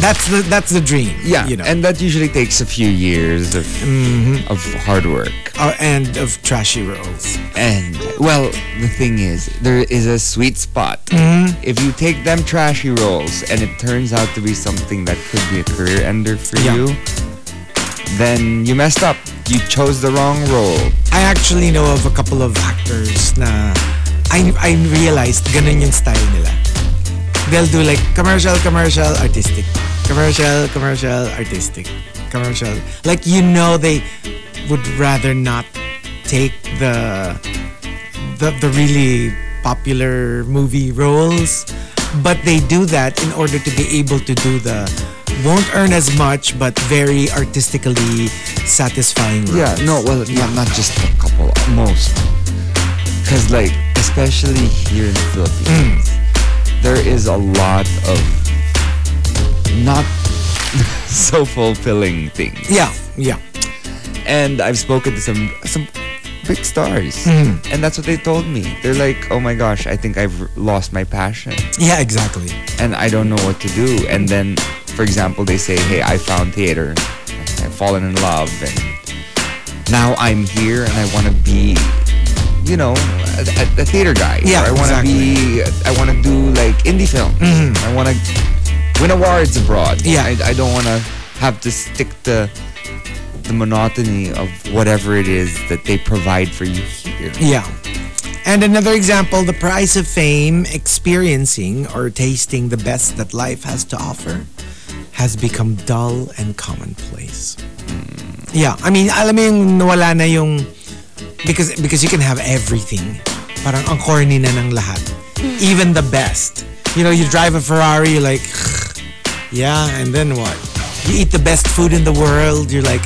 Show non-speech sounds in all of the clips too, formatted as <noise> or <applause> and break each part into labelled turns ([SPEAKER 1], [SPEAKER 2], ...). [SPEAKER 1] That's the that's the dream.
[SPEAKER 2] Yeah,
[SPEAKER 1] you know,
[SPEAKER 2] and that usually takes a few years of
[SPEAKER 1] Mm-hmm.
[SPEAKER 2] of hard work.
[SPEAKER 1] or, Uh, and of trashy roles.
[SPEAKER 2] And well, the thing is, there is a sweet spot.
[SPEAKER 1] Mm-hmm.
[SPEAKER 2] If you take them trashy roles and it turns out to be something that could be a career ender for
[SPEAKER 1] Yeah.
[SPEAKER 2] you, then you messed up. You chose the wrong role.
[SPEAKER 1] I actually know of a couple of actors na I I realized ganun yung style nila. They'll do like commercial, commercial, artistic. Commercial, commercial, artistic. Commercial. Like you know they would rather not take the the, the really popular movie roles, but they do that in order to be able to do the won't earn as much but very artistically satisfying roles.
[SPEAKER 2] Yeah, no, well, not, not just a couple, most. Because, like, especially here in the Philippines, there is a lot of not <laughs> so fulfilling things.
[SPEAKER 1] Yeah, yeah.
[SPEAKER 2] And I've spoken to some some big stars, and that's what they told me. They're like, "Oh my gosh, I think I've lost my passion,
[SPEAKER 1] Yeah, exactly.
[SPEAKER 2] and I don't know what to do." And then, for example, they say, "Hey, I found theater. I've fallen in love, and now I'm here, and I want to be, you know, a, a, a theater guy.
[SPEAKER 1] Yeah,
[SPEAKER 2] I want to be. I want to do like indie films. I want to win awards abroad.
[SPEAKER 1] Mm-hmm. Yeah.
[SPEAKER 2] I, I don't want to have to stick to the monotony of whatever it is that they provide for you here.
[SPEAKER 1] Yeah. And another example, the price of fame, experiencing or tasting the best that life has to offer, has become dull and commonplace. Yeah, I mean, alam mo yung nawala na yung because because you can have everything. Parang ang corny na ng lahat. Even the best. You know, you drive a Ferrari, you're like, <sighs> yeah, and then what? You eat the best food in the world, you're like,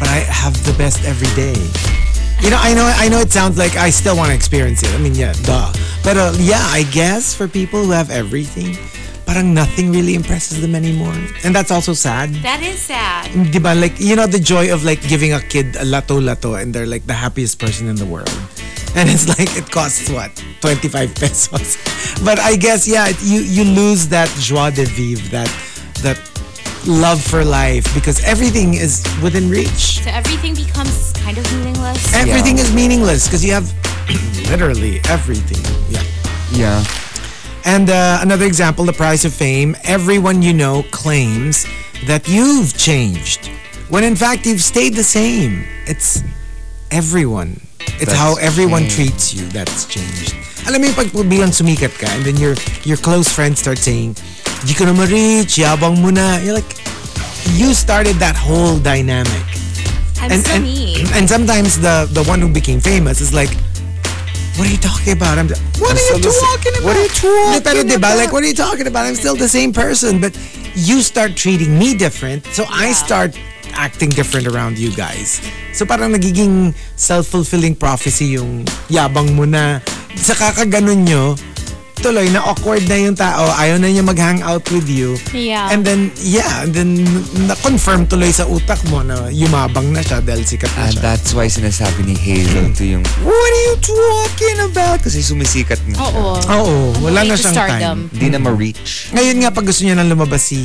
[SPEAKER 1] but I have the best every day. You know, I know, I know. It sounds like I still want to experience it. I mean, yeah, duh. But uh, yeah, I guess for people who have everything, parang nothing really impresses them anymore, and that's also sad.
[SPEAKER 3] That is sad.
[SPEAKER 1] Di ba? Like, you know, the joy of like giving a kid a lato lato and they're like the happiest person in the world. And it's <laughs> like, it costs what? 25 pesos. <laughs> But I guess, yeah, it, you, you lose that joie de vivre, that, that love for life because everything is within reach.
[SPEAKER 3] So everything becomes kind of meaningless.
[SPEAKER 1] Everything is meaningless because you have <clears throat> literally everything. Yeah.
[SPEAKER 2] Yeah.
[SPEAKER 1] And uh, another example, the price of fame. Everyone you know claims that you've changed, when in fact you've stayed the same. It's everyone. It's how
[SPEAKER 2] That's
[SPEAKER 1] everyone
[SPEAKER 2] changed.
[SPEAKER 1] treats you that's changed. Alam mo yung pag bilang sumikat ka and then your your close friends start saying, di ka na ma-reach, yabang mo na. You're like, you started that whole dynamic
[SPEAKER 3] I'm so
[SPEAKER 1] and,
[SPEAKER 3] mean.
[SPEAKER 1] and sometimes the the one who became famous is like, what are you talking about? I'm just, what,
[SPEAKER 2] I'm
[SPEAKER 1] are
[SPEAKER 2] still
[SPEAKER 1] you
[SPEAKER 2] the sa-
[SPEAKER 1] talking about?
[SPEAKER 2] what are you
[SPEAKER 1] Di, pero
[SPEAKER 2] talking
[SPEAKER 1] di ba, Like,
[SPEAKER 2] about?
[SPEAKER 1] what are you talking about? I'm still the same person, but you start treating me different, so I start acting different around you guys. So parang nagiging self-fulfilling prophecy yung yabang mo na sa kakaganon nyo, tuloy na awkward na yung tao, ayaw na niya mag-hang out with you.
[SPEAKER 3] Yeah.
[SPEAKER 1] And then, yeah, and then na-confirm tuloy sa utak mo na yumabang na siya dahil sikat na
[SPEAKER 2] And
[SPEAKER 1] siya.
[SPEAKER 2] that's why sinasabi ni Hazel to yung, What are you talking about? Kasi sumisikat na siya.
[SPEAKER 3] Oo.
[SPEAKER 1] Oo, wala
[SPEAKER 3] way
[SPEAKER 1] na
[SPEAKER 3] to
[SPEAKER 1] siyang
[SPEAKER 3] stardom.
[SPEAKER 1] time.
[SPEAKER 2] Hindi na ma-reach.
[SPEAKER 1] Ngayon nga pag gusto niya nang lumabas si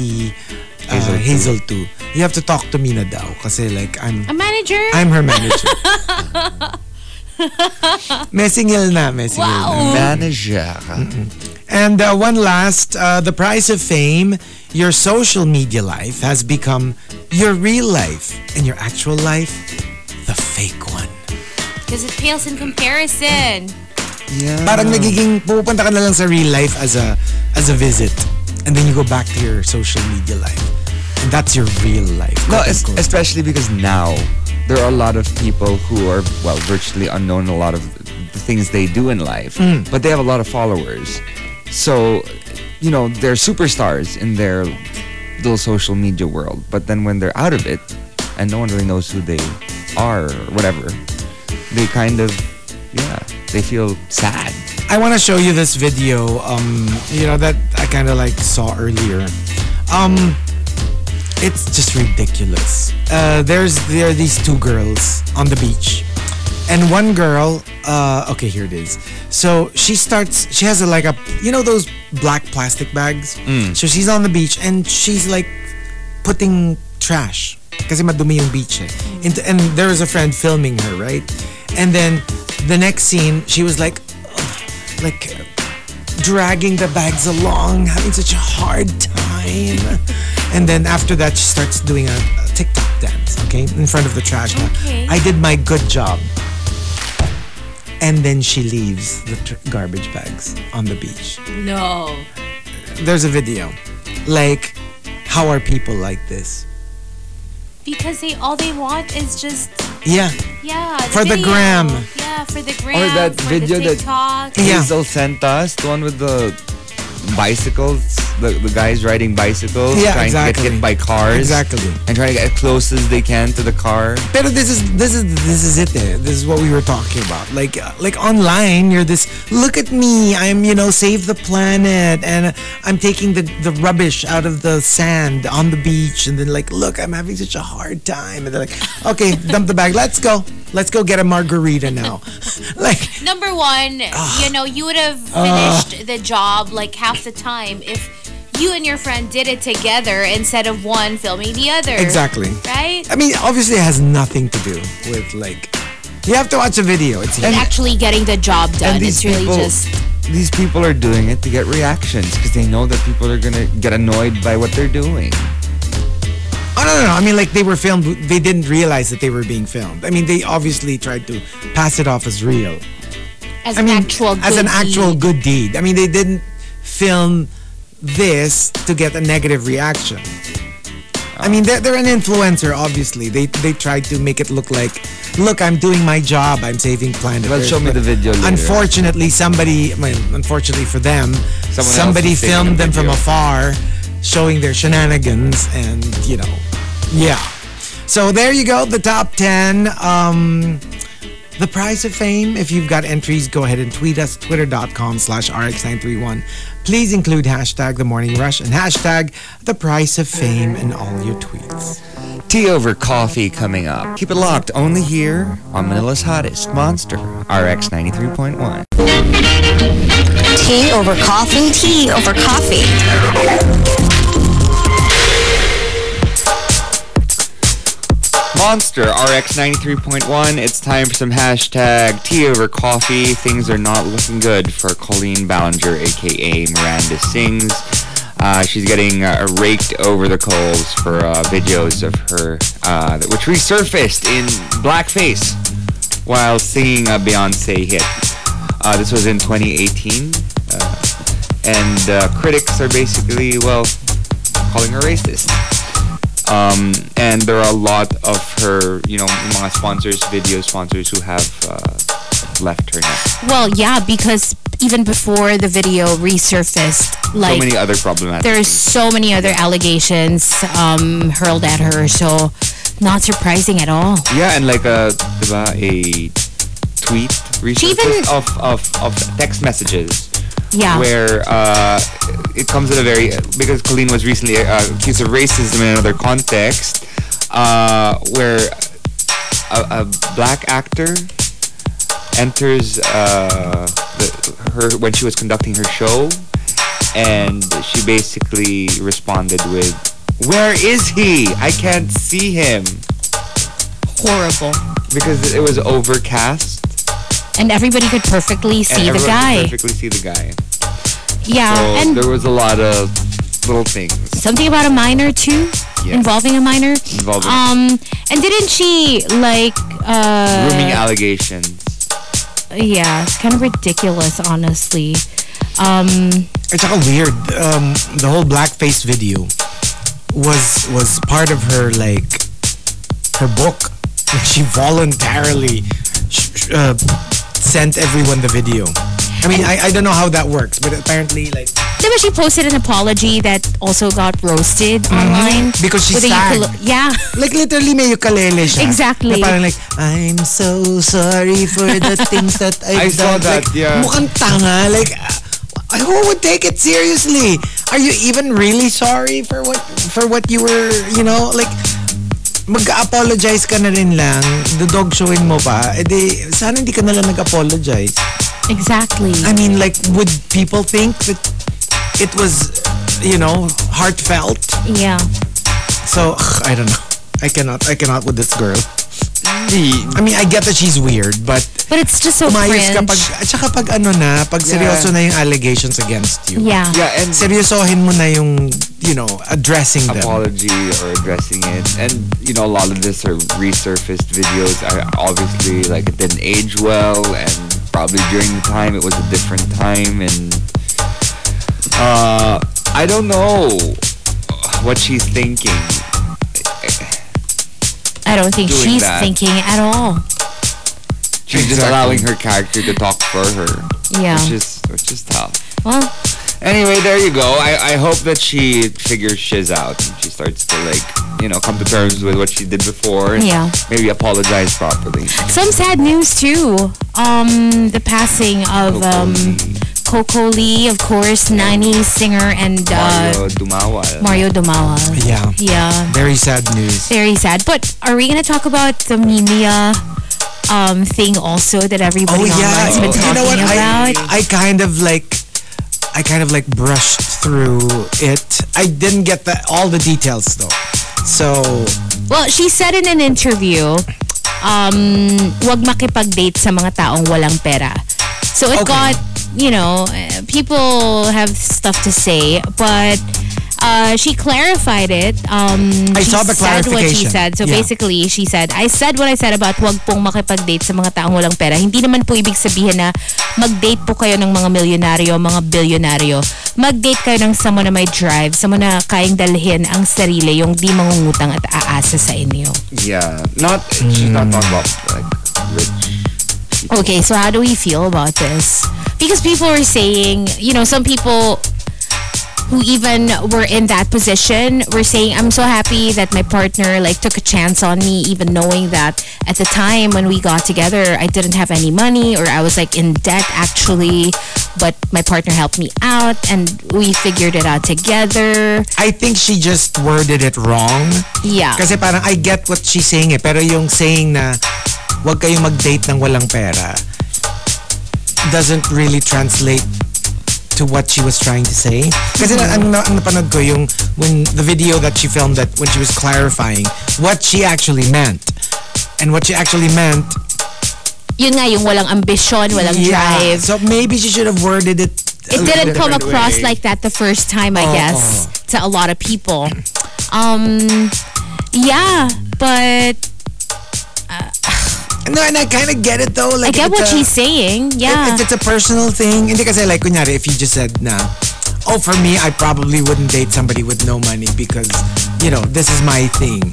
[SPEAKER 1] uh,
[SPEAKER 2] Hazel
[SPEAKER 1] Hazel,
[SPEAKER 2] two.
[SPEAKER 1] 2, you have to talk to me na daw kasi like I'm
[SPEAKER 3] A manager?
[SPEAKER 1] I'm her manager. <laughs> mesingil na, mesingil na.
[SPEAKER 3] wow.
[SPEAKER 2] Manager.
[SPEAKER 1] And uh, one last, uh, the price of fame, your social media life has become your real life and your actual life, the fake one.
[SPEAKER 3] Because it pales in comparison.
[SPEAKER 2] Yeah.
[SPEAKER 1] Mm. Parang nagiging pupunta ka na lang sa real life as a as a visit. And then you go back to your social media life. And that's your real life.
[SPEAKER 2] No,
[SPEAKER 1] quote
[SPEAKER 2] es-
[SPEAKER 1] unquote.
[SPEAKER 2] especially because now there are a lot of people who are well virtually unknown in a lot of the things they do in life, but they have a lot of followers. So, you know, they're superstars in their little social media world, but then when they're out of it and no one really knows who they are or whatever, they kind of yeah, they feel sad.
[SPEAKER 1] I want to show you this video. Um, you know that I kind of like saw earlier. Um, it's just ridiculous. Uh, there's there are these two girls on the beach, and one girl. Uh, okay, here it is. So she starts. She has a, like a you know those black plastic bags. So she's on the beach and she's like putting trash kasi madumi yung beach eh. And, and there was a friend filming her, right? And then the next scene, she was like, like dragging the bags along, having such a hard time. And then after that, she starts doing a, a TikTok dance, okay, in front of the trash can.
[SPEAKER 3] Okay.
[SPEAKER 1] I did my good job. And then she leaves the tr- garbage bags on the beach.
[SPEAKER 3] No.
[SPEAKER 1] There's a video. Like, how are people like this?
[SPEAKER 3] Because they all they want is just
[SPEAKER 1] Yeah.
[SPEAKER 3] yeah.
[SPEAKER 1] For the
[SPEAKER 3] video.
[SPEAKER 1] gram.
[SPEAKER 3] Yeah, for the gram.
[SPEAKER 2] Or that
[SPEAKER 3] for
[SPEAKER 2] video
[SPEAKER 3] the
[SPEAKER 2] that-
[SPEAKER 3] TikTok.
[SPEAKER 1] Yeah.
[SPEAKER 2] Hazel sent us the one with the bicycles, the, the guys riding bicycles,
[SPEAKER 1] Yeah,
[SPEAKER 2] trying to
[SPEAKER 1] exactly.
[SPEAKER 2] get hit by cars.
[SPEAKER 1] Exactly.
[SPEAKER 2] and trying to get as close as they can to the car.
[SPEAKER 1] Pero this is this is this is it. Eh. This is what we were talking about. Like uh, like online, you're this. Look at me. I'm you know save the planet, and uh, I'm taking the the rubbish out of the sand on the beach, and then like look, I'm having such a hard time, and they're like, okay, dump the bag. Let's go. Let's go get a margarita now. <laughs> like
[SPEAKER 3] Number one, you know, you would have finished the job like half the time if you and your friend did it together instead of one filming the other.
[SPEAKER 1] exactly.
[SPEAKER 3] Right?
[SPEAKER 1] I mean, obviously, it has nothing to do with like. You have to watch a video. It's
[SPEAKER 3] And actually getting the job done. It's really
[SPEAKER 2] people,
[SPEAKER 3] just
[SPEAKER 2] these people are doing it to get reactions because they know that people are gonna get annoyed by what they're doing.
[SPEAKER 1] Oh no, no, no! I mean, like they were filmed. They didn't realize that they were being filmed. I mean, they obviously tried to pass it off as real.
[SPEAKER 3] as
[SPEAKER 1] I mean,
[SPEAKER 3] an actual
[SPEAKER 1] as an
[SPEAKER 3] good
[SPEAKER 1] actual
[SPEAKER 3] deed.
[SPEAKER 1] good deed. I mean, they didn't film this to get a negative reaction. I mean, they're, they're an influencer. Obviously, they they tried to make it look like, look, I'm doing my job. I'm saving planet.
[SPEAKER 2] Well,
[SPEAKER 1] Earth."
[SPEAKER 2] show me
[SPEAKER 1] But
[SPEAKER 2] the video later.
[SPEAKER 1] Unfortunately, somebody. I mean, unfortunately for them,
[SPEAKER 2] else
[SPEAKER 1] somebody
[SPEAKER 2] is taking a
[SPEAKER 1] filmed them from
[SPEAKER 2] video.
[SPEAKER 1] afar, showing their shenanigans, and you know, yeah. So there you go, the top ten. Um, The prize of fame. If you've got entries, go ahead and tweet us, twitter.com slash rx931. Please include hashtag the morning rush and hashtag the price of fame in all your tweets.
[SPEAKER 2] Tea over coffee coming up. Keep it locked only here on Manila's hottest monster, RX 93.1.
[SPEAKER 4] Tea over coffee. Tea over coffee.
[SPEAKER 2] Monster RX 93.1. It's time for some hashtag tea over coffee. Things are not looking good for Colleen Ballinger, aka Miranda Sings. Uh, she's getting uh, raked over the coals for uh, videos of her, uh, which resurfaced in blackface while singing a Beyonce hit. Uh, this was in 2018. Uh, and uh, critics are basically, well, calling her racist. Um, and there are a lot of her, you know, mga sponsors, video sponsors who have uh, left her now.
[SPEAKER 3] Well, yeah, because even before the video resurfaced,
[SPEAKER 2] So
[SPEAKER 3] like
[SPEAKER 2] many other problematic. things.
[SPEAKER 3] there's so many other allegations um, hurled at her, so not surprising at all.
[SPEAKER 2] yeah, and like a, diba, a tweet resurfaced
[SPEAKER 3] even-
[SPEAKER 2] of, of of text messages.
[SPEAKER 3] Yeah.
[SPEAKER 2] Where uh, it comes in a very because Colleen was recently uh, accused of racism in another context, uh, where a, a black actor enters uh, the, her when she was conducting her show, and she basically responded with, "Where is he? I can't see him."
[SPEAKER 3] Horrible.
[SPEAKER 2] because it was overcast
[SPEAKER 3] And everybody could perfectly
[SPEAKER 2] and
[SPEAKER 3] see the
[SPEAKER 2] everyone
[SPEAKER 3] guy.
[SPEAKER 2] could perfectly see the guy.
[SPEAKER 3] Yeah,
[SPEAKER 2] So
[SPEAKER 3] and
[SPEAKER 2] there was a lot of little things
[SPEAKER 3] something about a minor too,
[SPEAKER 2] Yes.
[SPEAKER 3] involving a minor.
[SPEAKER 2] involving
[SPEAKER 3] Um, and didn't she like? uh
[SPEAKER 2] grooming allegations.
[SPEAKER 3] Yeah, it's kind of ridiculous, honestly. Um,
[SPEAKER 1] It's all weird. Um, the whole blackface video was was part of her like her book. <laughs> She voluntarily sh- sh- uh, sent everyone the video. I mean, I, I don't know how that works, but apparently, like
[SPEAKER 3] Remember she posted an apology that also got roasted
[SPEAKER 2] Mm-hmm.
[SPEAKER 3] online
[SPEAKER 1] Because she
[SPEAKER 3] with a
[SPEAKER 1] sang.
[SPEAKER 3] ukule- yeah, <laughs>
[SPEAKER 1] like literally may ukulele siya.
[SPEAKER 3] Exactly.
[SPEAKER 1] Na parang like, I'm so sorry for the things that I've
[SPEAKER 2] I saw
[SPEAKER 1] done.
[SPEAKER 2] that,
[SPEAKER 1] like,
[SPEAKER 2] yeah.
[SPEAKER 1] Mukhang tanga. Like, uh, who would take it seriously? Are you even really sorry for what for what you were, you know, like, mag-apologize ka na rin lang, the dog showing mo pa, edi, sana hindi ka na lang nag-apologize.
[SPEAKER 3] exactly.
[SPEAKER 1] I mean, like, would people think that it was, you know, heartfelt?
[SPEAKER 3] yeah,
[SPEAKER 1] So, ugh, I don't know. I cannot, I cannot with this girl.
[SPEAKER 2] The
[SPEAKER 1] I mean, I get that she's weird, but
[SPEAKER 3] but it's just so
[SPEAKER 1] umayos
[SPEAKER 3] cringe.
[SPEAKER 1] ka pag, at saka pag ano na, pag seryoso na yung allegations against you.
[SPEAKER 3] yeah.
[SPEAKER 2] yeah, and
[SPEAKER 1] Seryosohin mo na yung, you know, addressing them.
[SPEAKER 2] apology or addressing it, and you know a lot of this are resurfaced videos. I obviously like it didn't age well, and probably during the time it was a different time, and uh, I don't know what she's thinking.
[SPEAKER 3] I don't think
[SPEAKER 2] doing
[SPEAKER 3] she's
[SPEAKER 2] that.
[SPEAKER 3] thinking at all.
[SPEAKER 2] She's just allowing her character to talk for her.
[SPEAKER 3] Yeah.
[SPEAKER 2] Which is which is tough.
[SPEAKER 3] Well,
[SPEAKER 2] Anyway, there you go. I, I hope that she figures shiz out and she starts to like, you know, come to terms with what she did before and
[SPEAKER 3] Yeah.
[SPEAKER 2] maybe apologize properly.
[SPEAKER 3] some sad news too. Um, the passing of um, Coco Lee, of course, 90s singer and uh,
[SPEAKER 2] Mario Dumawal.
[SPEAKER 3] Mario Domawa.
[SPEAKER 1] Yeah.
[SPEAKER 3] Yeah.
[SPEAKER 1] Very sad news.
[SPEAKER 3] very sad. But are we gonna talk about the Mimia um, thing also that everybody online's been talking
[SPEAKER 1] Oh, you know what?
[SPEAKER 3] about?
[SPEAKER 1] I, I kind of like, I kind of like brushed through it. I didn't get the, all the details though. So,
[SPEAKER 3] well, she said in an interview, um, wag makipag-date sa mga taong walang pera. So it
[SPEAKER 1] Okay.
[SPEAKER 3] got, you know, eh, people have stuff to say, but uh, she clarified it. Um,
[SPEAKER 1] I
[SPEAKER 3] she
[SPEAKER 1] saw the
[SPEAKER 3] said what she
[SPEAKER 1] clarification.
[SPEAKER 3] said. So
[SPEAKER 1] Yeah.
[SPEAKER 3] basically, she said, I said what I said about wag pong makipag-date sa mga taong walang pera. Hindi naman po ibig sabihin na mag-date po kayo ng mga milyonaryo, mga bilyonaryo. Mag-date kayo ng someone na may drive, someone na kayang dalhin ang sarili, yung di mangungutang at aasa sa inyo.
[SPEAKER 2] Yeah. Not she's not talking about like rich.
[SPEAKER 3] Okay, so how do we feel about this? Because people are saying, you know, some people who even were in that position were saying, I'm so happy that my partner like took a chance on me, even knowing that at the time when we got together, I didn't have any money or I was like in debt actually, but my partner helped me out and we figured it out together.
[SPEAKER 1] I think she just worded it wrong.
[SPEAKER 3] Yeah.
[SPEAKER 1] Kasi parang I get what she's saying eh. Pero yung saying na huwag kayong mag-date ng walang pera doesn't really translate to what she was trying to say.
[SPEAKER 3] Mm-hmm.
[SPEAKER 1] Kasi na- ang, na- ang napanood ko yung when the video that she filmed that when she was clarifying what she actually meant. And what she actually meant
[SPEAKER 3] Yun nga yung walang ambisyon, walang drive.
[SPEAKER 1] So maybe she should have worded it Oh. a
[SPEAKER 3] it
[SPEAKER 1] little
[SPEAKER 3] didn't come
[SPEAKER 1] different
[SPEAKER 3] across
[SPEAKER 1] way.
[SPEAKER 3] like that the first time, I guess, to a lot of people. Um, yeah, but
[SPEAKER 1] No, and I kind of get it though.
[SPEAKER 3] I
[SPEAKER 1] Like
[SPEAKER 3] get
[SPEAKER 1] it's
[SPEAKER 3] what
[SPEAKER 1] a-
[SPEAKER 3] she's saying. Yeah,
[SPEAKER 1] If, if it's a personal thing, hindi kasi like, kunyari, if you just said na, oh, for me, I probably wouldn't date somebody with no money because, you know, this is my thing.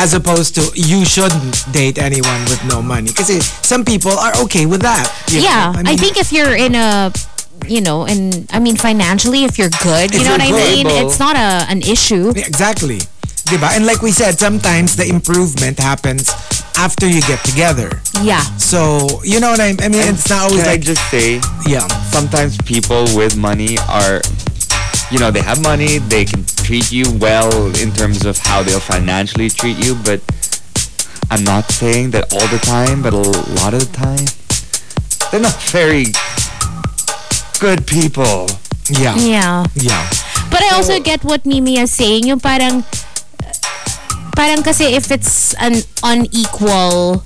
[SPEAKER 1] As opposed to, you shouldn't date anyone with no money. Kasi some people are okay with that. you
[SPEAKER 3] yeah.
[SPEAKER 1] know?
[SPEAKER 3] I, think if you're in a, you know, and I mean financially, if you're good, you
[SPEAKER 1] If
[SPEAKER 3] know what
[SPEAKER 1] you're
[SPEAKER 3] I mean.
[SPEAKER 2] good.
[SPEAKER 3] It's not a an issue.
[SPEAKER 1] Exactly. Diba? And like we said, sometimes the improvement happens after you get together.
[SPEAKER 3] Yeah,
[SPEAKER 1] So, you know what I mean? I mean, it's not always
[SPEAKER 2] Can I
[SPEAKER 1] like,
[SPEAKER 2] just say,
[SPEAKER 1] yeah.
[SPEAKER 2] sometimes people with money are you know they have money they can treat you well in terms of how they'll financially treat you but i'm not saying that all the time but a lot of the time they're not very good people
[SPEAKER 1] Yeah.
[SPEAKER 3] yeah.
[SPEAKER 1] Yeah.
[SPEAKER 3] But I also get what Mimi is saying. Yung parang, parang kasi if it's an unequal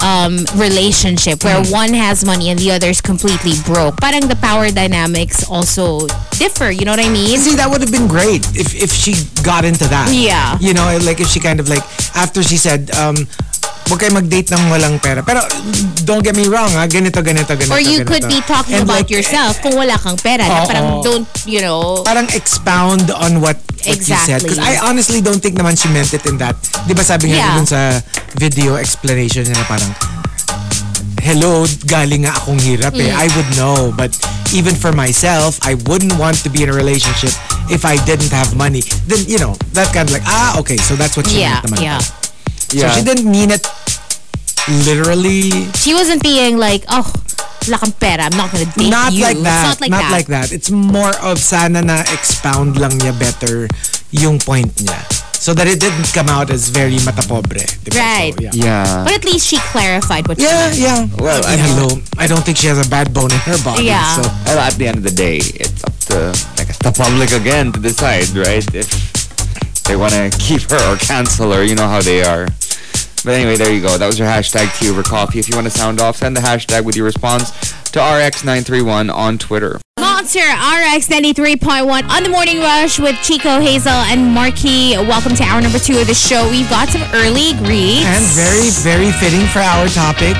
[SPEAKER 3] um, relationship where
[SPEAKER 1] Hmm.
[SPEAKER 3] one has money and the other is completely broke, parang the power dynamics also differ. You know what I mean?
[SPEAKER 1] See, that would have been great if, if she got into that.
[SPEAKER 3] Yeah.
[SPEAKER 1] You know, like if she kind of like, after she said, um, huwag kayo mag-date ng walang pera. Pero don't get me wrong, ha? ganito, ganito, ganito.
[SPEAKER 3] Or you
[SPEAKER 1] ganito.
[SPEAKER 3] could be talking
[SPEAKER 1] And
[SPEAKER 3] about
[SPEAKER 1] like,
[SPEAKER 3] yourself kung wala kang pera. na
[SPEAKER 1] Oo.
[SPEAKER 3] parang don't, you know,
[SPEAKER 1] Parang expound on what, what you said.
[SPEAKER 3] Exactly.
[SPEAKER 1] Because I honestly don't think naman she meant it in that. Di ba sabi nga
[SPEAKER 3] Yeah.
[SPEAKER 1] dun sa video explanation niya na parang, hello, galing nga akong hirap eh.
[SPEAKER 3] Mm.
[SPEAKER 1] I would know. But even for myself, I wouldn't want to be in a relationship if I didn't have money. Then, you know, that kind of like, ah, okay, so that's what she
[SPEAKER 3] yeah,
[SPEAKER 1] meant naman.
[SPEAKER 3] yeah.
[SPEAKER 2] yeah
[SPEAKER 1] So she didn't mean it literally.
[SPEAKER 3] She wasn't being like, oh, wala kang pera. I'm not gonna date
[SPEAKER 1] Not
[SPEAKER 3] you.
[SPEAKER 1] like that.
[SPEAKER 3] It's not like that.
[SPEAKER 1] It's more of sana na expound lang niya better yung point niya. So that it didn't come out as very matapobre. di ba?
[SPEAKER 3] Right.
[SPEAKER 1] So, yeah.
[SPEAKER 2] yeah
[SPEAKER 3] But at least she clarified what she
[SPEAKER 1] Yeah, yeah.
[SPEAKER 2] Well,
[SPEAKER 1] I
[SPEAKER 2] I mean-
[SPEAKER 1] hello. I don't think she has a bad bone in her body.
[SPEAKER 3] Yeah.
[SPEAKER 1] So
[SPEAKER 2] well, at the end of the day it's up to i guess the public again to decide right if they want to keep her or cancel her you know how they are But anyway, there you go. That was your hashtag tea over coffee. If you want to sound off, send the hashtag with your response to RX931 on Twitter.
[SPEAKER 3] Monster RX 93.1 on the morning rush with Chico, Hazel, and Marky. Welcome to hour number two of the show. We've got some early greets.
[SPEAKER 1] and very, very fitting for our topic.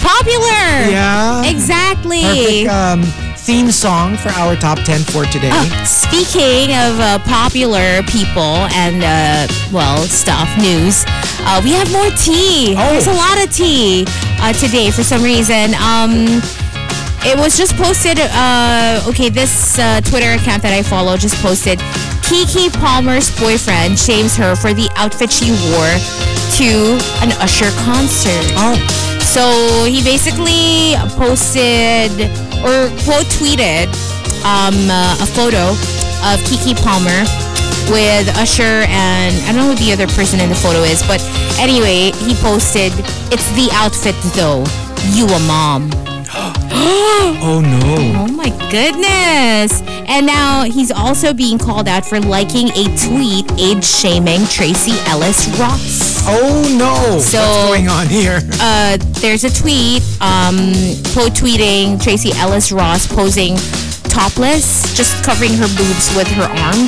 [SPEAKER 3] popular.
[SPEAKER 1] Yeah.
[SPEAKER 3] Exactly.
[SPEAKER 1] Perfect um, theme song for our top ten for today.
[SPEAKER 3] Oh, speaking of uh, popular people and, uh, well, stuff, news, uh, we have more tea.
[SPEAKER 1] Oh.
[SPEAKER 3] There's a lot of tea uh, today for some reason. Um, it was just posted, uh, okay, this uh, Twitter account that I follow just posted Kiki Palmer's boyfriend shames her for the outfit she wore to an Usher concert.
[SPEAKER 1] Oh,
[SPEAKER 3] So he basically posted or quote tweeted um, uh, a photo of Kiki Palmer with Usher and I don't know who the other person in the photo is, but anyway, he posted, "It's the outfit though. You a mom."
[SPEAKER 1] oh no.
[SPEAKER 3] Oh my goodness! And now he's also being called out for liking a tweet age shaming Tracy Ellis Ross.
[SPEAKER 1] Oh no.
[SPEAKER 3] So-
[SPEAKER 1] What's going on here?
[SPEAKER 3] uh, there's a tweet, um, quote tweeting Tracy Ellis Ross posing topless, just covering her boobs with her arm.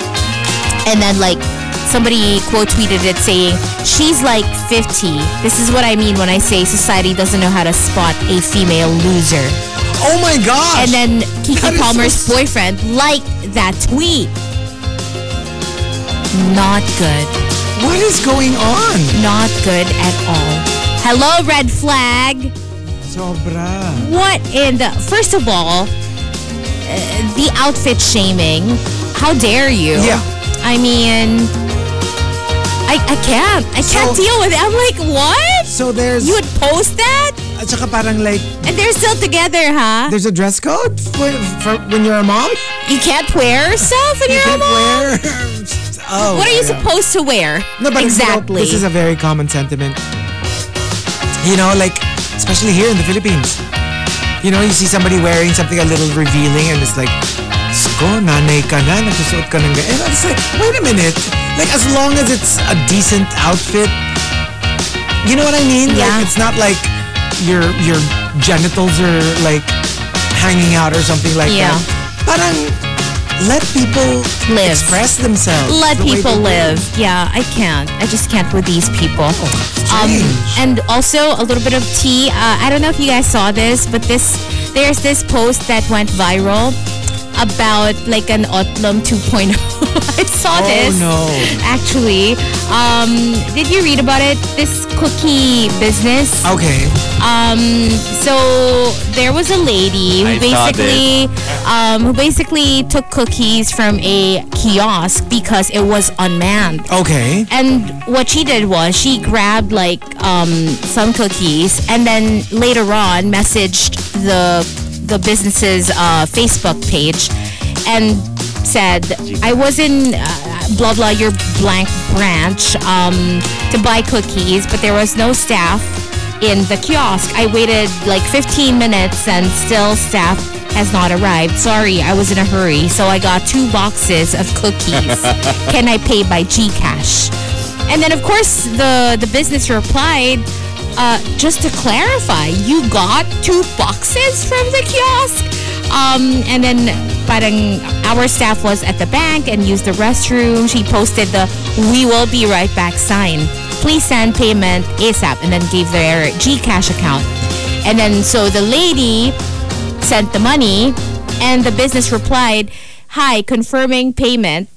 [SPEAKER 3] And then, like, somebody quote tweeted it saying, She's like 50. This is what I mean when I say society doesn't know how to spot a female loser.
[SPEAKER 1] oh my gosh.
[SPEAKER 3] And then
[SPEAKER 1] That
[SPEAKER 3] Kiki
[SPEAKER 1] is
[SPEAKER 3] Palmer's
[SPEAKER 1] so-
[SPEAKER 3] boyfriend liked that tweet. Not good
[SPEAKER 1] what is going on?
[SPEAKER 3] not good at all. Hello, red flag.
[SPEAKER 1] Sobra.
[SPEAKER 3] What in the? First of uh, all, uh, the outfit shaming. How dare you?
[SPEAKER 1] Yeah.
[SPEAKER 3] I mean, I, I can't. I can't
[SPEAKER 1] So-
[SPEAKER 3] deal with it. I'm like, what?
[SPEAKER 1] So there's,
[SPEAKER 3] You would post that?
[SPEAKER 1] at saka parang like,
[SPEAKER 3] And they're still together, huh?
[SPEAKER 1] there's a dress code for, for when you're a mom?
[SPEAKER 3] you can't wear stuff when
[SPEAKER 1] You
[SPEAKER 3] you're a
[SPEAKER 1] can't
[SPEAKER 3] mom? <laughs>
[SPEAKER 1] wear... Oh,
[SPEAKER 3] What are you
[SPEAKER 1] yeah.
[SPEAKER 3] supposed to wear?
[SPEAKER 1] No, but you know,
[SPEAKER 3] exactly.
[SPEAKER 1] this is a very common sentiment. You know, like especially here in the Philippines. You know, you see somebody wearing something a little revealing and it's like, Sko, nanay ka na, nagsusuot ka ng ga-" And it's like, wait a minute. Like, as long as it's a decent outfit, you know what I mean?
[SPEAKER 3] Yeah.
[SPEAKER 1] Like, it's not like your your genitals are like hanging out or something like
[SPEAKER 3] Yeah.
[SPEAKER 1] that. Parang, let people
[SPEAKER 3] Live.
[SPEAKER 1] express themselves.
[SPEAKER 3] let
[SPEAKER 1] the way
[SPEAKER 3] people
[SPEAKER 1] they do.
[SPEAKER 3] live. Yeah, I can't. I just can't with these people. Um,
[SPEAKER 1] strange.
[SPEAKER 3] and also a little bit of tea. Uh, I don't know if you guys saw this, but this there's this post that went viral about like an Otlum 2.0. <laughs> I saw
[SPEAKER 1] Oh,
[SPEAKER 3] this.
[SPEAKER 1] no.
[SPEAKER 3] Actually, um, did you read about it? This cookie business.
[SPEAKER 1] Okay.
[SPEAKER 3] Um, so there was a lady who
[SPEAKER 2] I saw
[SPEAKER 3] basically um, who basically took cookies from a kiosk because it was unmanned.
[SPEAKER 1] Okay.
[SPEAKER 3] And what she did was she grabbed like um, some cookies and then later on messaged the the business's uh, Facebook page and said, "I was in uh, blah blah your blank branch um, to buy cookies, but there was no staff in the kiosk. I waited like 15 minutes and still staff." Has not arrived. Sorry, I was in a hurry, so I got two boxes of cookies. Can I pay by GCash? And then, of course, the the business replied, uh, just to clarify, you got two boxes from the kiosk. Um, and then, parang our staff was at the bank and used the restroom. She posted the "We will be right back" sign. Please send payment ASAP, and then gave their GCash account. And then, so the lady sent the money, and the business replied, "Hi, confirming payment."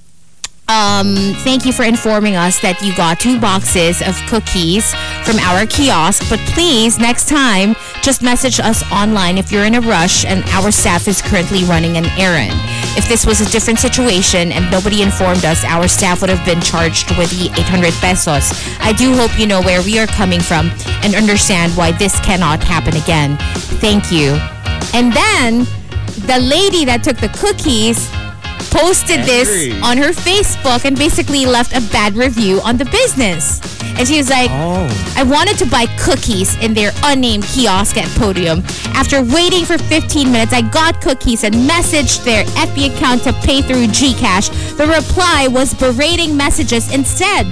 [SPEAKER 3] Um, thank you for informing us that you got two boxes of cookies from our kiosk. But please, next time, just message us online if you're in a rush and our staff is currently running an errand. If this was a different situation and nobody informed us, our staff would have been charged with the 800 pesos. I do hope you know where we are coming from and understand why this cannot happen again. Thank you. And then, the lady that took the cookies posted this
[SPEAKER 2] Angry.
[SPEAKER 3] on her Facebook and basically left a bad review on the business. And she was like,
[SPEAKER 1] Oh.
[SPEAKER 3] I wanted to buy cookies in their unnamed kiosk at Podium. After waiting for 15 minutes, I got cookies and messaged their FB account to pay through GCash. The reply was berating messages instead.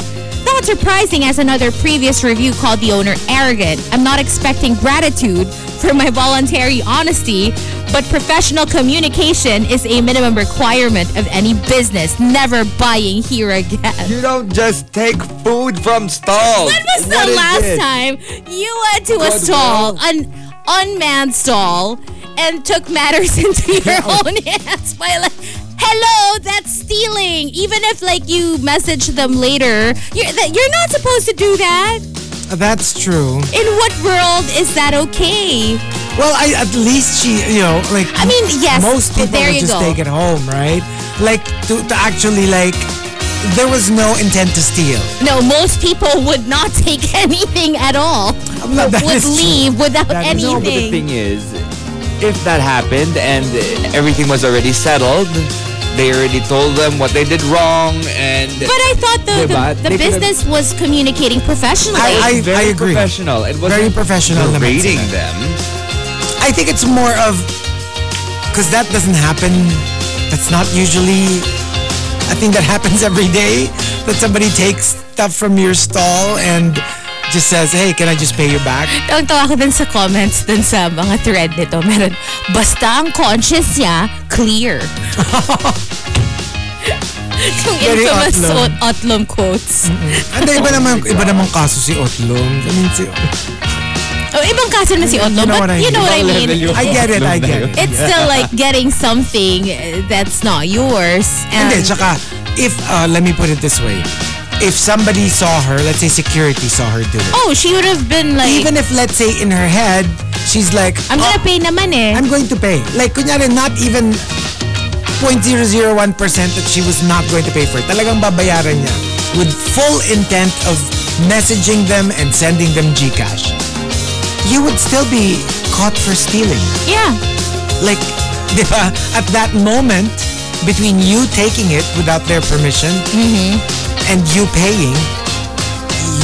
[SPEAKER 3] Not surprising, as another previous review called the owner arrogant. I'm not expecting gratitude for my voluntary honesty, but professional communication is a minimum requirement of any business. Never buying here again.
[SPEAKER 2] You don't just take food from
[SPEAKER 1] Oh,
[SPEAKER 2] stalls.
[SPEAKER 3] When was
[SPEAKER 2] What
[SPEAKER 3] the
[SPEAKER 2] is
[SPEAKER 3] last
[SPEAKER 2] this?
[SPEAKER 3] time you went to a
[SPEAKER 2] Goodwill.
[SPEAKER 3] stall, an unmanned stall, and took matters <laughs> into your own hands by like, hello, that's stealing. Even if like you message them later, you're, that, you're not supposed to do that.
[SPEAKER 1] That's true.
[SPEAKER 3] In what world is that okay?
[SPEAKER 1] Well, I at least she, you know, like
[SPEAKER 3] I mean, yes,
[SPEAKER 1] most people
[SPEAKER 3] there
[SPEAKER 1] would
[SPEAKER 3] you
[SPEAKER 1] just
[SPEAKER 3] go.
[SPEAKER 1] take it home, right? Like to, to actually like there was no intent to steal.
[SPEAKER 3] No, most people would not <laughs> take anything at all.
[SPEAKER 1] not- that
[SPEAKER 3] would
[SPEAKER 1] is true.
[SPEAKER 3] leave without
[SPEAKER 1] That is-
[SPEAKER 2] No, but the
[SPEAKER 3] anything.
[SPEAKER 2] thing is, if that happened and everything was already settled, they already told them what they did wrong and
[SPEAKER 3] But I thought the,
[SPEAKER 2] Diba?
[SPEAKER 3] the, the
[SPEAKER 2] They could've-
[SPEAKER 3] business was communicating professionally.
[SPEAKER 1] I-
[SPEAKER 2] very
[SPEAKER 1] I agree.
[SPEAKER 2] professional. It was
[SPEAKER 1] Very professional naman
[SPEAKER 2] Rating
[SPEAKER 1] sila.
[SPEAKER 2] them.
[SPEAKER 1] I think it's more of because that doesn't happen. That's not usually a thing that <laughs> happens every day. That somebody takes stuff from your stall and just says, "Hey, can I just pay you
[SPEAKER 3] <laughs>
[SPEAKER 1] back?"
[SPEAKER 3] Ang tawa ko dun sa comments dun sa mga thread nito. Meron, basta ang conscience niya,
[SPEAKER 1] <laughs>
[SPEAKER 3] clear. Yung
[SPEAKER 1] Very Mm.
[SPEAKER 3] infamous
[SPEAKER 1] Otlum.
[SPEAKER 3] Ot- Otlum quotes.
[SPEAKER 1] At iba naman, iba naman kaso si Otlong. I mean, si,
[SPEAKER 3] Oh, ibang kaso na si Otlum,
[SPEAKER 1] You know
[SPEAKER 3] but
[SPEAKER 1] what I
[SPEAKER 3] you know
[SPEAKER 1] mean.
[SPEAKER 3] what I mean.
[SPEAKER 1] I get it, I get it.
[SPEAKER 3] <laughs> It's still like getting something uh, that's not yours. And
[SPEAKER 1] Hindi, tsaka, if, uh, let me put it this way. If somebody saw her, let's say security saw her do it.
[SPEAKER 3] oh, she would have been like,
[SPEAKER 1] Even if, let's say, in her head, she's like, "Oh,
[SPEAKER 3] I'm gonna pay naman eh.
[SPEAKER 1] I'm going to pay. Like, kunyari, not even 0.001% that she was not going to pay for it. Talagang babayaran niya with full intent of messaging them and sending them GCash. You would still be caught for stealing.
[SPEAKER 3] Yeah.
[SPEAKER 1] Like, <laughs> di ba, at that moment, between you taking it without their permission and you paying,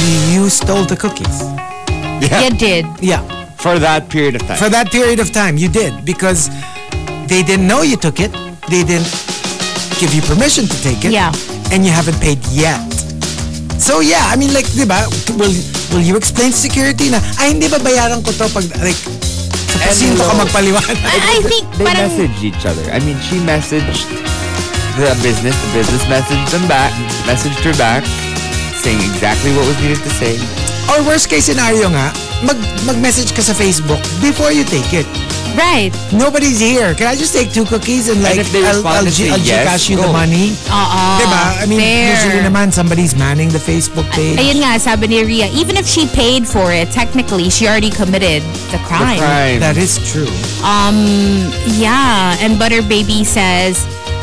[SPEAKER 1] you, you stole the cookies.
[SPEAKER 2] Yeah.
[SPEAKER 3] You did.
[SPEAKER 1] Yeah.
[SPEAKER 2] For that period of time.
[SPEAKER 1] For that period of time, you did because they didn't know you took it. They didn't give you permission to take it.
[SPEAKER 3] Yeah.
[SPEAKER 1] And you haven't paid yet. So yeah, I mean like, di ba, will, will you explain to security na, ay hindi ba bayaran ko to pag, like, sa pasinto ka
[SPEAKER 2] hello.
[SPEAKER 1] magpaliwanag.
[SPEAKER 3] I, I think
[SPEAKER 2] they
[SPEAKER 3] parang
[SPEAKER 2] messaged each other. I mean, she messaged the business, the business messaged them back, messaged her back, saying exactly what was needed to say.
[SPEAKER 1] Or worst case scenario nga, mag, mag-message ka sa Facebook before you take it.
[SPEAKER 3] right.
[SPEAKER 1] Nobody's here. Can I just take two cookies and like,
[SPEAKER 2] if they
[SPEAKER 1] I'll,
[SPEAKER 2] respond
[SPEAKER 1] I'll,
[SPEAKER 2] and
[SPEAKER 1] G-
[SPEAKER 2] say
[SPEAKER 1] I'll
[SPEAKER 2] yes,
[SPEAKER 1] Gcash you the
[SPEAKER 2] go.
[SPEAKER 1] money?
[SPEAKER 3] Oo.
[SPEAKER 1] diba? I mean,
[SPEAKER 3] Uh-uh. fair.
[SPEAKER 1] usually naman, somebody's manning the Facebook page.
[SPEAKER 3] Ayun nga, sabi ni Rhea, even if she paid for it, technically, she already committed the crime.
[SPEAKER 2] The crime.
[SPEAKER 1] That is true.
[SPEAKER 3] Um, yeah. And Butter Baby says,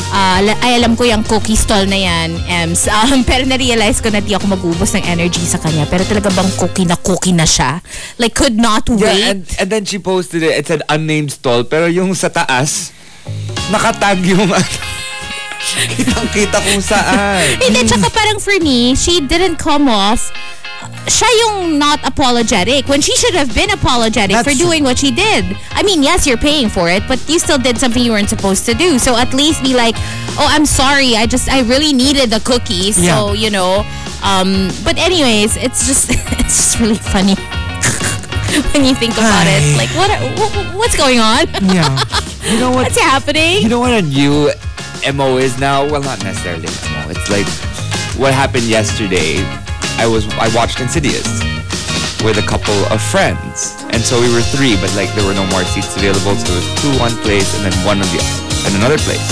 [SPEAKER 3] ah, la- ay alam ko yung cookie stall na yan, Ems. <laughs> Um, pero na-realize ko na di ako mag-ubos ng energy sa kanya. Pero talaga bang cookie na cookie na siya? Like, could not
[SPEAKER 2] Yeah,
[SPEAKER 3] wait.
[SPEAKER 2] and, and then she posted it. It said unnamed stall, pero yung sa taas, nakatag
[SPEAKER 3] <laughs>
[SPEAKER 2] yung <laughs> ano. Kitang-kita kung saan.
[SPEAKER 3] Hindi, Eh,
[SPEAKER 1] Mm.
[SPEAKER 3] tsaka parang for me, she didn't come off siya yung not apologetic when she should have been apologetic
[SPEAKER 1] That's
[SPEAKER 3] for
[SPEAKER 1] true.
[SPEAKER 3] doing what she did. I mean, yes, you're paying for it, but you still did something you weren't supposed to do. So at least be like, "Oh, I'm sorry. I just I really needed the cookies." So, you know, um but anyways, it's just <laughs> it's just really funny <laughs> when you think about
[SPEAKER 1] Ay.
[SPEAKER 3] it. Like, what are, wh- what's going on? <laughs>
[SPEAKER 1] Yeah.
[SPEAKER 2] You know what?
[SPEAKER 3] what's happening?
[SPEAKER 2] You know what a new MO is now? Well, not necessarily an MO. It's like what happened yesterday. I was I watched Insidious with a couple of friends, and so we were three, but like there were no more seats available, so there was two one place and then one on the and another place.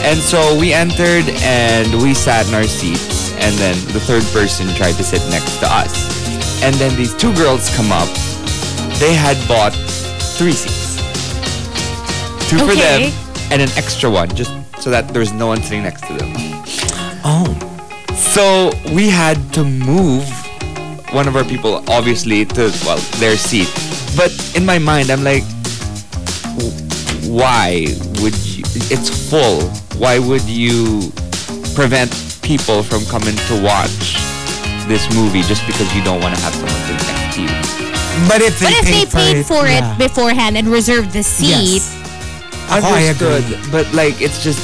[SPEAKER 2] And so we entered and we sat in our seats, and then the third person tried to sit next to us, and then these two girls come up. They had bought three seats, two for
[SPEAKER 3] Okay.
[SPEAKER 2] them and an extra one, just so that there was no one sitting next to them.
[SPEAKER 1] Oh.
[SPEAKER 2] So we had to move one of our people, obviously, to well their seat. But in my mind, I'm like, w- why would you? It's full. Why would you prevent people from coming to watch this movie just because you don't want to have someone sitting next to you?
[SPEAKER 1] But if they
[SPEAKER 3] But if they
[SPEAKER 1] paid,
[SPEAKER 3] paid for it
[SPEAKER 1] yeah. beforehand
[SPEAKER 3] beforehand and reserved the seat,
[SPEAKER 1] Yes. Ako, Oh, I agree.
[SPEAKER 2] but like it's just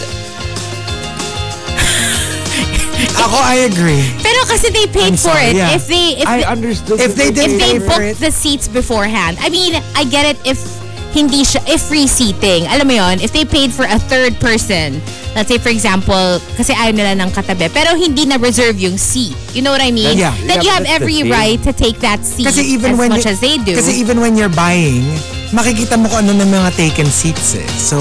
[SPEAKER 1] Ako, I agree.
[SPEAKER 3] Pero kasi they
[SPEAKER 1] I'm
[SPEAKER 3] paid for
[SPEAKER 1] sorry,
[SPEAKER 3] it.
[SPEAKER 1] yeah.
[SPEAKER 3] If they if,
[SPEAKER 2] I
[SPEAKER 3] they-
[SPEAKER 2] understood
[SPEAKER 1] If they
[SPEAKER 3] if
[SPEAKER 1] didn't pay
[SPEAKER 3] they
[SPEAKER 1] for it,
[SPEAKER 3] booked the seats beforehand. I mean, I get it if hindi siya if free seating. Alam mo 'yon, if they paid for a third person. Let's say for example, kasi ayaw nila ng katabi, pero hindi na reserve yung seat. You know what I mean?
[SPEAKER 1] Yeah.
[SPEAKER 3] Then
[SPEAKER 2] Yeah,
[SPEAKER 3] you have
[SPEAKER 2] that's the
[SPEAKER 3] every
[SPEAKER 2] thing.
[SPEAKER 3] right to take that seat
[SPEAKER 1] kasi even
[SPEAKER 3] as
[SPEAKER 1] when
[SPEAKER 3] much
[SPEAKER 1] you-
[SPEAKER 3] as they do.
[SPEAKER 1] Kasi even when you're buying, makikita mo kung ano na mga taken seats eh. So,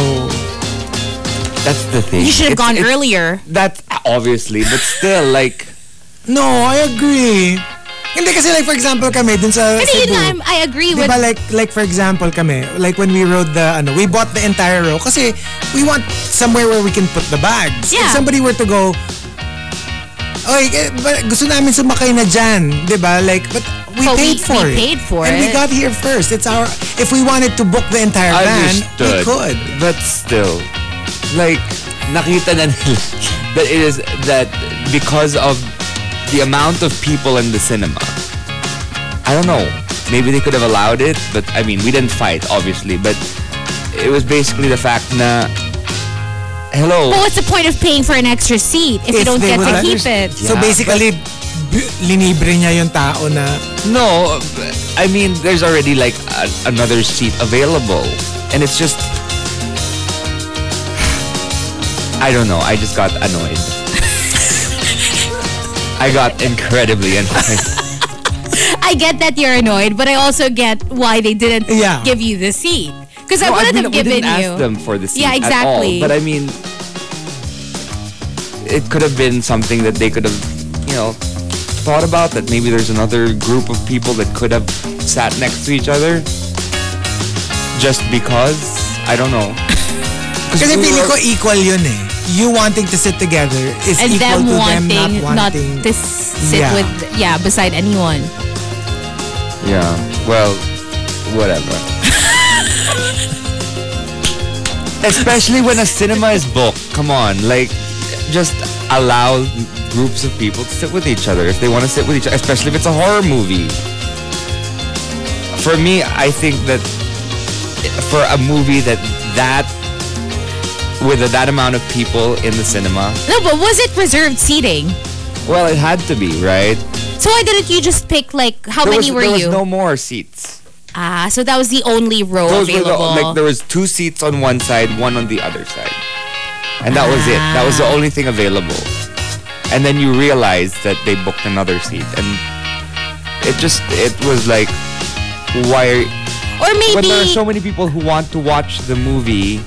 [SPEAKER 2] that's the thing.
[SPEAKER 3] you should have
[SPEAKER 2] It's-
[SPEAKER 3] gone
[SPEAKER 2] it's-
[SPEAKER 3] earlier.
[SPEAKER 2] That's obviously, but still, like,
[SPEAKER 1] no, I agree. Hindi kasi like for example kami dun sa
[SPEAKER 3] Kasi yun
[SPEAKER 1] Cebu.
[SPEAKER 3] nga, I'm- I
[SPEAKER 1] Di
[SPEAKER 3] agree with
[SPEAKER 1] ba like, like for example kami, like when we rode the, ano, we bought the entire row kasi we want somewhere where we can put the bags.
[SPEAKER 3] Yeah.
[SPEAKER 1] If somebody were to go, Oy, eh, ba- gusto namin sumakay na dyan. Di ba? Like, but we
[SPEAKER 3] But we-
[SPEAKER 1] paid for it.
[SPEAKER 3] we paid for
[SPEAKER 1] And we
[SPEAKER 3] it.
[SPEAKER 1] got here first. It's our, if we wanted to book the entire van, we
[SPEAKER 2] Understood.
[SPEAKER 1] could.
[SPEAKER 2] But still, like, nakita na nila that it is that because of the amount of people in the cinema. I don't know. Maybe they could have allowed it, but I mean, we didn't fight, obviously. But it was basically the fact na, hello,
[SPEAKER 3] But what's the point of paying for an extra seat if,
[SPEAKER 1] If
[SPEAKER 3] you don't
[SPEAKER 1] they
[SPEAKER 3] get to
[SPEAKER 1] would
[SPEAKER 3] keep it?
[SPEAKER 1] So
[SPEAKER 2] Yeah,
[SPEAKER 1] basically, b- linibre niya yung tao na,
[SPEAKER 2] No, I mean, there's already like a, another seat available, and it's just. <sighs> I don't know. I just got annoyed. <laughs> I got incredibly annoyed.
[SPEAKER 3] I get that you're annoyed, but I also get why they didn't
[SPEAKER 1] Yeah.
[SPEAKER 3] give you the seat. Because I
[SPEAKER 2] No,
[SPEAKER 3] wouldn't
[SPEAKER 2] didn't-
[SPEAKER 3] have
[SPEAKER 2] we
[SPEAKER 3] given
[SPEAKER 2] didn't ask
[SPEAKER 3] you.
[SPEAKER 2] them for the seat
[SPEAKER 3] Yeah,
[SPEAKER 2] at all,
[SPEAKER 3] exactly.
[SPEAKER 2] But I mean, it could have been something that they could have, you know, thought about. That maybe there's another group of people that could have sat next to each other, just because. I don't know.
[SPEAKER 1] Kasi
[SPEAKER 2] we
[SPEAKER 1] feeling ko
[SPEAKER 2] were-
[SPEAKER 1] equal yun eh. You wanting to sit together is
[SPEAKER 3] and
[SPEAKER 1] equal
[SPEAKER 3] them
[SPEAKER 1] to
[SPEAKER 3] wanting,
[SPEAKER 1] them not
[SPEAKER 3] not
[SPEAKER 1] wanting.
[SPEAKER 3] to sit
[SPEAKER 1] Yeah.
[SPEAKER 3] with yeah beside anyone.
[SPEAKER 2] Yeah. Well, whatever. Especially when a cinema is booked. Come on, like, just allow groups of people to sit with each other if they want to sit with each other. Especially if it's a horror movie. For me, I think that for a movie that that with that amount of people in the cinema,
[SPEAKER 3] No, but was it reserved seating?
[SPEAKER 2] well, it had to be right.
[SPEAKER 3] So why didn't you just pick like how
[SPEAKER 2] there
[SPEAKER 3] many
[SPEAKER 2] was,
[SPEAKER 3] were
[SPEAKER 2] there
[SPEAKER 3] you?
[SPEAKER 2] was no more seats.
[SPEAKER 3] ah, so that was the only row
[SPEAKER 2] Those were the-
[SPEAKER 3] available.
[SPEAKER 2] like there was two seats on one side, one on the other side, and that was it. That was the only thing available. And then you realized that they booked another seat, and it just it was like, why?
[SPEAKER 3] or
[SPEAKER 2] When there are
[SPEAKER 3] maybe
[SPEAKER 2] so many people who want to watch the movie,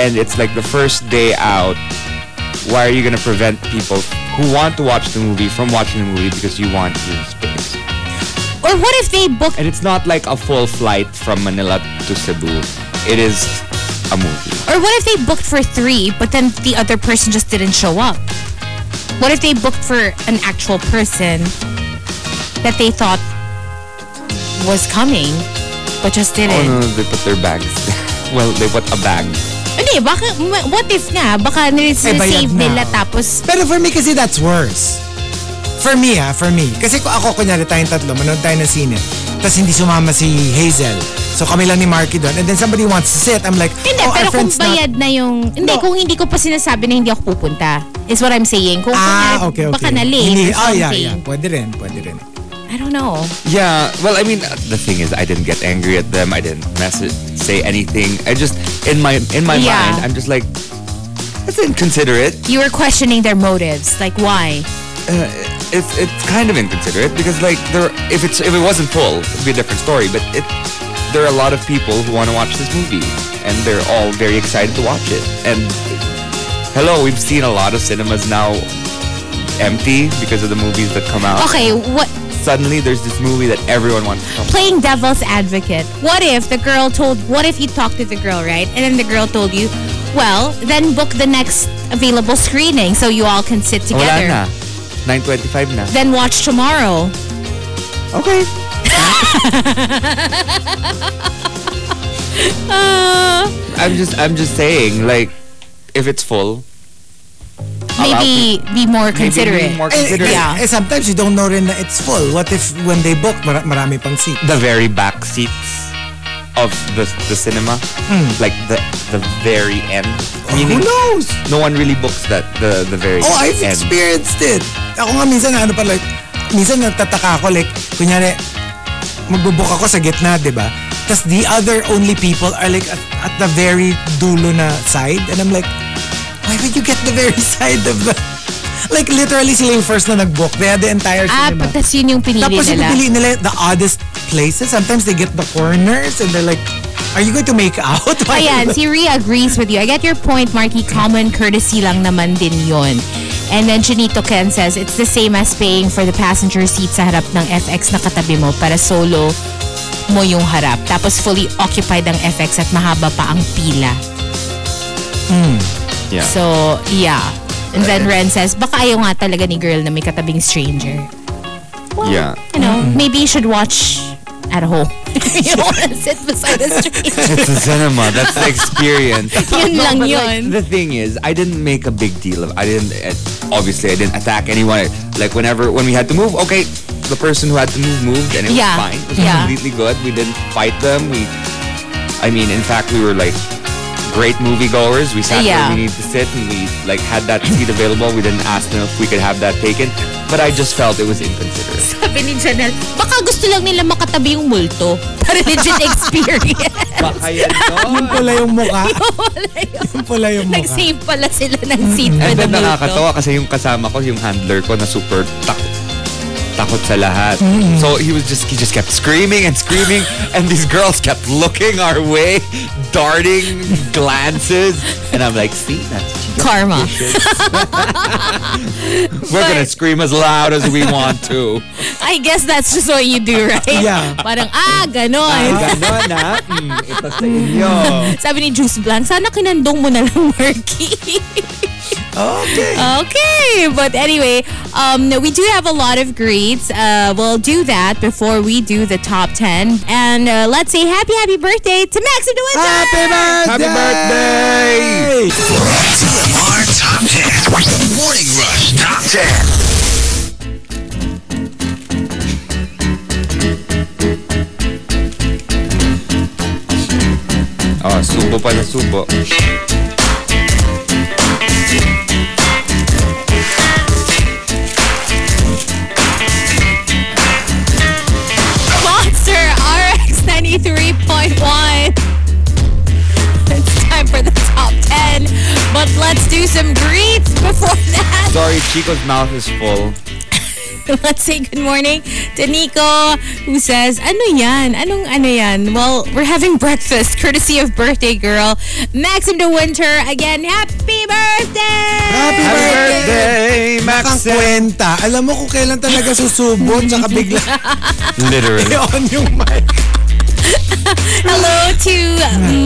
[SPEAKER 2] and it's like the first day out, why are you gonna prevent people who want to watch the movie from watching the movie because you want your space?
[SPEAKER 3] or what if they booked
[SPEAKER 2] And it's not like a full flight from Manila to Cebu. It is a movie.
[SPEAKER 3] Or what if they booked for three, but then the other person just didn't show up? What if they booked for an actual person that they thought was coming, but just
[SPEAKER 2] Oh
[SPEAKER 3] didn't?
[SPEAKER 2] no, they put their bags. <laughs> well, they put a bag.
[SPEAKER 3] Hindi, baka, ma- what if na? Baka
[SPEAKER 1] bayad
[SPEAKER 3] nire-save
[SPEAKER 1] na.
[SPEAKER 3] nila tapos,
[SPEAKER 1] Pero for me kasi that's worse. For me ha, for me. Kasi kung ako, kunyari tayong tatlo, manood tayo ng sine. Tapos hindi sumama si Hazel. So kami lang ni Marky doon. And then somebody wants to sit. I'm like,
[SPEAKER 3] hindi,
[SPEAKER 1] oh, our
[SPEAKER 3] pero kung
[SPEAKER 1] friend's not-
[SPEAKER 3] bayad na yung, hindi,
[SPEAKER 1] No.
[SPEAKER 3] kung hindi ko pa sinasabi na hindi ako pupunta, is what I'm saying. Kung
[SPEAKER 1] Ah,
[SPEAKER 3] kunyari,
[SPEAKER 1] okay, okay.
[SPEAKER 3] baka na late
[SPEAKER 1] Hindi-
[SPEAKER 3] or
[SPEAKER 1] Ah, yeah,
[SPEAKER 3] something.
[SPEAKER 1] yeah. Pwede rin, pwede rin.
[SPEAKER 3] I don't know.
[SPEAKER 2] Yeah. Well, I mean, uh, the thing is, I didn't get angry at them. I didn't message, say anything. I just in my in my
[SPEAKER 3] Yeah.
[SPEAKER 2] mind, I'm just like, that's inconsiderate.
[SPEAKER 3] You were questioning their motives, like why?
[SPEAKER 2] It's it's kind of inconsiderate because like there, if it's if it wasn't full, it'd be a different story. But it, there are a lot of people who want to watch this movie, and they're all very excited to watch it. And hello, we've seen a lot of cinemas now empty because of the movies that come out.
[SPEAKER 3] Okay, what,
[SPEAKER 2] suddenly there's this movie that everyone wants to come.
[SPEAKER 3] playing devil's advocate. What if the girl told, what if you talked to the girl, right? And then the girl told you, well, then book the next available screening so you all can sit
[SPEAKER 2] Wala
[SPEAKER 3] together.
[SPEAKER 2] na. 9.25 na.
[SPEAKER 3] Then watch tomorrow.
[SPEAKER 2] Okay.
[SPEAKER 3] Uh,
[SPEAKER 2] I'm just I'm just saying like if it's full
[SPEAKER 3] maybe be more
[SPEAKER 2] maybe
[SPEAKER 3] considerate.
[SPEAKER 2] be
[SPEAKER 3] Uh,
[SPEAKER 2] more
[SPEAKER 1] Eh,
[SPEAKER 2] considerate.
[SPEAKER 3] Yeah.
[SPEAKER 1] eh, sometimes you don't know rin na it's full. What if when they book, mara- marami pang seat?
[SPEAKER 2] The very back seats of the the cinema, like the the very end.
[SPEAKER 1] Hmm. Who
[SPEAKER 2] Meaning
[SPEAKER 1] knows?
[SPEAKER 2] no one really books that the the very
[SPEAKER 1] Oh, I've
[SPEAKER 2] end.
[SPEAKER 1] experienced it. Ako nga minsan ano pa like, minsan nagtataka ako like, kunyari, magbubook ako sa gitna, di ba? Tapos the other only people are like at, at the very dulo na side. And I'm like, why would you get the very <laughs> side of the... Like literally sila yung first na nag-book. They had the entire
[SPEAKER 3] Ah,
[SPEAKER 1] cinema.
[SPEAKER 3] pagtas yun yung pinili
[SPEAKER 1] Tapos yung
[SPEAKER 3] nila.
[SPEAKER 1] pipiliin nila the oddest places. Sometimes they get the corners and they're like, are you going to make out? <laughs> Why-
[SPEAKER 3] Ayan, si Rhea agrees with you. I get your point, Marky. Common courtesy lang naman din yon. And then Janito Ken says, it's the same as paying for the passenger seat sa harap ng FX na katabi mo para solo mo yung harap. Tapos fully occupied ang FX at mahaba pa ang pila.
[SPEAKER 2] Yeah.
[SPEAKER 3] So, yeah. And then Ren says, baka ayaw nga talaga ni girl na may katabing stranger.
[SPEAKER 2] yeah.
[SPEAKER 3] You know,
[SPEAKER 2] Mm-hmm.
[SPEAKER 3] maybe you should watch at home. <laughs> you don't wanna sit
[SPEAKER 2] <laughs>
[SPEAKER 3] beside a stranger.
[SPEAKER 2] It's a cinema. That's the experience.
[SPEAKER 3] Yun lang
[SPEAKER 2] but, like,
[SPEAKER 3] yun.
[SPEAKER 2] the thing is, I didn't make a big deal of. I didn't. eh, Obviously, I didn't attack anyone. Like whenever when we had to move, okay, the person who had to move moved, and it
[SPEAKER 3] Yeah,
[SPEAKER 2] was fine. It was
[SPEAKER 3] yeah.
[SPEAKER 2] completely good. We didn't fight them. We, I mean, in fact, we were like great moviegoers. We sat
[SPEAKER 3] Yeah.
[SPEAKER 2] where we need to sit, and we like had that seat available. We didn't ask them if we could have that taken. But I just felt it was inconsiderate.
[SPEAKER 3] Sabi ni Janelle, baka gusto lang nila makatabi yung multo <laughs> para
[SPEAKER 1] <laughs>
[SPEAKER 3] legit experience.
[SPEAKER 2] Baka yan,
[SPEAKER 3] <laughs>
[SPEAKER 2] no?
[SPEAKER 1] Yung pula yung mukha. yung pula yung mukha.
[SPEAKER 3] Nag-save pala
[SPEAKER 1] Mm-hmm.
[SPEAKER 3] sila ng seat for
[SPEAKER 2] And
[SPEAKER 3] the
[SPEAKER 2] then
[SPEAKER 3] multo.
[SPEAKER 2] nakakatawa kasi yung kasama ko, yung handler ko na super tak takot sa lahat. So he was just he just kept screaming and screaming and these girls kept looking our way, darting glances and I'm like, "See, that's what you get."
[SPEAKER 3] Karma.
[SPEAKER 2] We're going to scream as loud as we want to."
[SPEAKER 3] I guess that's just what you do, right?
[SPEAKER 1] Yeah.
[SPEAKER 3] Parang, ah, ganon.
[SPEAKER 2] Ganon ah. Mm, ito sa inyo.
[SPEAKER 1] Ah.
[SPEAKER 3] Sabi ni Juice Blanc, sana kinandong mo na lang, Marky.
[SPEAKER 1] Okay.
[SPEAKER 3] okay. But anyway, um, we do have a lot of greets. Uh, we'll do that before we do the top 10. And uh, let's say happy, happy birthday to Max of the Wizard!
[SPEAKER 1] Happy birthday!
[SPEAKER 2] Happy birthday!
[SPEAKER 5] TMR Top 10. Morning Rush Top 10.
[SPEAKER 2] <laughs> Oh, subo pala subo.
[SPEAKER 3] Monster RX 93.1. It's time for the top 10. But let's do some greets before that. <laughs>
[SPEAKER 2] Sorry, Chico's mouth is full.
[SPEAKER 3] Let's say good morning to Nico who says, Ano yan? Anong ano yan? Well, we're having breakfast courtesy of birthday girl Maxim de Winter. Again, happy birthday!
[SPEAKER 1] Happy
[SPEAKER 2] Happy
[SPEAKER 1] birthday!
[SPEAKER 2] birthday,
[SPEAKER 1] Ang
[SPEAKER 2] Max!
[SPEAKER 1] kwenta. Alam mo kung kailan talaga susubo tsaka bigla
[SPEAKER 2] <laughs> Literally.
[SPEAKER 1] on yung mic.
[SPEAKER 3] Hello to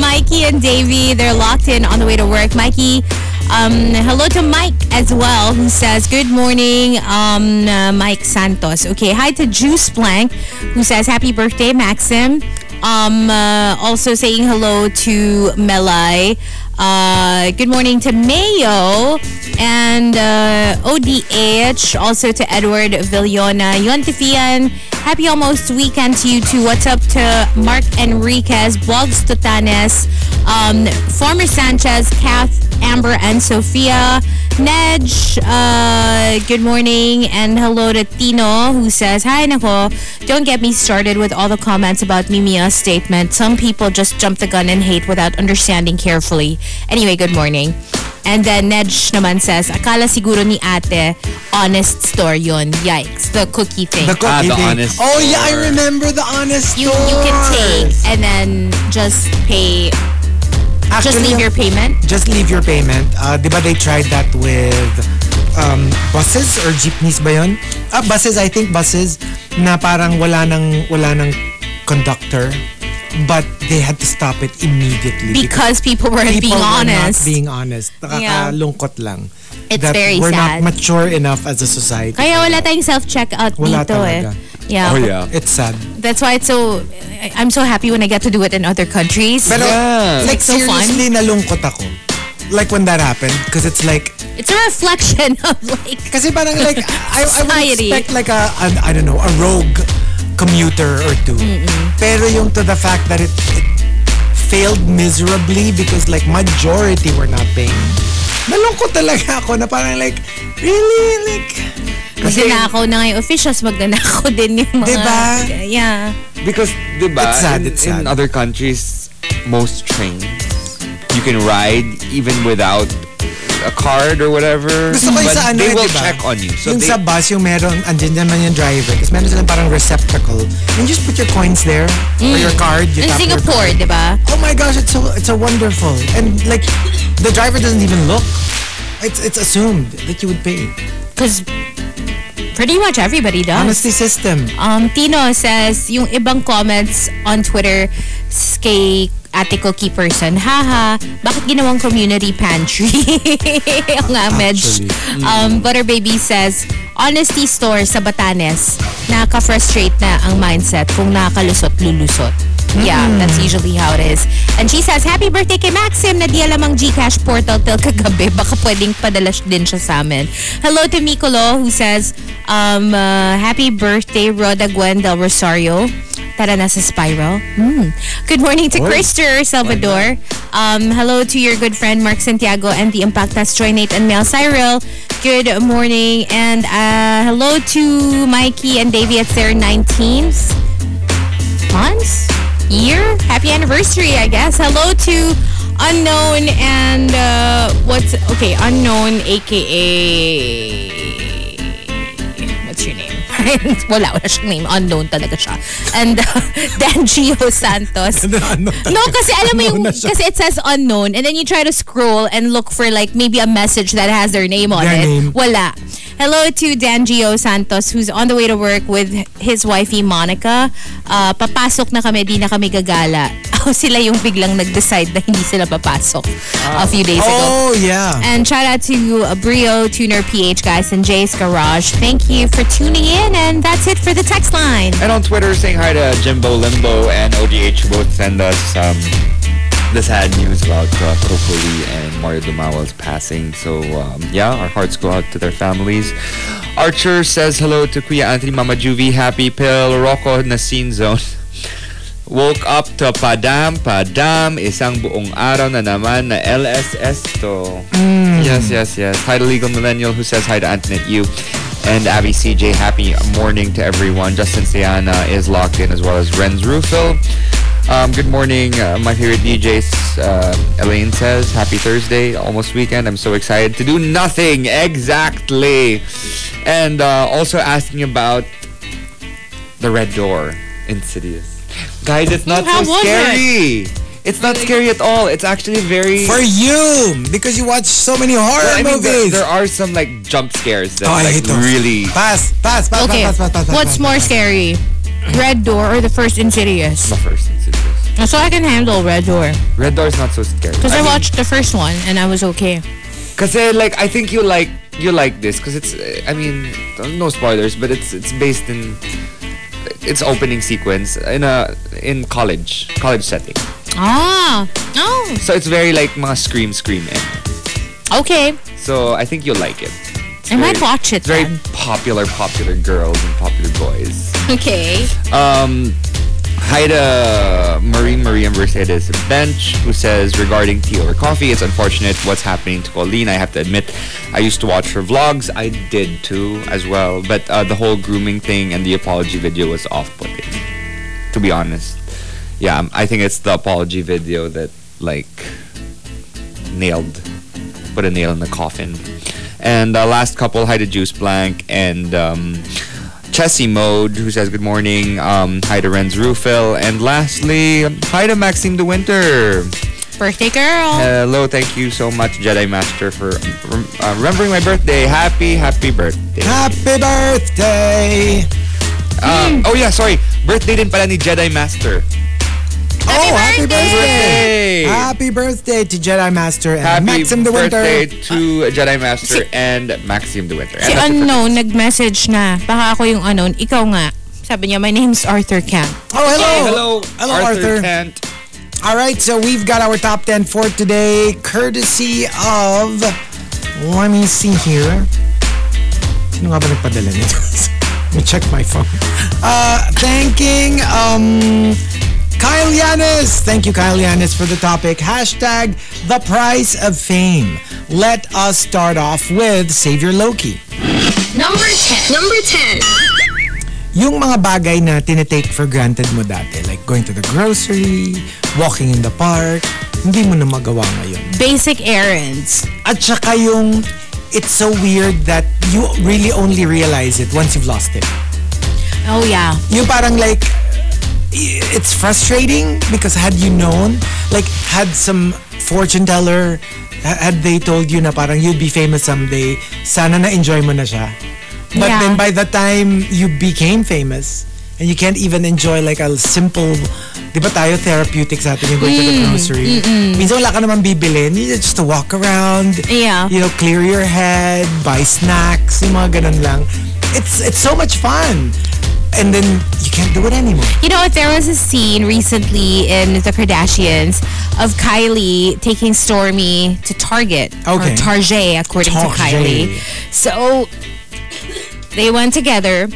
[SPEAKER 3] Mikey and Davey. They're locked in on the way to work. Mikey, um, hello to Mike as well, who says, Good morning, um, uh, Mike Santos. Okay, hi to Juice Blank, who says, Happy birthday, Maxim. Um, uh, also saying hello to Melai. Uh, good morning to Mayo and uh, ODH. Also to Edward Villona. Yontifian, happy almost weekend to you too. What's up to Mark Enriquez, Blogs Totanes, um, former Sanchez, Kath, Amber, and Sophia. Nedge, uh, good morning and hello to Tino who says, Hi Nako, don't get me started with all the comments about Mimia's statement. Some people just jump the gun and hate without understanding carefully. Anyway, good morning. And then Nedge naman says, Akala siguro ni ate, honest store yun. Yikes, the cookie thing.
[SPEAKER 1] The
[SPEAKER 2] Ah,
[SPEAKER 1] cookie
[SPEAKER 2] the
[SPEAKER 1] thing.
[SPEAKER 2] honest
[SPEAKER 1] Oh yeah, I
[SPEAKER 2] store.
[SPEAKER 1] remember the honest
[SPEAKER 3] you, you can take
[SPEAKER 1] stores.
[SPEAKER 3] and then just pay, just
[SPEAKER 1] Actually, um,
[SPEAKER 3] leave your payment.
[SPEAKER 1] just leave your payment. Uh, di ba they tried that with um, buses or jeepneys ba yun? Ah, buses, I think buses na parang wala nang, wala nang conductor. But they had to stop it immediately
[SPEAKER 3] Because people weren't
[SPEAKER 1] people
[SPEAKER 3] being
[SPEAKER 1] were
[SPEAKER 3] honest.
[SPEAKER 1] not being honest. Nakakalungkot lang.
[SPEAKER 3] It's
[SPEAKER 1] that
[SPEAKER 3] very
[SPEAKER 1] we're
[SPEAKER 3] sad.
[SPEAKER 1] not mature enough as a society.
[SPEAKER 3] Kaya wala tayong self-checkout
[SPEAKER 1] Wala
[SPEAKER 3] dito
[SPEAKER 1] talaga.
[SPEAKER 3] eh. Yeah.
[SPEAKER 2] Oh, yeah.
[SPEAKER 1] It's sad.
[SPEAKER 3] That's why it's so I- I'm so happy when I get to do it in other countries.
[SPEAKER 1] Pero
[SPEAKER 2] Yeah.
[SPEAKER 1] like
[SPEAKER 3] It's so fun.
[SPEAKER 1] seriously nalungkot ako. Like when that happened because it's like
[SPEAKER 3] it's a reflection <laughs> of like
[SPEAKER 1] Kasi parang
[SPEAKER 3] <laughs>
[SPEAKER 1] like, I, I would
[SPEAKER 3] Society.
[SPEAKER 1] expect like a, an- I don't know, a rogue commuter or 2 Pero yung to the fact that it, it failed miserably because like majority were not paying. Nalungkot talaga ako na parang like, really? Like, kasi
[SPEAKER 3] magnanakaw na ngayon officials, magnanakaw din yung mga...
[SPEAKER 1] Diba?
[SPEAKER 3] Yeah.
[SPEAKER 2] Because, di ba,
[SPEAKER 1] It's sad,
[SPEAKER 2] in,
[SPEAKER 1] it's sad.
[SPEAKER 2] in other countries, most trains, you can ride even without a card or whatever.
[SPEAKER 1] gusto ko yung
[SPEAKER 2] but
[SPEAKER 1] sa ano, eh,
[SPEAKER 2] they will
[SPEAKER 1] diba?
[SPEAKER 2] check on you. So
[SPEAKER 1] yung
[SPEAKER 2] they,
[SPEAKER 1] sa bus, yung meron, andyan naman yung driver. Kasi meron silang parang receptacle. And you just put your coins there or your card. You
[SPEAKER 3] Mm. In
[SPEAKER 1] tap your
[SPEAKER 3] Singapore, di ba?
[SPEAKER 1] oh my gosh, it's so it's so wonderful. And like the driver doesn't even look. It's it's assumed that you would pay.
[SPEAKER 3] Because pretty much everybody does.
[SPEAKER 1] Honesty system.
[SPEAKER 3] Um, Tino says, yung ibang comments on Twitter s- kay ate cookie person, haha, bakit ginawang community pantry? <laughs> Ang nga, Medj. Um, Butter Baby says, honesty store sa Batanes, nakaka-frustrate na ang mindset kung nakalusot, lulusot. Yeah, that's usually how it is. And she says, Happy birthday kay Maxim na di alam ang Gcash portal till kagabi. Baka pwedeng padala din siya sa amin. Hello to Micolo who says, um, uh, Happy birthday Roda Gwen del Rosario. Tara na sa Spiral. Hmm. Good morning to Christopher Salvador. Um, hello to your good friend Mark Santiago and the Impactas Joy Nate and Mel Cyril. Good morning and uh, hello to Mikey and Davey at their 19th months, year, happy anniversary, I guess. Hello to unknown and uh, what's okay, unknown, aka what's your name? <laughs> parang wala, wala siyang name. Unknown talaga siya. And uh, <laughs> then Gio
[SPEAKER 1] <laughs>
[SPEAKER 3] Santos.
[SPEAKER 1] Ano,
[SPEAKER 3] No, kasi alam mo yung,
[SPEAKER 1] Unknown na siya.
[SPEAKER 3] kasi it says unknown and then you try to scroll and look for like maybe a message that has their name on
[SPEAKER 1] Their
[SPEAKER 3] it.
[SPEAKER 1] name.
[SPEAKER 3] Wala. Hello to Dan Gio Santos who's on the way to work with his wifey Monica. Uh, papasok na kami, di na kami gagala. <laughs> Oh, sila yung biglang nag-decide na hindi sila papasok a few days
[SPEAKER 1] Oh,
[SPEAKER 3] ago.
[SPEAKER 1] yeah.
[SPEAKER 3] And shout out to uh, Brio, Tuner PH guys, and Jay's Garage. Thank you for tuning in, and that's it for the text line.
[SPEAKER 2] And on Twitter, saying hi to Jimbo Limbo and ODH who both send us um, the sad news about uh, Propoli and Mario Dumawa's passing. So, um, yeah, our hearts go out to their families. Archer says hello to Kuya Anthony, Mama Juvie, Happy Pill, Rocco na scene zone. <laughs> Woke up to Padam, Padam, isang buong araw na naman na LSS to. Yes, yes, yes. Hi to Legal Millennial who says hi to Antoinette Yu. And Abby CJ, happy morning to everyone. Justin Siana is locked in as well as Renz Rufil. Um, good morning, uh, my favorite DJ, uh, Elaine says. Happy Thursday, almost weekend. I'm so excited to do nothing. Exactly. And uh, also asking about the red door, Insidious. Guys, it's not
[SPEAKER 3] How
[SPEAKER 2] so
[SPEAKER 3] was
[SPEAKER 2] scary. It's not scary at all. It's actually very.
[SPEAKER 1] For you, because you watch so many horror
[SPEAKER 2] Well, I mean, there,
[SPEAKER 1] movies.
[SPEAKER 2] there are some like jump scares that
[SPEAKER 1] oh, I
[SPEAKER 2] like
[SPEAKER 1] hate those.
[SPEAKER 2] really.
[SPEAKER 1] Pass, pass, pass,
[SPEAKER 3] Okay,
[SPEAKER 1] pass, pass, pass, pass.
[SPEAKER 3] what's
[SPEAKER 1] pass,
[SPEAKER 3] more
[SPEAKER 1] pass.
[SPEAKER 3] scary, Red Door or the first Insidious?
[SPEAKER 2] The first insidious.
[SPEAKER 3] So I can handle Red Door
[SPEAKER 2] Red Door is not so scary.
[SPEAKER 3] because I,
[SPEAKER 2] mean,
[SPEAKER 3] watched the first one and I was okay.
[SPEAKER 2] Kasi like I think you like you like this because it's uh, I mean no spoilers but it's it's based in its opening sequence in a in college college setting
[SPEAKER 3] Ah, oh,
[SPEAKER 2] so it's very like mga scream scream in.
[SPEAKER 3] okay.
[SPEAKER 2] so I think you'll like it. It's
[SPEAKER 3] I might
[SPEAKER 2] very-
[SPEAKER 3] watch it
[SPEAKER 2] It's very
[SPEAKER 3] then.
[SPEAKER 2] popular popular girls and popular boys.
[SPEAKER 3] Okay.
[SPEAKER 2] Um, hi to Marie Maria Mercedes Bench, who says regarding tea over coffee, it's unfortunate what's happening to Colleen. I have to admit, I used to watch her vlogs. I did too, as well. But uh, the whole grooming thing and the apology video was off-putting. To be honest, yeah, um, I think it's the apology video that like nailed, put a nail in the coffin. And uh, last couple, hi to Juice Blank and. Um, Chessy Mode, who says good morning. Um, hi to Renz Rufil. And lastly, hi to Maxime De Winter.
[SPEAKER 3] Birthday girl.
[SPEAKER 2] Hello, thank you so much, Jedi Master, for rem- uh, remembering my birthday. Happy, happy birthday.
[SPEAKER 1] Happy birthday!
[SPEAKER 2] Um, oh, yeah, sorry. Birthday din pala ni Jedi Master.
[SPEAKER 1] oh, happy
[SPEAKER 3] birthday!
[SPEAKER 1] birthday!
[SPEAKER 2] Hey!
[SPEAKER 1] Happy birthday to Jedi Master and
[SPEAKER 2] Happy
[SPEAKER 1] Maxim the Winter. Uh,
[SPEAKER 2] birthday to Jedi Master and Maxime De Winter.
[SPEAKER 3] Si
[SPEAKER 2] And that's it for
[SPEAKER 3] unknown nag-message na. Baka ako yung unknown. Ikaw nga. Sabi niya, my name's Arthur Camp.
[SPEAKER 1] Oh, hello.
[SPEAKER 2] me. Hello,
[SPEAKER 1] Hello, Arthur.
[SPEAKER 2] Arthur. Kent.
[SPEAKER 1] All right, so we've got our top 10 for today, courtesy of. Let me see here. Sino nga ba nagpadala nito? <laughs> let me check my phone. Uh, thanking um, Kyle Yanis. Thank you, Kyle Yanis, for the topic. Hashtag the price of fame. Let us start off with Savior Loki.
[SPEAKER 6] Number 10. Number 10.
[SPEAKER 1] yung mga bagay na tinetake for granted mo dati, like going to the grocery, walking in the park, hindi mo na magawa ngayon.
[SPEAKER 3] Basic errands.
[SPEAKER 1] At saka yung it's so weird that you really only realize it once you've lost it.
[SPEAKER 3] Oh yeah.
[SPEAKER 1] Yung parang like, i- it's frustrating because had you known, like had some fortune teller, ha- had they told you na parang you'd be famous someday, sana na-enjoy mo na siya. But
[SPEAKER 3] Yeah.
[SPEAKER 1] then by the time you became famous, and you can't even enjoy like a simple, di ba tayo therapeutic sa atin yung going to the grocery. Minsan wala ka naman bibilin, you just to walk around,
[SPEAKER 3] Yeah.
[SPEAKER 1] you know, clear your head, buy snacks, yung mga ganun lang. It's, it's so much fun. And then you can't do it anymore.
[SPEAKER 3] You know what? There was a scene recently in The Kardashians of Kylie taking Stormy to Target
[SPEAKER 1] Okay.
[SPEAKER 3] or Target, according
[SPEAKER 1] Target.
[SPEAKER 3] to Kylie. So they went together.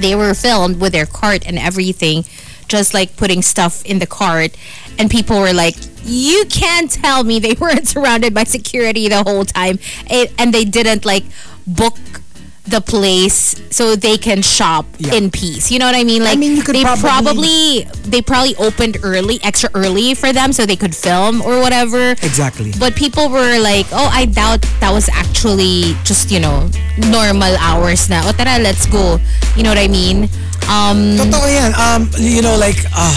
[SPEAKER 3] They were filmed with their cart and everything, just like putting stuff in the cart. And people were like, "You can't tell me <laughs> they weren't surrounded by security the whole time," It- and they didn't like book the place so they can shop
[SPEAKER 1] Yeah.
[SPEAKER 3] in peace. You know what I mean? Like
[SPEAKER 1] mean, you could
[SPEAKER 3] they
[SPEAKER 1] probably-
[SPEAKER 3] probably they probably opened early, extra early for them so they could film or whatever.
[SPEAKER 1] Exactly.
[SPEAKER 3] But people were like, "Oh, I doubt that was actually just, you know, normal hours na. O tara, let's go." You know what I mean? Um
[SPEAKER 1] Totoo yan. Um, you know, like, ah,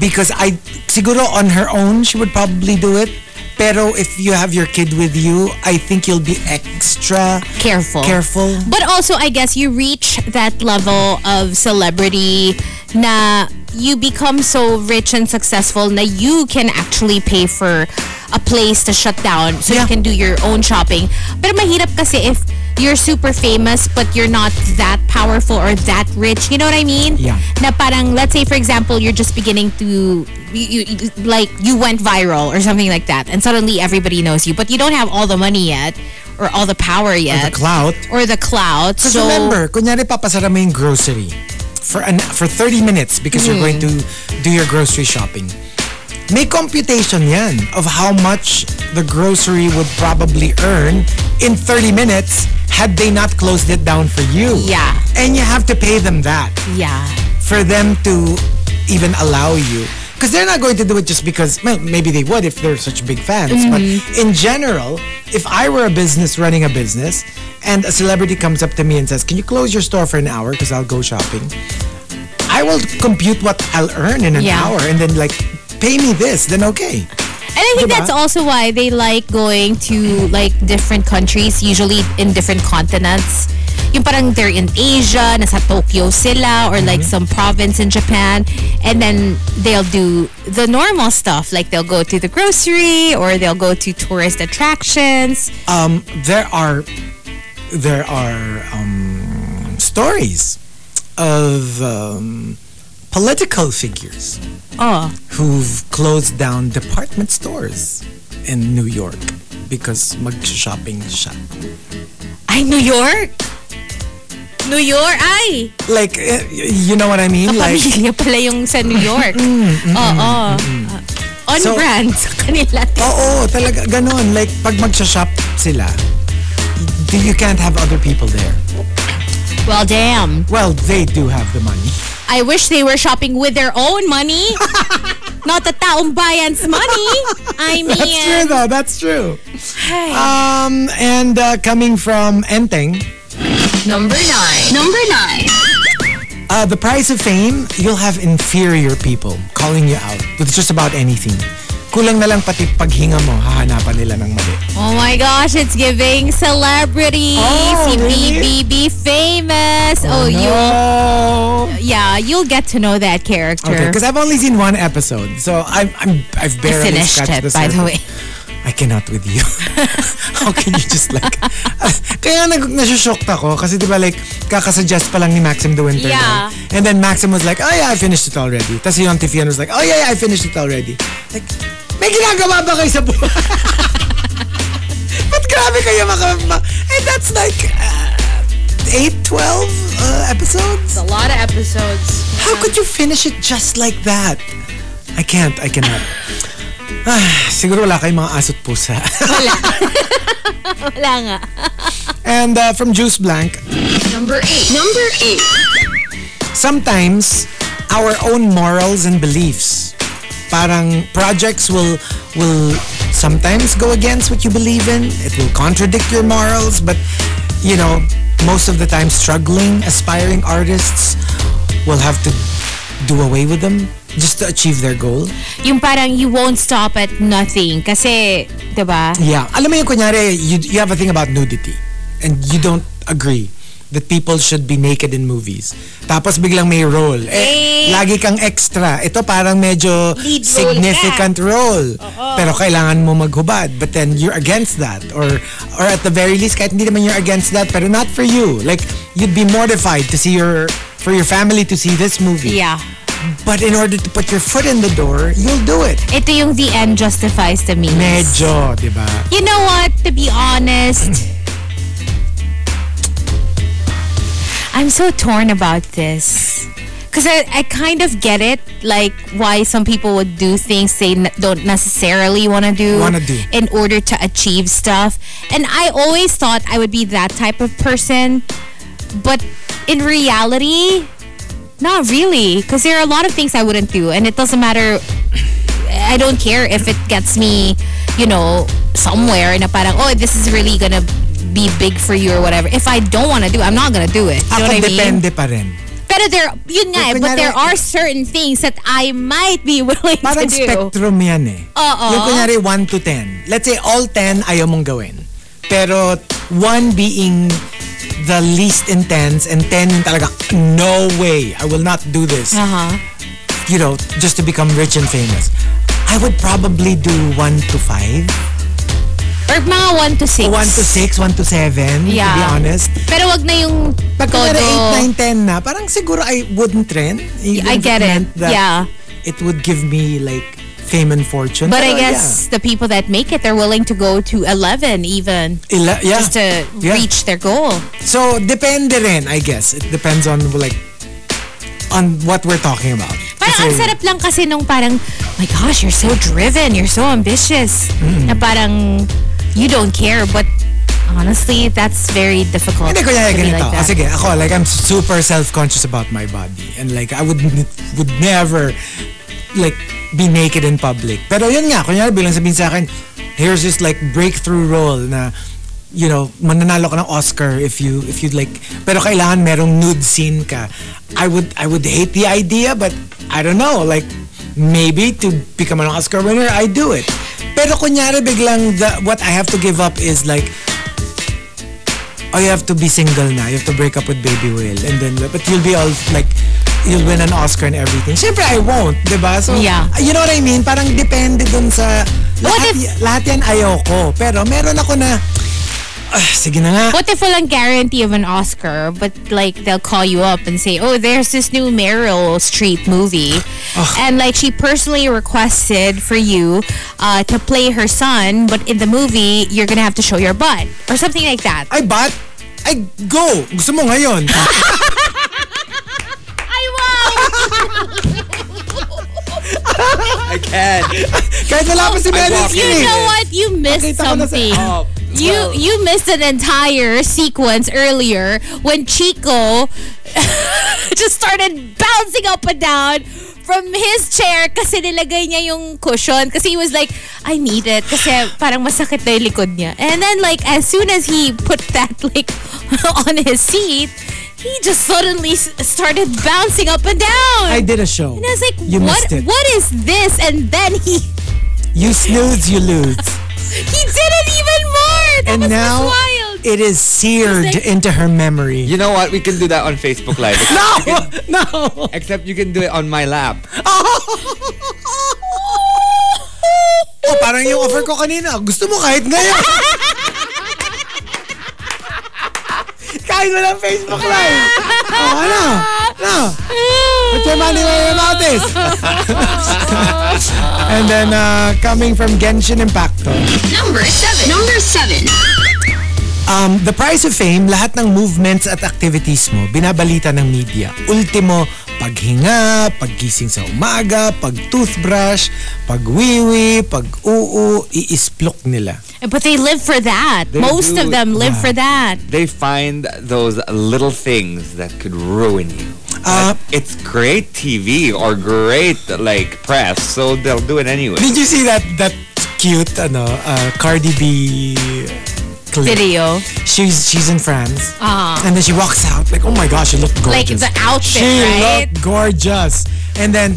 [SPEAKER 1] because I, siguro on her own, she would probably do it. Pero if you have your kid with you, I think you'll be extra
[SPEAKER 3] careful.
[SPEAKER 1] careful.
[SPEAKER 3] But also, I guess you reach that level of celebrity na you become so rich and successful na you can actually pay for a place to shut down so
[SPEAKER 1] Yeah.
[SPEAKER 3] you can do your own shopping. Pero mahirap kasi if you're super famous but you're not that powerful or that rich. You know what I mean?
[SPEAKER 1] Yeah.
[SPEAKER 3] Na parang, let's say for example, you're just beginning to, you, you, like, you went viral or something like that and suddenly everybody knows you but you don't have all the money yet or all the power yet
[SPEAKER 1] The clout.
[SPEAKER 3] or the cloud.
[SPEAKER 1] Because
[SPEAKER 3] So
[SPEAKER 1] remember, kunyari papasara mo yung grocery for an, for 30 minutes because you're going to do your grocery shopping. May computation yan of how much the grocery would probably earn in 30 minutes had they not closed it down for you.
[SPEAKER 3] Yeah.
[SPEAKER 1] And you have to pay them that
[SPEAKER 3] yeah,
[SPEAKER 1] for them to even allow you. Because they're not going to do it just because, well, maybe they would if they're such big fans. But in general, if I were a business running a business and a celebrity comes up to me and says, Can you close your store for an hour? Because I'll go shopping. I will compute what I'll earn in an
[SPEAKER 3] Yeah.
[SPEAKER 1] hour and then, like, pay me this, then okay.
[SPEAKER 3] and I think
[SPEAKER 1] Diba?
[SPEAKER 3] that's also why they like going to like different countries, usually in different continents. Yung parang they're in Asia, nasa Tokyo sila, or
[SPEAKER 1] Mm-hmm.
[SPEAKER 3] like some province in Japan, and then they'll do the normal stuff, like they'll go to the grocery or they'll go to tourist attractions.
[SPEAKER 1] um, there are there are um, stories of um, political figures
[SPEAKER 3] Oh,
[SPEAKER 1] who've closed down department stores in New York because mag-shopping siya.
[SPEAKER 3] ay New York, New York, ay.
[SPEAKER 1] Like, eh, y- you know what I mean? Like,
[SPEAKER 3] <laughs>
[SPEAKER 1] Mm-hmm.
[SPEAKER 3] Kapamilya pala yung sa New
[SPEAKER 1] <laughs>
[SPEAKER 3] York. Oo. On
[SPEAKER 1] So- oh,
[SPEAKER 3] brand sa kanila.
[SPEAKER 1] oo, talaga, ganun. Like, pag mag-shop sila, y- you can't have other people there.
[SPEAKER 3] Well, damn.
[SPEAKER 1] Well, they do have the money.
[SPEAKER 3] I wish they were shopping with their own
[SPEAKER 1] <laughs>
[SPEAKER 3] money. Not the taong bayan's money. I mean,
[SPEAKER 1] That's true, though. That's true. Um, and uh, coming from Enteng,
[SPEAKER 6] Number nine. Number nine.
[SPEAKER 1] Uh, the price of fame, you'll have inferior people calling you out with just about anything. Kulang na lang pati paghinga mo, hahanapan nila ng mali.
[SPEAKER 3] oh my gosh, it's giving celebrity.
[SPEAKER 1] Oh,
[SPEAKER 3] si
[SPEAKER 1] really?
[SPEAKER 3] BBB famous. Oh, you.
[SPEAKER 1] no.
[SPEAKER 3] Yeah, you'll get to know that character.
[SPEAKER 1] Okay, because I've only seen one episode, so I'm, I'm I've
[SPEAKER 3] I
[SPEAKER 1] barely
[SPEAKER 3] finished
[SPEAKER 1] scratched
[SPEAKER 3] it,
[SPEAKER 1] the
[SPEAKER 3] by the way. <laughs>
[SPEAKER 1] surface. I cannot with you. <laughs> How can you just like... <laughs> Kaya nag nasusyoked ako kasi di ba like kakasuggest pa lang ni Maxim the Winter
[SPEAKER 3] Yeah.
[SPEAKER 1] Night. And then Maxim was like, oh yeah, I finished it already. Tapos yung Auntie Fiona was like, oh yeah, yeah, I finished it already. Like, may ginagawa ba kayo sa buhay? <laughs> Ba't grabe kayo maka... ma- And that's like... Uh, 8, 12 uh, episodes?
[SPEAKER 3] a lot of episodes.
[SPEAKER 1] How could you finish it just like that? I can't, I cannot. Ah, siguro wala kayong mga aso't pusa.
[SPEAKER 3] Wala nga.
[SPEAKER 1] And uh, from Juice Blank,
[SPEAKER 6] Number eight. Number eight.
[SPEAKER 1] sometimes our own morals and beliefs parang projects will will sometimes go against what you believe in it will contradict your morals but you know most of the time struggling aspiring artists will have to do away with them just to achieve their goal
[SPEAKER 3] Yung parang you won't stop at nothing. Kasi, di ba?
[SPEAKER 1] Yeah. Alam mo yung kunyari, you, you have a thing about nudity and you don't agree that people should be naked in movies. Tapos biglang may role. Eh,
[SPEAKER 3] Eh.
[SPEAKER 1] lagi kang extra. Ito parang medyo
[SPEAKER 3] Lead role
[SPEAKER 1] significant role. Pero kailangan mo maghubad. But then you're against that. Or or at the very least, kahit hindi naman you're against that, pero not for you. Like, you'd be mortified to see your, for your family to see this movie.
[SPEAKER 3] Yeah.
[SPEAKER 1] But in order to put your foot in the door, you'll do it.
[SPEAKER 3] Ito yung the end justifies the means.
[SPEAKER 1] Medyo, di ba?
[SPEAKER 3] You know what? To be honest, I'm so torn about this. Because I, I kind of get it, like why some people would do things they n- don't necessarily want to do,
[SPEAKER 1] Wanna do.
[SPEAKER 3] in order to achieve stuff. And I always thought I would be that type of person, but in reality, not really. Because there are a lot of things I wouldn't do, and it doesn't matter. I don't care if it gets me, you know, somewhere na parang, oh, this is really gonna be big for you or whatever. If I don't want to do, it, I'm not gonna do it. You know
[SPEAKER 1] Ako,
[SPEAKER 3] what I mean?
[SPEAKER 1] depende pa rin.
[SPEAKER 3] Pero there, yun nga, eh,
[SPEAKER 1] Kung
[SPEAKER 3] but
[SPEAKER 1] kunyari-
[SPEAKER 3] there are certain things that I might be <laughs> willing
[SPEAKER 1] Parang
[SPEAKER 3] to do.
[SPEAKER 1] spectrum yan eh.
[SPEAKER 3] oh. Oo.
[SPEAKER 1] Yung kunyari 1 to 10. Let's say all 10 ayaw mong gawin. Pero 1 being the least intense and 10 yung talaga, no way, I will not do this.
[SPEAKER 3] Uh-huh.
[SPEAKER 1] You know, just to become rich and famous. I would probably do 1 to 5.
[SPEAKER 3] Or mga 1 to 6.
[SPEAKER 1] 1 to 6, 1 to 7, to be
[SPEAKER 3] Yeah.
[SPEAKER 1] honest.
[SPEAKER 3] Pero wag na yung
[SPEAKER 1] Pag
[SPEAKER 3] todo.
[SPEAKER 1] kunyari 8, 9, 10 na, parang siguro I wouldn't trend.
[SPEAKER 3] I get it. Yeah.
[SPEAKER 1] It would give me like fame and fortune.
[SPEAKER 3] But I
[SPEAKER 1] Pero, yeah.
[SPEAKER 3] guess the people that make it, they're willing to go to 11 even.
[SPEAKER 1] Ele- yeah.
[SPEAKER 3] Just to
[SPEAKER 1] Yeah.
[SPEAKER 3] reach their goal.
[SPEAKER 1] So, depende rin, I guess. It depends on like on what we're talking about.
[SPEAKER 3] Parang ang
[SPEAKER 1] Kasi-
[SPEAKER 3] sarap lang kasi nung parang, my gosh, you're so driven, you're so ambitious.
[SPEAKER 1] Mm.
[SPEAKER 3] Na parang, you don't care. But honestly, that's very difficult.
[SPEAKER 1] Hindi ko
[SPEAKER 3] to be
[SPEAKER 1] ganito.
[SPEAKER 3] like
[SPEAKER 1] Ah,
[SPEAKER 3] that.
[SPEAKER 1] sige, ako, like, I'm super self-conscious about my body. And like, I would n- would never, like, be naked in public. Pero yun nga, kunyari, bilang sabihin sa akin, here's this like breakthrough role na, you know, mananalo ka ng Oscar if you, if you'd like, pero kailangan merong nude scene ka. I would, I would hate the idea, but I don't know, like, maybe to become an Oscar winner, I do it. Pero kunyari, biglang, the, what I have to give up is like, oh, you have to be single na. You have to break up with Baby Will. And then, but you'll be all like, you'll win an Oscar and everything. Siyempre, I won't, di ba? So,
[SPEAKER 3] Yeah.
[SPEAKER 1] you know what I mean? Parang depende dun sa,
[SPEAKER 3] What
[SPEAKER 1] lahat,
[SPEAKER 3] if-
[SPEAKER 1] y- lahat yan ayoko. Pero meron ako na, ah, sige na nga.
[SPEAKER 3] What if walang guarantee of an Oscar, but like they'll call you up and say, "Oh, there's this new Meryl Streep movie," and like she personally requested for you uh, to play her son, but in the movie you're gonna have to show your butt or something like that.
[SPEAKER 1] Ay, bat? Ay, go! Gusto mo
[SPEAKER 3] <laughs>
[SPEAKER 1] ngayon?
[SPEAKER 2] I can.
[SPEAKER 1] Kahit wala pa si Meryl
[SPEAKER 2] walking.
[SPEAKER 3] You
[SPEAKER 1] Streep.
[SPEAKER 3] know what? You missed
[SPEAKER 1] Nakita ko na sa-
[SPEAKER 3] something.
[SPEAKER 2] Oh,
[SPEAKER 3] You you missed an entire sequence earlier when Chico <laughs> just started bouncing up and down from his chair kasi nilagay niya yung cushion kasi he was like I need it kasi parang masakit na yung likod niya and then like as soon as he put that like <laughs> on his seat he just suddenly s- started bouncing up and down
[SPEAKER 1] I did a show.
[SPEAKER 3] and I was like
[SPEAKER 1] you
[SPEAKER 3] what
[SPEAKER 1] missed it.
[SPEAKER 3] what is this and then he <laughs>
[SPEAKER 1] You snooze, you lose.
[SPEAKER 3] he did it even more that
[SPEAKER 1] And
[SPEAKER 3] was
[SPEAKER 1] now,
[SPEAKER 3] wild
[SPEAKER 1] it is seared
[SPEAKER 3] It's like-
[SPEAKER 1] into her memory.
[SPEAKER 2] You know what? We can do that on Facebook Live.
[SPEAKER 1] No! No!
[SPEAKER 2] Except you can do it on my lap.
[SPEAKER 1] Oh, parang yung offer ko kanina. Gusto mo kahit ngayon. kahit walang Facebook Live. Oh, ano? No. Put your money where your mouth is. <laughs> And then, uh, coming from Genshin Impacto.
[SPEAKER 6] Number seven. Number seven.
[SPEAKER 1] Um, the price of fame, lahat ng movements at activities mo, binabalita ng media. Ultimo, paghinga, paggising sa umaga, pag-toothbrush, pag-wiwi, pag-uu, iisplok nila.
[SPEAKER 3] But they live for that. Most
[SPEAKER 2] do.
[SPEAKER 3] of them live
[SPEAKER 1] <laughs>
[SPEAKER 3] for that.
[SPEAKER 2] They find those little things that could ruin you.
[SPEAKER 1] Uh,
[SPEAKER 2] But it's great TV or great like press, so they'll do it anyway.
[SPEAKER 1] Did you see that that cute ano uh, Cardi B uh, clip?
[SPEAKER 3] Video.
[SPEAKER 1] She's she's in France.
[SPEAKER 3] Ah.
[SPEAKER 1] And then she walks out like, oh my gosh, she looked
[SPEAKER 3] Like
[SPEAKER 1] gorgeous.
[SPEAKER 3] the outfit,
[SPEAKER 1] she
[SPEAKER 3] right?
[SPEAKER 1] looked gorgeous. And then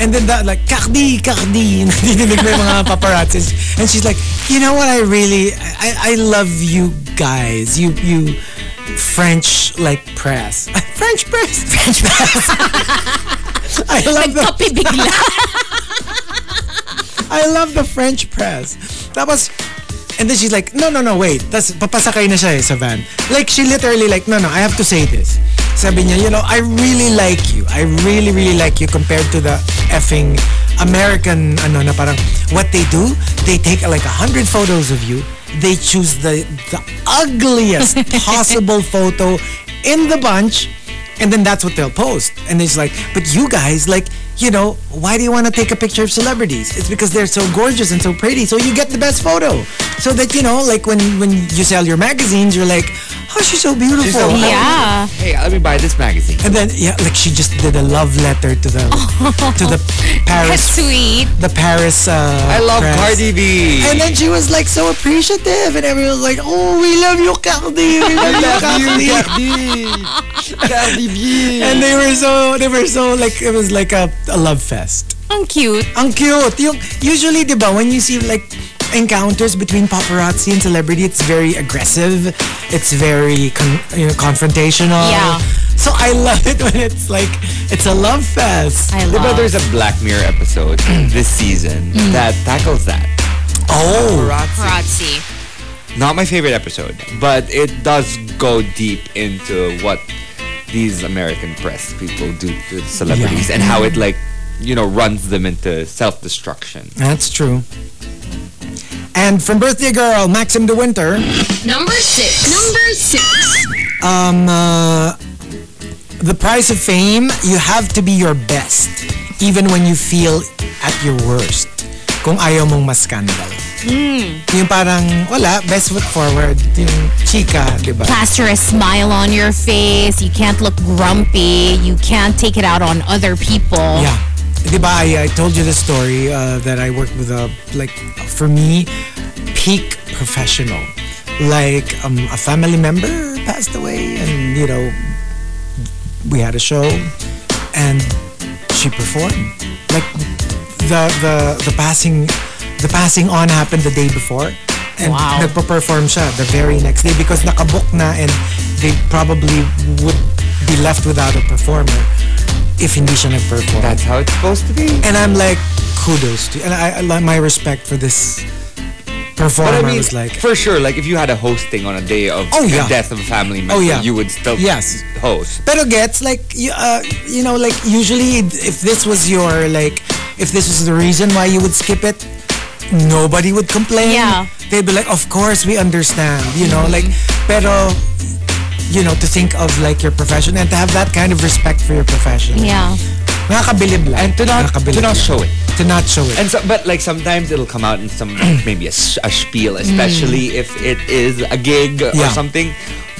[SPEAKER 1] and then that like Cardi, Cardi, <laughs> and nadidinig mo yung mga paparazzi. And she's like, you know what? I really I I love you guys. You you French like press. <laughs> French press. French press. <laughs> I love the
[SPEAKER 3] Kape bigla.
[SPEAKER 1] <laughs> I love the French press. Tapos, and then she's like, no, no, no, wait. Tapos, papasakay na siya eh sa van. Like, she literally like, no, no, I have to say this. Sabi niya, you know, I really like you. I really, really like you compared to the effing American, ano, na parang, what they do, they take like a hundred photos of you. They choose the, the ugliest possible photo in the bunch And then that's what they'll post. And it's like, but you guys, like, you know, why do you want to take a picture of celebrities? It's because they're so gorgeous and so pretty. So you get the best photo. So that, you know, like when, when you sell your magazines, you're like, oh, she's so beautiful.
[SPEAKER 2] so pretty.
[SPEAKER 3] Yeah.
[SPEAKER 2] Hey, let me buy this magazine.
[SPEAKER 1] And then yeah, like she just did a love letter to the to the
[SPEAKER 3] <laughs> That's
[SPEAKER 1] Paris
[SPEAKER 3] sweet.
[SPEAKER 1] the Paris. Uh,
[SPEAKER 2] I love
[SPEAKER 1] press.
[SPEAKER 2] Cardi B.
[SPEAKER 1] And then she was like so appreciative, and everyone was like, "Oh, we love you, Cardi. We
[SPEAKER 2] <laughs>
[SPEAKER 1] love you, Cardi."
[SPEAKER 2] Cardi B.
[SPEAKER 1] And they were so they were so like it was like a, a love fest.
[SPEAKER 3] <laughs> Ang cute.
[SPEAKER 1] Ang cute. Yung, usually, di ba, when you see like encounters between paparazzi and celebrity, it's very aggressive. It's very con- you know, confrontational.
[SPEAKER 3] Yeah.
[SPEAKER 1] So I love it when it's like it's a love fest.
[SPEAKER 3] I
[SPEAKER 2] Diba
[SPEAKER 3] love.
[SPEAKER 2] there's a Black Mirror episode this season
[SPEAKER 1] Mm.
[SPEAKER 2] that tackles that?
[SPEAKER 1] oh.
[SPEAKER 3] Parazzi.
[SPEAKER 2] Not my favorite episode, but it does go deep into what these American press people do to celebrities and how it like, you know, runs them into self-destruction.
[SPEAKER 1] That's true. And from Birthday Girl, Maxim De Winter.
[SPEAKER 6] Number six. Number six.
[SPEAKER 1] Um, uh, the price of fame, you have to be your best, even when you feel at your worst. Kung ayaw mong maskandal. Yung parang, wala, best foot forward. Yung chika, di ba?
[SPEAKER 3] Plaster a smile on your face. You can't look grumpy. You can't take it out on other people.
[SPEAKER 1] Yeah. Di ba, I, I told you the story uh, that I worked with a, like, for me, peak professional. Like, um, a family member passed away and, you know, we had a show and she performed. Like, the, the, the passing, the passing on happened the day before. And
[SPEAKER 3] Wow.
[SPEAKER 1] nagpa-perform siya the very next day because nakabook na and they probably would be left without a performer if hindi siya nag-perform.
[SPEAKER 2] That's how it's supposed to be.
[SPEAKER 1] And I'm like, kudos to you. And I, I like my respect for this performer
[SPEAKER 2] But I mean,
[SPEAKER 1] was like,
[SPEAKER 2] for sure, like if you had a hosting on a day of
[SPEAKER 1] Oh,
[SPEAKER 2] the
[SPEAKER 1] yeah.
[SPEAKER 2] death of a family member,
[SPEAKER 1] yeah.
[SPEAKER 2] you would still
[SPEAKER 1] Yes.
[SPEAKER 2] host.
[SPEAKER 1] pero gets like, you, uh, you know, like usually if this was your like, if this was the reason why you would skip it, nobody would complain.
[SPEAKER 3] Yeah. Mm-hmm.
[SPEAKER 1] They'd be like, of course we understand, you know, like, pero you know, to think of like your profession and to have that kind of respect for your profession.
[SPEAKER 3] Yeah.
[SPEAKER 1] Nakakabilib lang.
[SPEAKER 2] And to not,
[SPEAKER 1] Nakakabilib
[SPEAKER 2] to
[SPEAKER 1] lang.
[SPEAKER 2] not show it.
[SPEAKER 1] To not show it.
[SPEAKER 2] And so, but like sometimes it'll come out in some <clears throat> maybe a, s- a spiel, especially if it is a gig or
[SPEAKER 1] Hmm. Yeah.
[SPEAKER 2] something.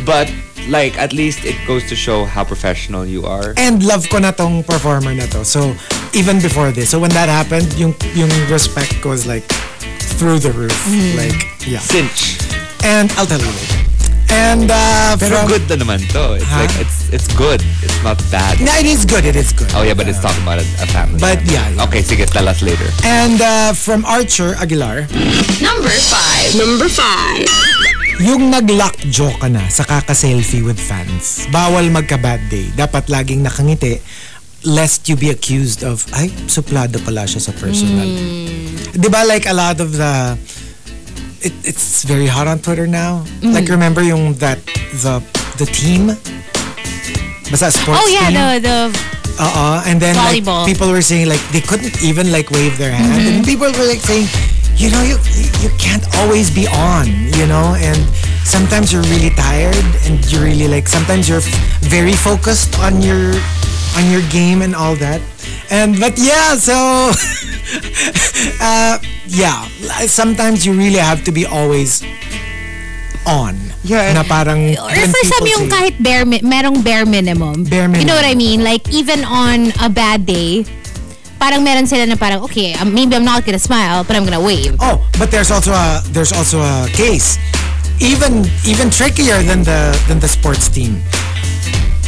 [SPEAKER 2] But like at least it goes to show how professional you are.
[SPEAKER 1] And love ko na tong performer na to. So, even before this. So, when that happened, yung, yung respect ko was like through the roof.
[SPEAKER 3] Mm.
[SPEAKER 1] Like, yeah.
[SPEAKER 2] Cinch.
[SPEAKER 1] And I'll tell you later. And, uh,
[SPEAKER 2] Pero
[SPEAKER 1] from-
[SPEAKER 2] good na naman to. It's
[SPEAKER 1] Huh?
[SPEAKER 2] like it's it's good. It's not bad.
[SPEAKER 1] No, it is good. It is good.
[SPEAKER 2] Oh yeah, but it's talking about a, a family.
[SPEAKER 1] But
[SPEAKER 2] member.
[SPEAKER 1] yeah, yeah.
[SPEAKER 2] Okay, sige, tell us later.
[SPEAKER 1] And uh, from Archer Aguilar,
[SPEAKER 6] Number five. Number five.
[SPEAKER 1] yung nag-lockjaw ka na sa kaka-selfie with fans, bawal magka-bad day. Dapat laging nakangiti lest you be accused of, ay, suplado pala siya sa personal.
[SPEAKER 3] Hmm.
[SPEAKER 1] Di ba like a lot of the, it, it's very hot on Twitter now. Like
[SPEAKER 3] Hmm.
[SPEAKER 1] remember yung that, the, the team? Basta sports
[SPEAKER 3] Oh
[SPEAKER 1] team?
[SPEAKER 3] yeah, the the
[SPEAKER 1] Uh-uh. And then like,
[SPEAKER 3] Volleyball. Mm-hmm.
[SPEAKER 1] people were saying like they couldn't even like wave their hand. And people were like saying, you know, you you can't always be on, you know, and sometimes you're really tired and you really like sometimes you're f- very focused on your on your game and all that. And but yeah, so <laughs> uh yeah, sometimes you really have to be always on.
[SPEAKER 2] Yeah,
[SPEAKER 1] Na parang
[SPEAKER 3] or
[SPEAKER 1] when
[SPEAKER 3] for some
[SPEAKER 1] people
[SPEAKER 3] yung
[SPEAKER 1] say-
[SPEAKER 3] kahit bare mi- merong bare minimum.
[SPEAKER 1] Bare
[SPEAKER 3] You know what I
[SPEAKER 1] minimum.
[SPEAKER 3] mean? Like even on a bad day, parang meron sila na parang okay, um, maybe I'm not gonna smile, but I'm gonna wave.
[SPEAKER 1] Oh, but there's also a there's also a case, even even trickier than the than the sports team.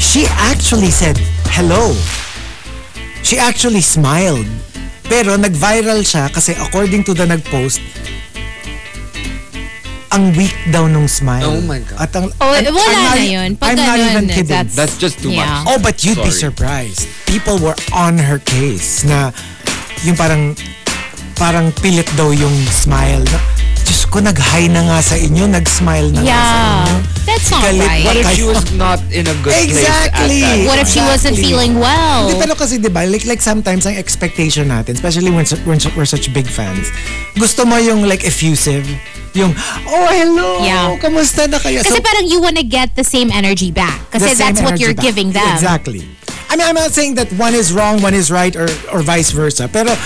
[SPEAKER 1] She actually said hello. She actually smiled. Pero nag-viral siya kasi according to the nag-post, ang weak daw nung smile.
[SPEAKER 2] Oh my God.
[SPEAKER 1] At ang,
[SPEAKER 3] Oh,
[SPEAKER 1] I'm-
[SPEAKER 3] wala
[SPEAKER 1] I'm not- e-
[SPEAKER 3] na yun. Pag
[SPEAKER 1] I'm not
[SPEAKER 3] ganun,
[SPEAKER 1] even kidding.
[SPEAKER 3] that's-
[SPEAKER 2] That's just too much.
[SPEAKER 3] Yeah.
[SPEAKER 1] Oh, but you'd be
[SPEAKER 2] Sorry.
[SPEAKER 1] surprised. People were on her case na yung parang parang pilit daw yung smile. Na, Diyos ko, nag-hi na nga sa inyo, nag-smile na nga sa
[SPEAKER 3] Yeah.
[SPEAKER 1] inyo.
[SPEAKER 3] That's not
[SPEAKER 1] Galit.
[SPEAKER 3] right.
[SPEAKER 2] What if she was not in a good
[SPEAKER 1] Exactly.
[SPEAKER 2] place?
[SPEAKER 3] What
[SPEAKER 2] Exactly.
[SPEAKER 3] if she wasn't
[SPEAKER 1] Exactly.
[SPEAKER 3] feeling well?
[SPEAKER 1] Hindi, pero kasi, di ba, like, like sometimes ang expectation natin, especially when, su- when su- we're such big fans, gusto mo yung like effusive, yung, oh, hello,
[SPEAKER 3] Yeah.
[SPEAKER 1] kamusta na kayo?
[SPEAKER 3] Kasi
[SPEAKER 1] So,
[SPEAKER 3] parang you wanna get the same energy back.
[SPEAKER 1] the
[SPEAKER 3] Kasi
[SPEAKER 1] same
[SPEAKER 3] that's what
[SPEAKER 1] energy
[SPEAKER 3] you're
[SPEAKER 1] ba?
[SPEAKER 3] giving them.
[SPEAKER 1] Exactly. I mean, I'm not saying that one is wrong, one is right, or, or vice versa. Pero,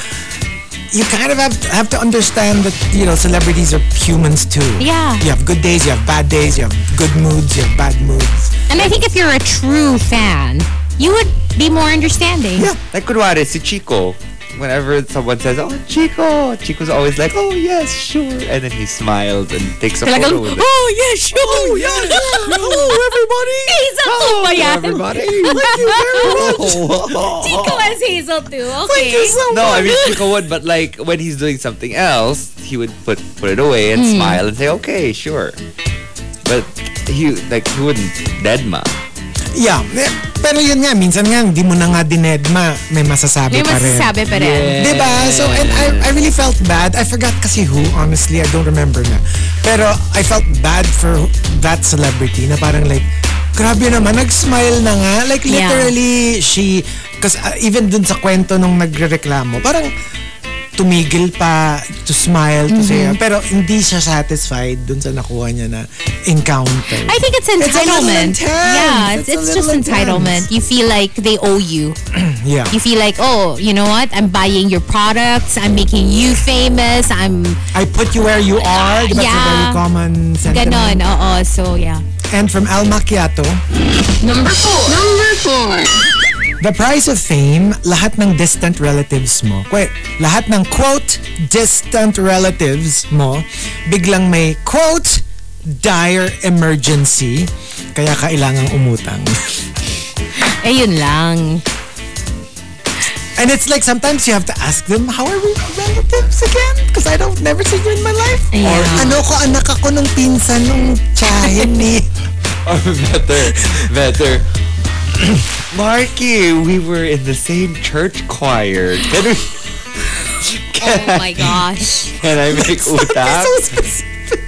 [SPEAKER 1] you kind of have to, have to understand that, you know, celebrities are humans too.
[SPEAKER 3] Yeah.
[SPEAKER 1] You have good days, you have bad days, you have good moods, you have bad moods.
[SPEAKER 3] And I think if you're a true fan, you would be more understanding.
[SPEAKER 1] Yeah.
[SPEAKER 2] Like, kunwari, si Chico, whenever someone says, oh, Chico, Chico's always like, oh, yes, sure. And then he smiles and takes a
[SPEAKER 3] Talagang,
[SPEAKER 2] photo with it.
[SPEAKER 3] oh, yeah, sure. Oh, yeah, <laughs> everybody. Hazel
[SPEAKER 1] Oh,
[SPEAKER 3] too ba yan? <laughs>
[SPEAKER 2] Everybody.
[SPEAKER 3] Chico as Hazel too. Okay.
[SPEAKER 2] No, I mean Chico would, but like when he's doing something else, he would put put it away
[SPEAKER 3] Hmm.
[SPEAKER 2] and smile and say, "Okay, sure." But he like he wouldn't deadma.
[SPEAKER 1] Yeah. Eh, Pero yun nga, minsan nga, hindi mo na nga dinedma, may masasabi
[SPEAKER 3] May
[SPEAKER 1] pa rin.
[SPEAKER 3] masasabi pa rin.
[SPEAKER 1] Diba? So, and I, I really felt bad. I forgot kasi who, honestly. I don't remember na. Pero I felt bad for that celebrity na parang like, grabe naman, nag-smile na nga. Like,
[SPEAKER 3] Yeah.
[SPEAKER 1] literally, she, kasi uh, even dun sa kwento nung nagre-reklamo, parang tumigil pa to smile to say
[SPEAKER 3] Mm-hmm.
[SPEAKER 1] pero hindi siya satisfied dun sa nakuha niya na encounter
[SPEAKER 3] I think it's
[SPEAKER 1] It's a little
[SPEAKER 3] entitlement.
[SPEAKER 1] intense. It's a
[SPEAKER 3] yeah, it's, it's
[SPEAKER 1] little intense.
[SPEAKER 3] just entitlement. You feel like they owe you.
[SPEAKER 1] yeah
[SPEAKER 3] You feel like, oh, you know what? I'm buying your products. I'm making you famous. I'm
[SPEAKER 1] I put you where you are. Diba? It's a very
[SPEAKER 3] Yeah.
[SPEAKER 1] common
[SPEAKER 3] ganon.
[SPEAKER 1] sentiment.
[SPEAKER 3] Oo, so yeah.
[SPEAKER 1] And from Al Macchiato,
[SPEAKER 6] Number four. Number four.
[SPEAKER 1] the price of fame, lahat ng distant relatives mo. Wait, lahat ng quote, distant relatives mo, biglang may quote, dire emergency, kaya kailangang umutang. <laughs>
[SPEAKER 3] Eh, yun lang.
[SPEAKER 1] And it's like sometimes you have to ask them, how are we relatives again? Because I don't never see you in my life.
[SPEAKER 3] Yeah.
[SPEAKER 1] Or ano ko anak ako nung pinsan nung tiyahin ni...
[SPEAKER 2] Or <laughs> better, better. <clears throat> Marky, we were in the same church choir. Can, we,
[SPEAKER 3] Oh my gosh.
[SPEAKER 2] can I make utang?
[SPEAKER 1] So <laughs> specific.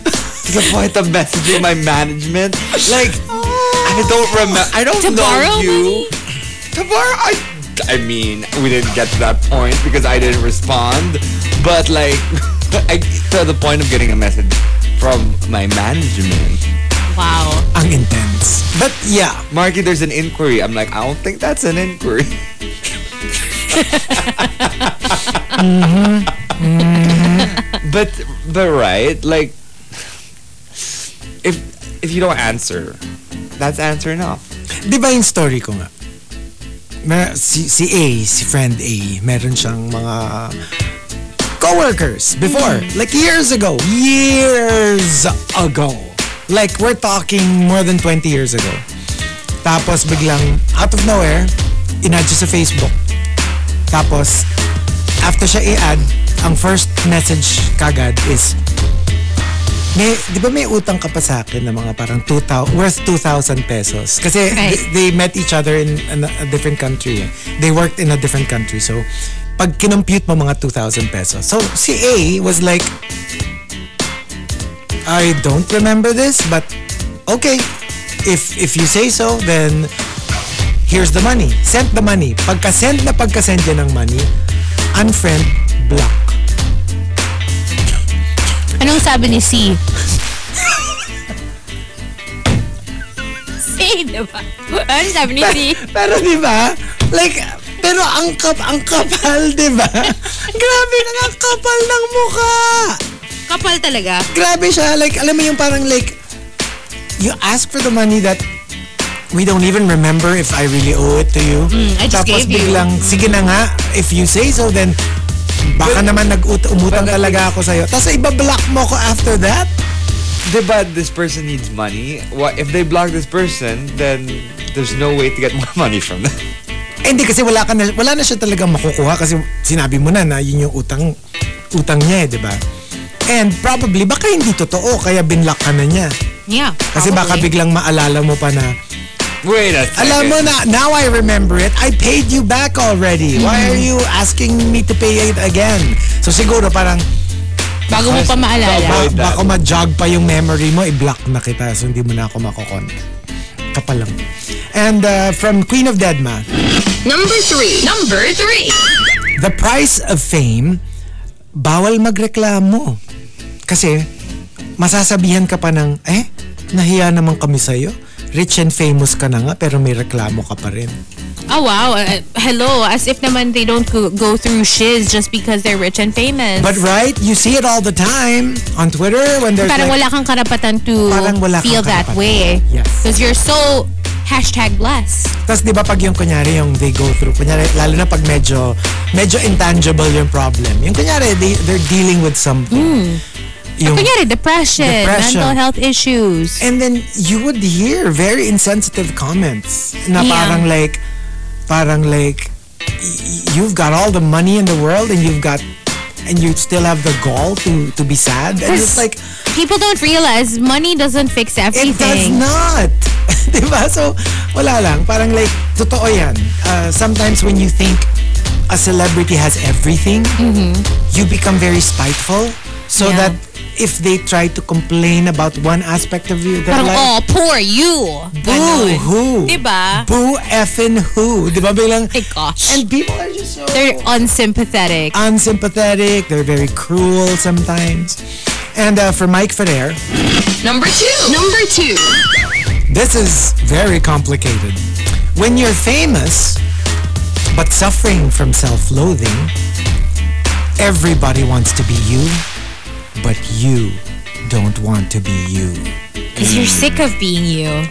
[SPEAKER 2] to the point of messaging my management. Like,
[SPEAKER 1] Ah,
[SPEAKER 2] I don't remember. I don't
[SPEAKER 3] To
[SPEAKER 2] know
[SPEAKER 3] borrow
[SPEAKER 2] you. To borrow, I, I mean, we didn't get to that point because I didn't respond. But like, <laughs> I, to the point of getting a message from my management.
[SPEAKER 3] Wow.
[SPEAKER 1] Ang intense. But yeah,
[SPEAKER 2] Marky, there's an inquiry. I'm like, I don't think that's an inquiry. <laughs> but but right, like if if you don't answer, that's answer enough.
[SPEAKER 1] Di ba yung story ko nga? Na, si, si A, si friend A, meron siyang mga coworkers before. Like years ago. Years ago. Like we're talking more than 20 years ago. Tapos biglang, out of nowhere, inad siya sa Facebook. Tapos, after siya i-add, ang first message kagad is, may, di ba may utang ka pa sa akin na mga parang 2,000, worth 2,000 pesos? Kasi
[SPEAKER 3] Right.
[SPEAKER 1] th- they met each other in, an- a different country. eh. They worked in a different country. So, pag kinompute mo mga 2,000 pesos. So, si A was like, I don't remember this, but okay. If if you say so, then here's the money. Send the money. Pagka-send na pagka-send niya ng money, unfriend, block.
[SPEAKER 3] Anong sabi ni C? <laughs> C, diba? Anong sabi
[SPEAKER 1] <laughs>
[SPEAKER 3] ni C?
[SPEAKER 1] Pero di ba? Like, pero ang kap ang kapal, di
[SPEAKER 3] <laughs>
[SPEAKER 1] ba? Grabe na ang kapal ng mukha.
[SPEAKER 3] Kapal talaga.
[SPEAKER 1] Grabe siya. Like, alam mo yung parang like, you ask for the money that we don't even remember if I really owe it to you.
[SPEAKER 3] Mm, I just
[SPEAKER 1] Tapos
[SPEAKER 3] gave you.
[SPEAKER 1] biglang, sige na nga, if you say so, then baka naman nag-umutang
[SPEAKER 2] But-
[SPEAKER 1] talaga ako sa'yo. Tapos ibablock mo ko after that?
[SPEAKER 2] But this person needs money. What if they block this person? Then there's no way to get <laughs> more money from them.
[SPEAKER 1] Eh, hindi kasi wala, ka na, wala na siya talagang makukuha kasi sinabi mo na na yun yung utang, utang niya eh, di ba? And probably, baka hindi totoo kaya binlock ka na niya.
[SPEAKER 3] Yeah,
[SPEAKER 1] Kasi baka
[SPEAKER 3] probably.
[SPEAKER 1] biglang maalala mo pa na,
[SPEAKER 2] Wait a second.
[SPEAKER 1] Alam mo na, now I remember it. I paid you back already. Why are you asking me to pay it again? So siguro parang
[SPEAKER 3] Bago mo
[SPEAKER 2] Avoid
[SPEAKER 3] pa maalala.
[SPEAKER 2] that.
[SPEAKER 1] baka ma-jog pa yung memory mo, i-block na kita so hindi mo na ako makokontak. Kapal lang. And uh, from Queen of Deadma,
[SPEAKER 6] Number three. Number three.
[SPEAKER 1] The price of fame, bawal magreklamo. Kasi, masasabihan ka pa ng, eh, nahiya naman kami sa'yo. Rich and famous ka na nga, pero may reklamo ka pa rin.
[SPEAKER 3] Oh, wow. Uh, hello. As if naman they don't go, go through shiz just because they're rich and famous.
[SPEAKER 1] But right, you see it all the time on Twitter when there's
[SPEAKER 3] parang
[SPEAKER 1] like,
[SPEAKER 3] wala kang karapatan to
[SPEAKER 1] Parang wala kang
[SPEAKER 3] feel that
[SPEAKER 1] karapatan.
[SPEAKER 3] way.
[SPEAKER 1] Yes.
[SPEAKER 3] Because you're so hashtag blessed.
[SPEAKER 1] Tapos di ba pag yung kunyari yung they go through, kunyari lalo na pag medyo, medyo intangible yung problem. Yung kunyari, they, they're dealing with something. Yung,
[SPEAKER 3] Hmm. Kunyari, depression,
[SPEAKER 1] Depression.
[SPEAKER 3] mental health issues.
[SPEAKER 1] and then you would hear very insensitive comments na
[SPEAKER 3] Yeah.
[SPEAKER 1] parang like, parang like, y- you've got all the money in the world and you've got, and you still have the gall to, to be sad. And it's like,
[SPEAKER 3] People don't realize money doesn't fix
[SPEAKER 1] It does
[SPEAKER 3] everything.
[SPEAKER 1] not. <laughs> diba? So, wala lang. Parang like, totoo yan. Uh, sometimes when you think a celebrity has everything, you become very spiteful. So
[SPEAKER 3] Mm-hmm. Yeah.
[SPEAKER 1] that if they try to complain about one aspect of you, they're
[SPEAKER 3] Parang,
[SPEAKER 1] like,
[SPEAKER 3] oh, poor you.
[SPEAKER 1] boo
[SPEAKER 3] Ganun.
[SPEAKER 1] who?
[SPEAKER 3] Diba?
[SPEAKER 1] Boo effing who? Diba bilang,
[SPEAKER 3] My gosh.
[SPEAKER 1] and people are just so
[SPEAKER 3] They're unsympathetic.
[SPEAKER 1] unsympathetic. They're very cruel sometimes. And uh, for Mike Ferrer,
[SPEAKER 6] Number two. Number two.
[SPEAKER 1] This is very complicated. When you're famous, but suffering from self loathing, everybody wants to be you, but you don't want to be you.
[SPEAKER 3] Because you're sick of being you.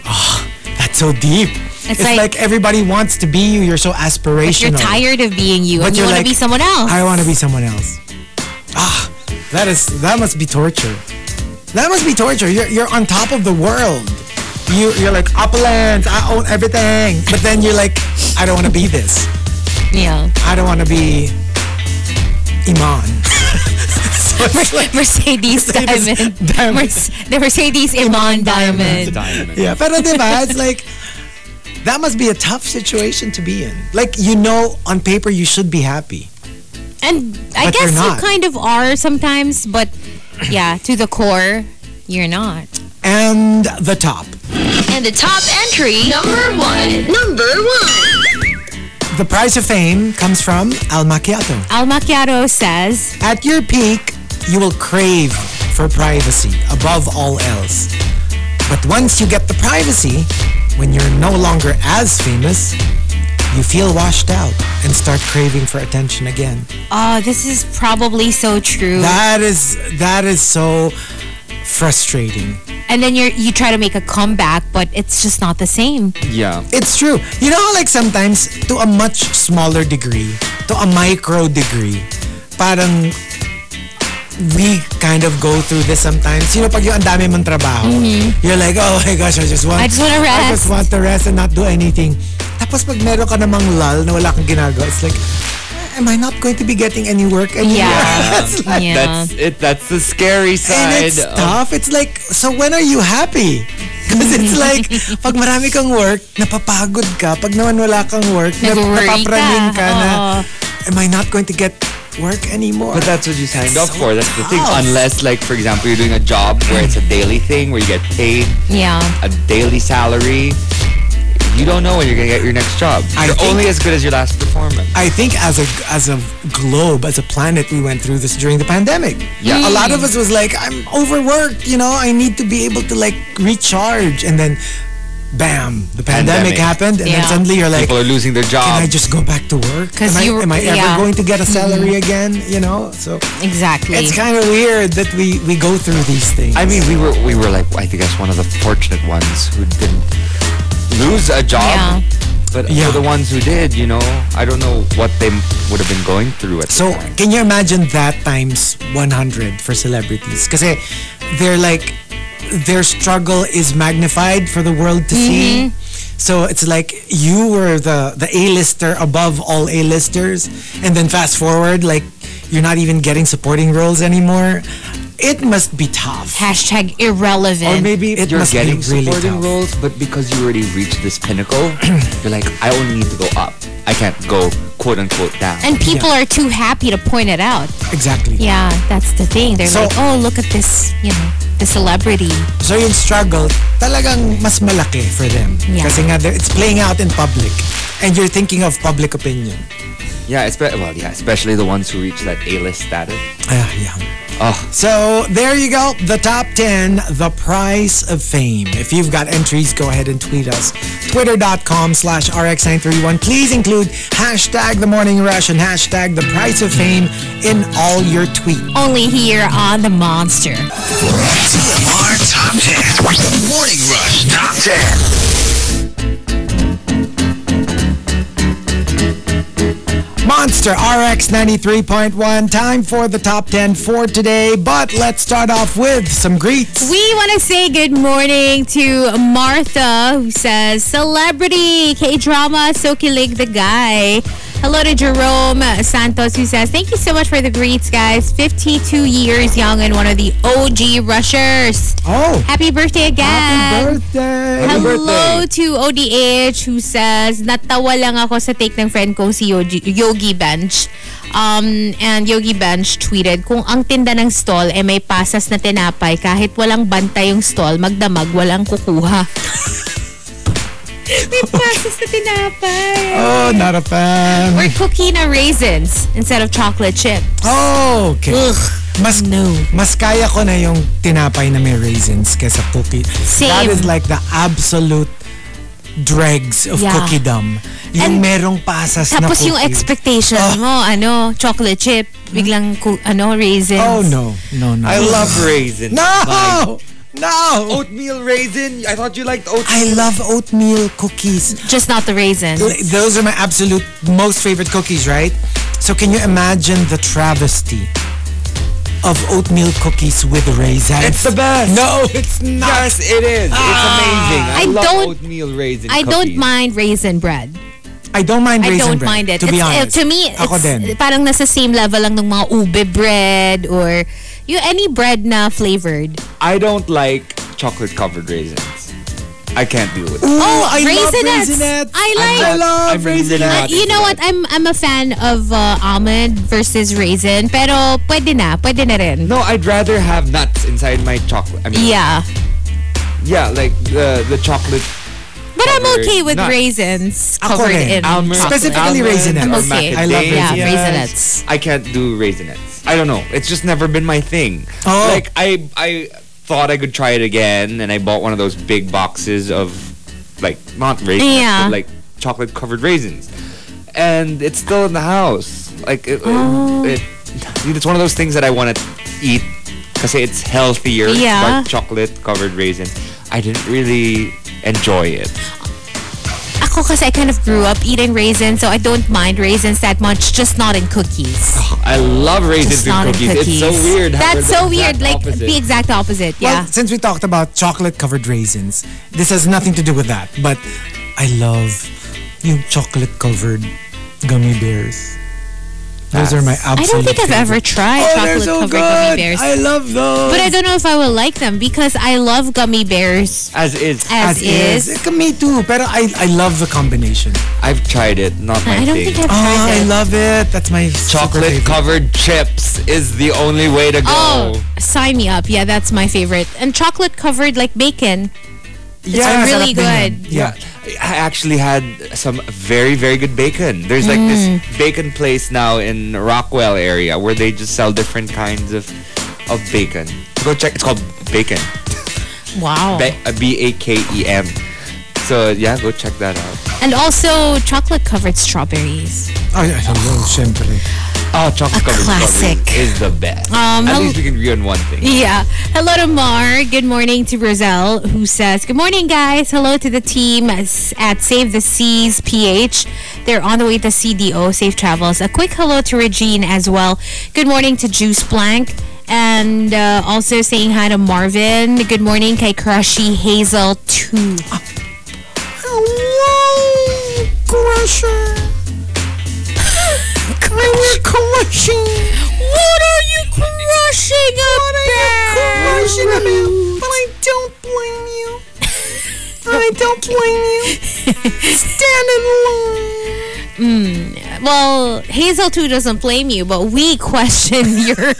[SPEAKER 1] That's so deep. It's,
[SPEAKER 3] It's
[SPEAKER 1] like,
[SPEAKER 3] like-
[SPEAKER 1] everybody wants to be you. You're so aspirational.
[SPEAKER 3] You're tired of being you
[SPEAKER 1] But
[SPEAKER 3] and you
[SPEAKER 1] you're
[SPEAKER 3] want to
[SPEAKER 1] like,
[SPEAKER 3] be someone else.
[SPEAKER 1] I want to be someone else. Ah, that is that must be torture. That must be torture. You're you're on top of the world. You you're like uplands. I own everything. But then you're like, I don't want to be this. <laughs>
[SPEAKER 3] yeah.
[SPEAKER 1] I don't want to be
[SPEAKER 3] <laughs>
[SPEAKER 1] Iman. so it's like,
[SPEAKER 3] Mercedes
[SPEAKER 1] <laughs>
[SPEAKER 3] Diamond.
[SPEAKER 1] Diamond.
[SPEAKER 3] Merce- the Mercedes Iman Diamond.
[SPEAKER 1] yeah, pero diba, it's like that must be a tough situation to be in. Like you know, on paper you should be happy.
[SPEAKER 3] And I
[SPEAKER 1] But
[SPEAKER 3] guess
[SPEAKER 1] you're
[SPEAKER 3] you
[SPEAKER 1] not.
[SPEAKER 3] kind of are sometimes, but yeah, to the core, you're not.
[SPEAKER 1] And the top.
[SPEAKER 6] And the top entry. Number one. Number one.
[SPEAKER 1] The prize of fame comes from Al Macchiato.
[SPEAKER 3] Al Macchiato says,
[SPEAKER 1] At your peak, you will crave for privacy above all else. But once you get the privacy, when you're no longer as famous, you feel washed out and start craving for attention again.
[SPEAKER 3] Oh, this is probably so true.
[SPEAKER 1] That is that is so frustrating.
[SPEAKER 3] and then you you try to make a comeback, but it's just not the same.
[SPEAKER 2] Yeah.
[SPEAKER 1] It's true. You know how like sometimes to a much smaller degree, to a micro degree, parang we kind of go through this sometimes. You know, pag yung ang dami mong trabaho, you're like, oh my gosh, I just want,
[SPEAKER 3] Mm-hmm. I just wanna
[SPEAKER 1] I just
[SPEAKER 3] rest."
[SPEAKER 1] want to rest and not do anything. Tapos pag meron ka namang lull na wala kang ginagawa, it's like, "Eh, am I not going to be getting any work anymore? <laughs>
[SPEAKER 3] Yeah.
[SPEAKER 1] It's like-
[SPEAKER 3] Yeah.
[SPEAKER 2] That's it. That's the scary side.
[SPEAKER 1] And it's
[SPEAKER 3] oh.
[SPEAKER 2] of-
[SPEAKER 1] tough. It's like, so when are you happy? <laughs> Because it's
[SPEAKER 3] <laughs>
[SPEAKER 1] like, pag marami kang work, napapagod ka. Pag naman wala kang work, nap-
[SPEAKER 3] Nag-worry ka.
[SPEAKER 1] napapraning ka na,
[SPEAKER 3] Oo.
[SPEAKER 1] am I not going to get work anymore?
[SPEAKER 2] But that's what you signed up
[SPEAKER 1] so
[SPEAKER 2] for. That's the thing.
[SPEAKER 1] tough.
[SPEAKER 2] Unless, like, for example, you're doing a job where it's a daily thing where you get paid
[SPEAKER 3] Yeah.
[SPEAKER 2] a daily salary. You don't know when you're gonna get your next job.
[SPEAKER 1] I
[SPEAKER 2] you're
[SPEAKER 1] think-
[SPEAKER 2] only as good as your last performance.
[SPEAKER 1] I think as a as a globe, as a planet, we went through this during the pandemic.
[SPEAKER 2] Yeah.
[SPEAKER 1] A lot of us was like, I'm overworked, you know, I need to be able to like recharge. And then bam, the pandemic,
[SPEAKER 2] Pandemic.
[SPEAKER 1] happened. And then
[SPEAKER 3] Yeah.
[SPEAKER 1] suddenly you're like,
[SPEAKER 2] People are losing their
[SPEAKER 1] can I
[SPEAKER 2] job.
[SPEAKER 1] just go back to work?
[SPEAKER 3] Um, 'Cause
[SPEAKER 1] am I,
[SPEAKER 3] you-
[SPEAKER 1] am I ever
[SPEAKER 3] yeah. Mm-hmm.
[SPEAKER 1] going to get a salary again? You know, so
[SPEAKER 3] Exactly.
[SPEAKER 1] it's kind of weird that we we go through these things.
[SPEAKER 2] I mean, we were we were like I think that's one of the fortunate ones who didn't lose a job.
[SPEAKER 3] Yeah.
[SPEAKER 2] But
[SPEAKER 1] Yeah.
[SPEAKER 2] for the ones who did, you know, I don't know what they would have been going through at
[SPEAKER 1] so
[SPEAKER 2] the time.
[SPEAKER 1] can you imagine that times 100 for celebrities? Because they're like their struggle is magnified for the world to
[SPEAKER 3] Mm-hmm.
[SPEAKER 1] see. So it's like you were the the A-lister above all A-listers, and then fast forward, like you're not even getting supporting roles anymore. It must be tough.
[SPEAKER 3] Hashtag
[SPEAKER 2] Or
[SPEAKER 3] irrelevant.
[SPEAKER 2] maybe
[SPEAKER 1] It
[SPEAKER 2] if you're
[SPEAKER 1] must be
[SPEAKER 2] getting
[SPEAKER 1] really
[SPEAKER 2] supporting
[SPEAKER 1] tough.
[SPEAKER 2] roles, but because you already reached this pinnacle, you're like, I only need to go up. I can't go quote unquote down.
[SPEAKER 3] and people are too happy to point it out.
[SPEAKER 1] Exactly.
[SPEAKER 3] Yeah, that's the thing. They're
[SPEAKER 1] So-
[SPEAKER 3] like, oh, look at this, you know, the celebrity.
[SPEAKER 1] So yung struggle, talagang mas malaki for them.
[SPEAKER 3] Yeah.
[SPEAKER 1] Kasi nga, they're- it's playing out in public. And you're thinking of public opinion.
[SPEAKER 2] yeah, espe- well, yeah, especially the ones who reach that A-list status.
[SPEAKER 1] Ah, yeah.
[SPEAKER 2] Oh,
[SPEAKER 1] So there you go, the top 10, the price of fame. If you've got entries, go ahead and tweet us. Twitter.com slash RX931. Please include hashtag the morning rush and hashtag the price of fame in all your tweets.
[SPEAKER 3] Only here on The Monster.
[SPEAKER 5] TMR Top 10. Morning Rush Top 10.
[SPEAKER 1] Monster RX 93.1, time for the top 10 for today. But let's start off with some greets.
[SPEAKER 3] We want to say good morning to Martha, who says, Celebrity, K drama, so kilig the guy. Hello to Jerome Santos, who says, Thank you so much for the greets, guys. 52 years young and one of the OG rushers.
[SPEAKER 1] Oh,
[SPEAKER 3] Happy birthday again.
[SPEAKER 1] happy birthday!
[SPEAKER 3] Hello to ODH who says, natawa lang ako sa take ng friend kong si Yogi, Yogi Bench. Um, and Yogi Bench tweeted, kung ang tinda ng stall ay may pasas na tinapay, kahit walang bantay yung stall, magdamag, walang
[SPEAKER 1] <laughs>
[SPEAKER 3] kukuha. may pasas na tinapay.
[SPEAKER 1] Oh, not a fan.
[SPEAKER 3] Or cookie na raisins instead of chocolate chip.
[SPEAKER 1] Oh, okay.
[SPEAKER 3] Ugh.
[SPEAKER 1] Mas,
[SPEAKER 3] No.
[SPEAKER 1] mas kaya ko na yung tinapay na may raisins kesa cookie. That
[SPEAKER 3] Same.
[SPEAKER 1] is like the absolute dregs of
[SPEAKER 3] Yeah.
[SPEAKER 1] cookie dumb. Yung
[SPEAKER 3] And-
[SPEAKER 1] merong pasas na
[SPEAKER 3] Tapos
[SPEAKER 1] cookie.
[SPEAKER 3] yung expectation
[SPEAKER 1] Ah.
[SPEAKER 3] mo, ano, chocolate chip, biglang, ku- ano, raisins.
[SPEAKER 1] Oh, no. No, no.
[SPEAKER 2] I love raisins.
[SPEAKER 1] No! No!
[SPEAKER 2] Oatmeal raisin. I thought you liked oatmeal.
[SPEAKER 1] I love oatmeal cookies.
[SPEAKER 3] Just not the raisins.
[SPEAKER 1] Like, Those are my absolute most favorite cookies, right? So can you imagine the travesty of oatmeal cookies with raisins?
[SPEAKER 2] It's the best.
[SPEAKER 1] No, it's not.
[SPEAKER 2] Yes, it is.
[SPEAKER 3] I
[SPEAKER 2] it's amazing. I, love
[SPEAKER 3] don't-
[SPEAKER 2] oatmeal raisin.
[SPEAKER 3] I don't
[SPEAKER 2] cookies.
[SPEAKER 3] mind raisin bread.
[SPEAKER 1] I don't mind
[SPEAKER 3] I
[SPEAKER 1] raisin
[SPEAKER 3] don't
[SPEAKER 1] bread,
[SPEAKER 3] mind it.
[SPEAKER 1] To be
[SPEAKER 3] It's- uh,
[SPEAKER 1] honest,
[SPEAKER 3] to me, it's
[SPEAKER 1] Ako din.
[SPEAKER 3] parang nasa same level lang ng mga ube bread or yung any bread na flavored.
[SPEAKER 2] I don't like chocolate covered raisins. I can't deal with it.
[SPEAKER 1] oh, I
[SPEAKER 3] Raisinets.
[SPEAKER 1] love raisinets.
[SPEAKER 3] I like-
[SPEAKER 1] I love
[SPEAKER 2] I'm really
[SPEAKER 1] raisinets.
[SPEAKER 2] not-
[SPEAKER 3] Uh, you know what? I'm I'm a fan of uh, almond versus raisin. Pero pwede na. Pwede na rin.
[SPEAKER 2] No, I'd rather have nuts inside my chocolate. I mean,
[SPEAKER 3] Yeah.
[SPEAKER 2] yeah, like the the chocolate
[SPEAKER 3] But I'm
[SPEAKER 2] Covered
[SPEAKER 3] okay with
[SPEAKER 2] nuts.
[SPEAKER 3] raisins
[SPEAKER 1] Ako
[SPEAKER 3] covered
[SPEAKER 1] rin.
[SPEAKER 3] in
[SPEAKER 2] Almond.
[SPEAKER 3] chocolate.
[SPEAKER 1] Specifically raisinets.
[SPEAKER 3] I'm
[SPEAKER 2] or
[SPEAKER 3] okay.
[SPEAKER 2] macadamia.
[SPEAKER 1] I love
[SPEAKER 3] Yeah,
[SPEAKER 1] raisinets.
[SPEAKER 3] raisinets.
[SPEAKER 2] I can't do raisinets. I don't know. It's just never been my thing.
[SPEAKER 1] Oh.
[SPEAKER 2] Like I I thought I could try it again, and I bought one of those big boxes of like not raisins,
[SPEAKER 3] Yeah.
[SPEAKER 2] but like chocolate covered raisins, and it's still in the house. Like it,
[SPEAKER 3] Oh.
[SPEAKER 2] it, it- it's one of those things that I want to eat because it's healthier.
[SPEAKER 3] Yeah.
[SPEAKER 2] But chocolate covered raisin, I didn't really enjoy it.
[SPEAKER 3] Ako kasi I kind of grew up eating raisins, so I don't mind raisins that much. Just not in cookies.
[SPEAKER 2] I love raisins
[SPEAKER 3] Just
[SPEAKER 2] in
[SPEAKER 3] not in
[SPEAKER 2] cookies. It's so
[SPEAKER 3] cookies.
[SPEAKER 2] weird. how
[SPEAKER 3] That's
[SPEAKER 2] they're the
[SPEAKER 3] so weird.
[SPEAKER 2] exact
[SPEAKER 3] Like
[SPEAKER 2] opposite.
[SPEAKER 3] the exact opposite.
[SPEAKER 1] Well,
[SPEAKER 3] Yeah.
[SPEAKER 1] since we talked about chocolate covered raisins, this has nothing to do with that. But I love yung chocolate covered gummy bears. Those are my
[SPEAKER 3] I
[SPEAKER 1] absolute.
[SPEAKER 3] don't think I've ever
[SPEAKER 1] favorite.
[SPEAKER 3] tried
[SPEAKER 1] Oh, they're
[SPEAKER 3] chocolate
[SPEAKER 1] so
[SPEAKER 3] covered
[SPEAKER 1] good.
[SPEAKER 3] gummy bears.
[SPEAKER 1] I love those.
[SPEAKER 3] but I don't know if I will like them because I love gummy bears
[SPEAKER 2] As is.
[SPEAKER 3] as, is.
[SPEAKER 1] Eh, Me too. Pero I, I love the combination.
[SPEAKER 2] I've tried it, not my
[SPEAKER 3] I don't
[SPEAKER 2] thing.
[SPEAKER 3] think I've
[SPEAKER 1] Oh,
[SPEAKER 3] tried
[SPEAKER 1] I
[SPEAKER 3] it.
[SPEAKER 1] love it. That's my
[SPEAKER 2] Chocolate covered chips is the only way to go.
[SPEAKER 3] Oh, sign me up. Yeah, that's my favorite. And chocolate covered like bacon.
[SPEAKER 1] Yeah,
[SPEAKER 3] it's really
[SPEAKER 1] sarap din
[SPEAKER 3] good.
[SPEAKER 1] yun.
[SPEAKER 3] <laughs>
[SPEAKER 1] Yeah.
[SPEAKER 2] I actually had some very, very good bacon. There's like
[SPEAKER 3] Mm.
[SPEAKER 2] this bacon place now in Rockwell area where they just sell different kinds of of bacon. Go check. It's called Bacon.
[SPEAKER 3] Wow.
[SPEAKER 2] B A K E M. So yeah, go check that out.
[SPEAKER 3] and also chocolate covered strawberries.
[SPEAKER 1] Ay, ay, hello, syempre.
[SPEAKER 2] Oh, chocolate covered
[SPEAKER 3] classic.
[SPEAKER 2] is the best.
[SPEAKER 3] Um,
[SPEAKER 2] At
[SPEAKER 3] hel-
[SPEAKER 2] least we can agree on one thing.
[SPEAKER 3] Yeah. Hello to Mar. Good morning to Roselle, who says, Good morning, guys. Hello to the team s- at Save the Seas PH. They're on the way to CDO, Safe Travels. A quick hello to Regine as well. Good morning to Juice Blank. And uh, also saying hi to Marvin. Good morning, kay Crushy Hazel too.
[SPEAKER 1] Hello, Crusher. I will crushing.
[SPEAKER 3] What are you crushing up there?
[SPEAKER 1] passionate, but I don't blame you. I don't blame you. Stand in line.
[SPEAKER 3] Hmm. Well, Hazel too doesn't blame you, but we question your <laughs>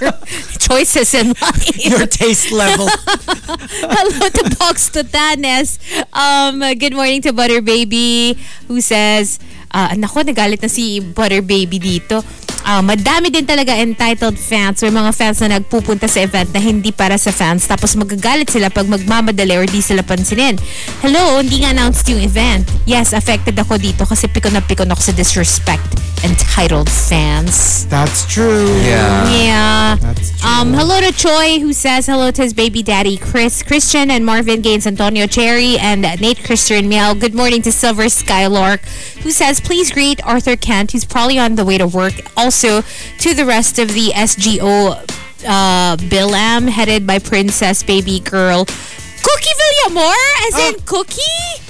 [SPEAKER 3] choices in life.
[SPEAKER 1] Your taste level.
[SPEAKER 3] <laughs> Hello to Box Tutanes. Um, good morning to Butter Baby who says, ah, nako, nagalit na si Butter Baby dito. Ah, madami din talaga entitled fans or mga fans na nagpupunta sa event na hindi para sa fans tapos magagalit sila pag magmamadali or di sila pansinin. Hello, hindi nga announced yung event. Yes, affected ako dito kasi pikon na pikon ako sa disrespect entitled fans.
[SPEAKER 1] <laughs> That's true.
[SPEAKER 2] Yeah.
[SPEAKER 3] Yeah.
[SPEAKER 1] That's true.
[SPEAKER 3] Um, hello to Choi, who says hello to his baby daddy, Chris Christian, and Marvin Gaines, Antonio Cherry, and uh, Nate Christian Miel. Good morning to Silver Skylark, who says, please greet Arthur Kent, who's probably on the way to work. Also, to the rest of the SGO uh, Bilam, headed by Princess Baby Girl. Cookie Villamor, as in Cookie?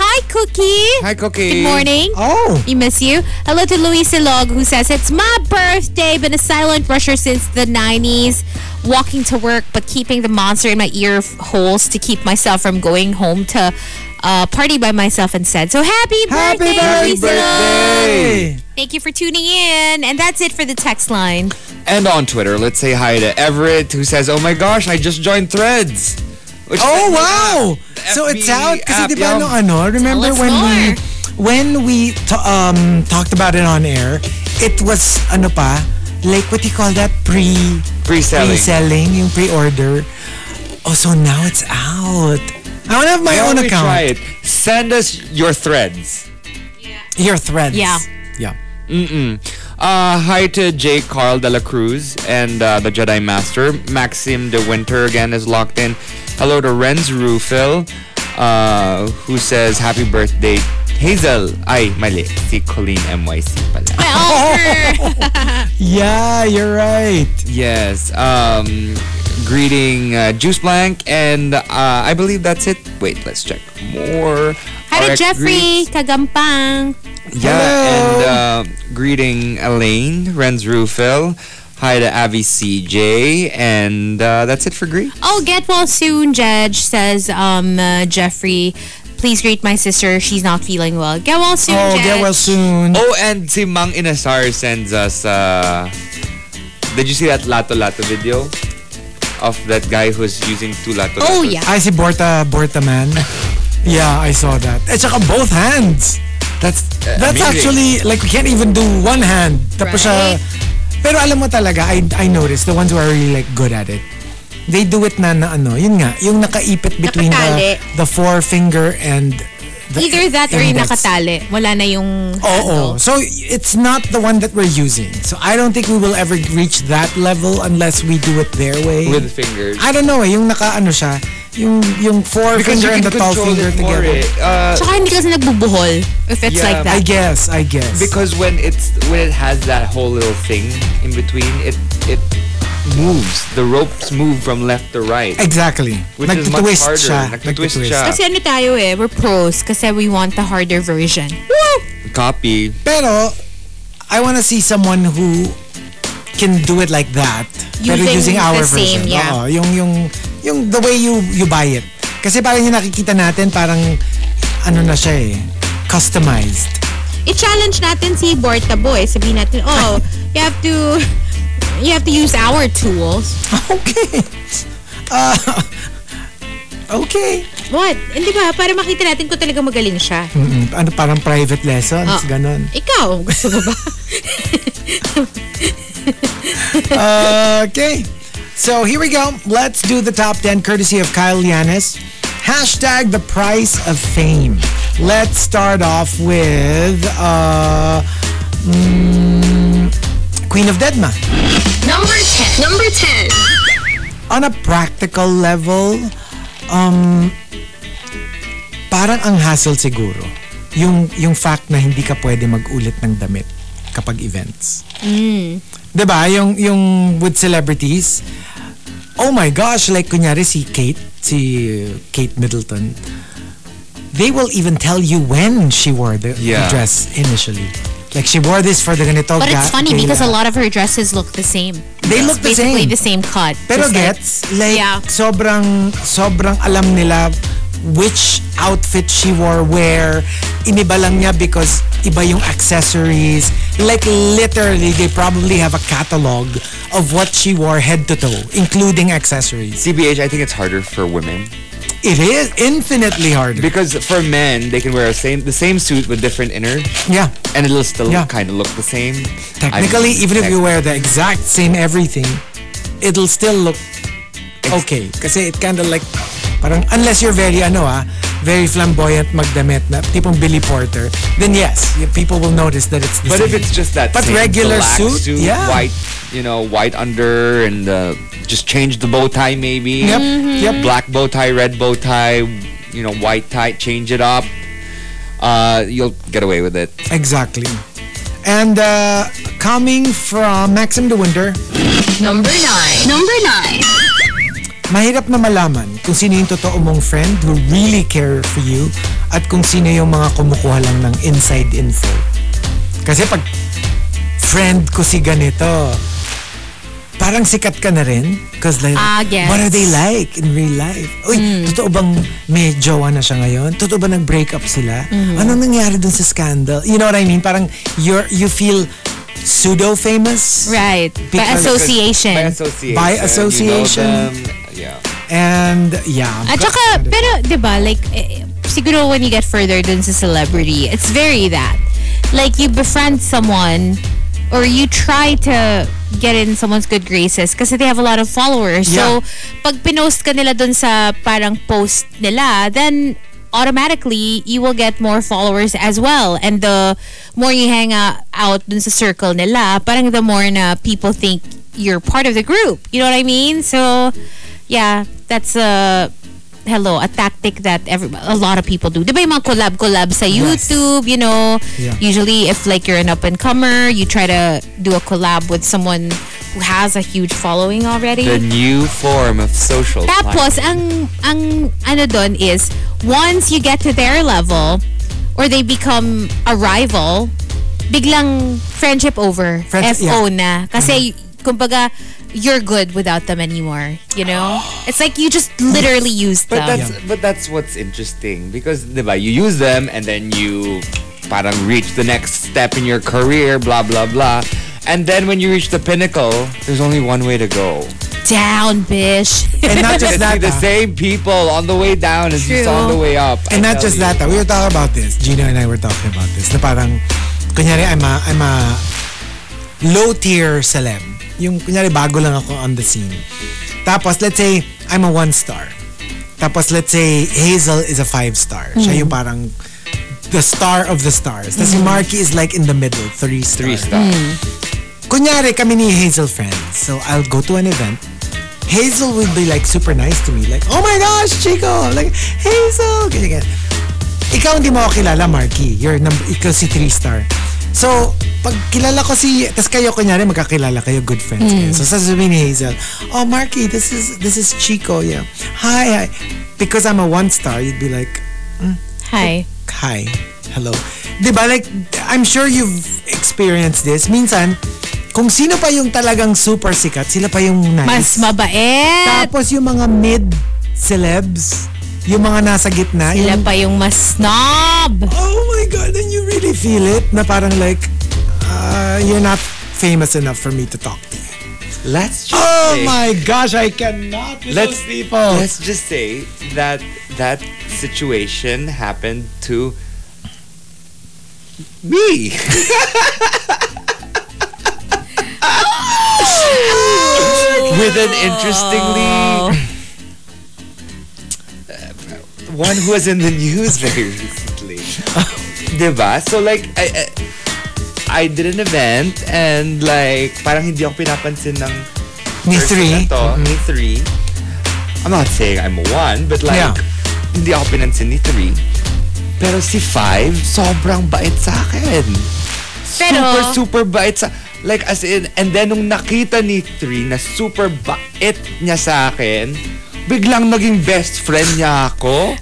[SPEAKER 3] Hi, Cookie.
[SPEAKER 2] Hi, Cookie.
[SPEAKER 3] Good morning.
[SPEAKER 1] Oh.
[SPEAKER 3] We miss you. Hello to Luis Silog who says, It's my birthday. Been a silent rusher since the 90s. Walking to work, but keeping the monster in my ear holes to keep myself from going home to uh, party by myself instead. So happy
[SPEAKER 1] Happy
[SPEAKER 3] birthday, Luis Silog.
[SPEAKER 1] birthday.
[SPEAKER 3] Thank you for tuning in. And that's it for the
[SPEAKER 1] <laughs>
[SPEAKER 3] text line.
[SPEAKER 2] And on Twitter, let's say hi to Everett who says, "Oh my gosh, I just joined Threads." Which
[SPEAKER 1] Oh, wow. So
[SPEAKER 2] FB
[SPEAKER 1] it's out.
[SPEAKER 2] app,
[SPEAKER 1] Kasi di ba
[SPEAKER 2] yum.
[SPEAKER 1] no, ano, remember
[SPEAKER 3] us
[SPEAKER 1] when we,
[SPEAKER 3] more.
[SPEAKER 1] when we ta- um, talked about it on air, it was, ano pa, like what do you call that? Pre,
[SPEAKER 2] Pre-selling.
[SPEAKER 1] pre-selling, yung pre-order. Oh, so now it's out. I want to have my
[SPEAKER 2] Why don't
[SPEAKER 1] own
[SPEAKER 2] we Try
[SPEAKER 1] account.
[SPEAKER 2] it. Send us your threads.
[SPEAKER 1] Your threads.
[SPEAKER 3] Yeah.
[SPEAKER 1] Yeah.
[SPEAKER 2] Uh, hi to J. Carl de la Cruz and uh, the Jedi Master. Maxim de Winter again is locked in. Hello to Renz Rufil, uh, who says, Happy birthday, Hazel. Ay, mali. Si Colleen MYC pala.
[SPEAKER 3] Elmer.
[SPEAKER 1] Yeah, you're right.
[SPEAKER 2] Yes. Um, greeting uh, Juice Blank, and uh, I believe that's it. Wait, let's check more.
[SPEAKER 3] Hi to
[SPEAKER 2] RX
[SPEAKER 3] Jeffrey
[SPEAKER 2] greets.
[SPEAKER 3] Kagampang.
[SPEAKER 2] Yeah,
[SPEAKER 1] Hello.
[SPEAKER 2] and uh, greeting Elaine Renz Rufil. Hi to Avi CJ, and uh, that's it for greets.
[SPEAKER 3] Oh, get well soon, Judge, says um, uh, Jeffrey. Please greet my sister. She's not feeling well. Get well soon,
[SPEAKER 1] Oh,
[SPEAKER 3] Judge.
[SPEAKER 1] get well soon.
[SPEAKER 2] Oh, and si Mang Inasar sends us. Uh, did you see that Lato Lato video of that guy who's using two Lato?
[SPEAKER 3] Oh,
[SPEAKER 2] Latos?
[SPEAKER 3] yeah.
[SPEAKER 1] I see Borta, Borta man. Yeah, I saw that. At saka both hands.
[SPEAKER 2] that's uh,
[SPEAKER 1] That's
[SPEAKER 2] amazing.
[SPEAKER 1] actually, like, we can't even do one hand. Tapos siya, pero alam mo talaga, I, I noticed, the ones who are really, like, good at it, they do it na, na ano, yun nga, yung nakaipit between the,
[SPEAKER 3] Nakatali.
[SPEAKER 1] the forefinger and the
[SPEAKER 3] Either that or yung
[SPEAKER 1] index.
[SPEAKER 3] nakatali. Wala na yung
[SPEAKER 1] Oo.
[SPEAKER 3] handle.
[SPEAKER 1] So, it's not the one that we're using. So, I don't think we will ever reach that level unless we do it their way.
[SPEAKER 2] with fingers.
[SPEAKER 1] I don't know eh, yung naka ano siya, yung yung forefinger and the tall finger
[SPEAKER 2] more,
[SPEAKER 1] together.
[SPEAKER 2] eh. Uh,
[SPEAKER 3] Tsaka hindi kasi nagbubuhol if it's
[SPEAKER 2] Yeah,
[SPEAKER 3] like
[SPEAKER 1] I
[SPEAKER 3] that.
[SPEAKER 1] guess, I guess.
[SPEAKER 2] because when it's when it has that whole little thing in between, it it moves. The ropes move from left to right,
[SPEAKER 1] exactly.
[SPEAKER 2] which is much
[SPEAKER 1] Nagtitwist
[SPEAKER 2] harder.
[SPEAKER 1] siya.
[SPEAKER 2] Nagtitwist
[SPEAKER 1] nagtitwist.
[SPEAKER 2] siya.
[SPEAKER 3] Kasi ano tayo eh, we're pros kasi we want the harder version.
[SPEAKER 2] Copy.
[SPEAKER 1] Pero I want to see someone who can do it like that. pero using
[SPEAKER 3] Using
[SPEAKER 1] our
[SPEAKER 3] the same,
[SPEAKER 1] version.
[SPEAKER 3] yeah.
[SPEAKER 1] Oo, yung yung yung the way you you buy it. Kasi parang yung nakikita natin parang ano na siya eh, customized. <laughs>
[SPEAKER 3] I-challenge natin si Borta Boy. Sabihin natin, oh, you have to you have to use our tools.
[SPEAKER 1] Okay. Uh, <laughs> okay.
[SPEAKER 3] What? Hindi ba? Para makita natin kung talaga magaling siya.
[SPEAKER 1] Mm, ano parang private lessons,
[SPEAKER 3] Ah.
[SPEAKER 1] ganon.
[SPEAKER 3] Ikaw, gusto mo ba?
[SPEAKER 1] okay. So here we go. Let's do the top 10 courtesy of Kyle Yanis. Hashtag the price of fame. Let's start off with uh, mm, Queen of Deadma.
[SPEAKER 6] Number 10. Number 10.
[SPEAKER 1] On a practical level, um, parang ang hassle siguro. Yung, yung fact na hindi ka pwede mag-ulit ng damit kapag events. Mm. 'Di ba Yung, yung with celebrities, oh my gosh, like kunyari si Kate, si uh, Kate Middleton, they will even tell you when she wore the, the
[SPEAKER 2] Yeah.
[SPEAKER 1] dress initially. Like she wore this for the ganito.
[SPEAKER 3] But it's
[SPEAKER 1] ga-
[SPEAKER 3] funny because a
[SPEAKER 1] gala.
[SPEAKER 3] lot of her dresses look the same.
[SPEAKER 1] They look the
[SPEAKER 3] Basically
[SPEAKER 1] same.
[SPEAKER 3] the same cut.
[SPEAKER 1] Pero
[SPEAKER 3] Just like-
[SPEAKER 1] gets, like,
[SPEAKER 3] Yeah.
[SPEAKER 1] sobrang, sobrang alam nila which outfit she wore where. Iniba lang niya because iba yung accessories. Like, literally, they probably have a catalog of what she wore head to toe, including accessories.
[SPEAKER 2] CBH, I think it's harder for women
[SPEAKER 1] It is infinitely harder.
[SPEAKER 2] because for men they can wear a same the same suit with different inner,
[SPEAKER 1] Yeah.
[SPEAKER 2] and it'll still
[SPEAKER 1] Yeah.
[SPEAKER 2] kind of look the same.
[SPEAKER 1] Technically, even if you wear the exact same everything, it'll still look okay. Kasi it kind of like, parang unless you're very, ano ah, very flamboyant magdamit na, tipong Billy Porter, then yes, y- people will notice that it's the
[SPEAKER 2] But
[SPEAKER 1] same.
[SPEAKER 2] if it's just that,
[SPEAKER 1] But
[SPEAKER 2] same
[SPEAKER 1] regular
[SPEAKER 2] black
[SPEAKER 1] suit, yeah.
[SPEAKER 2] white, you know, white under, and uh, just change the bow tie maybe.
[SPEAKER 1] Yep, Mhm. yep.
[SPEAKER 2] Black bow tie, red bow tie, you know, white tie. Change it up. Uh, you'll get away with it.
[SPEAKER 1] Exactly. And uh, coming from Maxim De Winter,
[SPEAKER 6] Number nine. Number nine.
[SPEAKER 1] mahirap na malaman kung sino yung totoo mong friend who really care for you at kung sino yung mga kumukuha lang ng inside info. Kasi pag friend ko si ganito, parang sikat ka na rin. Cause like,
[SPEAKER 3] Ah, yes.
[SPEAKER 1] what are they like in real life? Uy,
[SPEAKER 3] Hmm.
[SPEAKER 1] totoo bang may jowa na siya ngayon? Totoo ba nag-break up sila?
[SPEAKER 3] Hmm.
[SPEAKER 1] Anong nangyari dun sa scandal? You know what I mean? Parang you're, you feel pseudo-famous.
[SPEAKER 3] Right. By
[SPEAKER 1] Because-
[SPEAKER 3] association.
[SPEAKER 2] By association.
[SPEAKER 1] By
[SPEAKER 2] you know
[SPEAKER 1] association.
[SPEAKER 2] them, yeah.
[SPEAKER 1] And yeah.
[SPEAKER 3] At saka, pero, di ba, like, eh, siguro when you get further dun sa celebrity, it's very that. Like, you befriend someone or you try to get in someone's good graces kasi they have a lot of followers.
[SPEAKER 1] Yeah.
[SPEAKER 3] So, pag pinost ka nila dun sa parang post nila, then automatically, you will get more followers as well. And the more you hang uh, out dun sa circle nila, parang the more na people think you're part of the group. You know what I mean? So, yeah, that's uh, a hello, a tactic that every a lot of people do. Diba yung mga collab collab sa YouTube, you know?
[SPEAKER 1] Yeah.
[SPEAKER 3] Usually if like you're an up and comer, you try to do a collab with someone who has a huge following already.
[SPEAKER 2] The new form of social.
[SPEAKER 3] Tapos,
[SPEAKER 2] climbing.
[SPEAKER 3] ang, ang ano doon is, once you get to their level, or they become a rival, biglang friendship over.
[SPEAKER 1] Friends-
[SPEAKER 3] FO na. Kasi, kumbaga, you're good without them anymore. You know? It's like you just literally used
[SPEAKER 2] But
[SPEAKER 3] them.
[SPEAKER 2] that's but that's what's interesting because diba, you use them and then you parang reach the next step in your career, blah blah blah. And then when you reach the pinnacle, there's only one way to go.
[SPEAKER 3] Down, bish.
[SPEAKER 1] and not just
[SPEAKER 2] It's
[SPEAKER 3] <laughs>
[SPEAKER 1] that.
[SPEAKER 2] the
[SPEAKER 1] ah.
[SPEAKER 2] same people on the way down as just
[SPEAKER 3] True.
[SPEAKER 2] on the way up.
[SPEAKER 1] And
[SPEAKER 2] I
[SPEAKER 1] not
[SPEAKER 2] tell
[SPEAKER 1] just
[SPEAKER 2] you.
[SPEAKER 1] that, ah, we were talking about this. Gino and I were talking about this. Na parang, kunyari, I'm a, I'm a low-tier celeb. Yung, kunyari, bago lang ako on the scene. Tapos, let's say, I'm a one-star. Tapos, let's say, Hazel is a five-star. Siya yung parang the star of the stars. Tapos si Marky is like in the middle, three-star.
[SPEAKER 2] Three star.
[SPEAKER 1] Kunyari, kami ni Hazel friends. So, I'll go to an event. Hazel will be like super nice to me. Like, oh my gosh, Chico! Like, Hazel! Ganyan, ganyan. Ikaw hindi mo ako kilala, Marky. You're number, ikaw si three star. So, pag kilala ko si, tas kayo kunyari magkakilala kayo, good friends kayo. So, sasabihin ni Hazel, oh Marky, this is, this is Chico, yeah. Hi, hi. Because I'm a one star, you'd be like,
[SPEAKER 3] Hi.
[SPEAKER 1] hi, hello. Di ba, like, I'm sure you've experienced this. Minsan, kung sino pa yung talagang super sikat, sila pa yung
[SPEAKER 3] <laughs>
[SPEAKER 1] nice.
[SPEAKER 3] Mas mabait.
[SPEAKER 1] Tapos yung mga mid-celebs, yung mga nasa gitna,
[SPEAKER 3] Sila
[SPEAKER 1] yung,
[SPEAKER 3] pa yung mas snob.
[SPEAKER 1] oh my God, and you really feel it, na parang like, uh, you're not famous enough for me to talk to you.
[SPEAKER 2] Let's just
[SPEAKER 1] Oh
[SPEAKER 2] say,
[SPEAKER 1] my gosh, I cannot with
[SPEAKER 2] let's
[SPEAKER 1] those people.
[SPEAKER 2] Let's just say that that situation happened to me. <laughs> With an interestingly uh, one who was in the news <laughs> very recently. diba? So like I, I- I did an event and like parang hindi ako pinapansin ng
[SPEAKER 1] Ni
[SPEAKER 2] person
[SPEAKER 1] three. Mm-hmm.
[SPEAKER 2] na to, ni three. I'm not saying I'm one, but like,
[SPEAKER 1] Yeah.
[SPEAKER 2] hindi ako pinansin ni three. Pero si five, sobrang bait sa akin.
[SPEAKER 3] Pero-
[SPEAKER 2] super, super bait sa... Like, as in, and then nung nakita ni three na super bait niya sa akin, biglang naging best friend niya ako.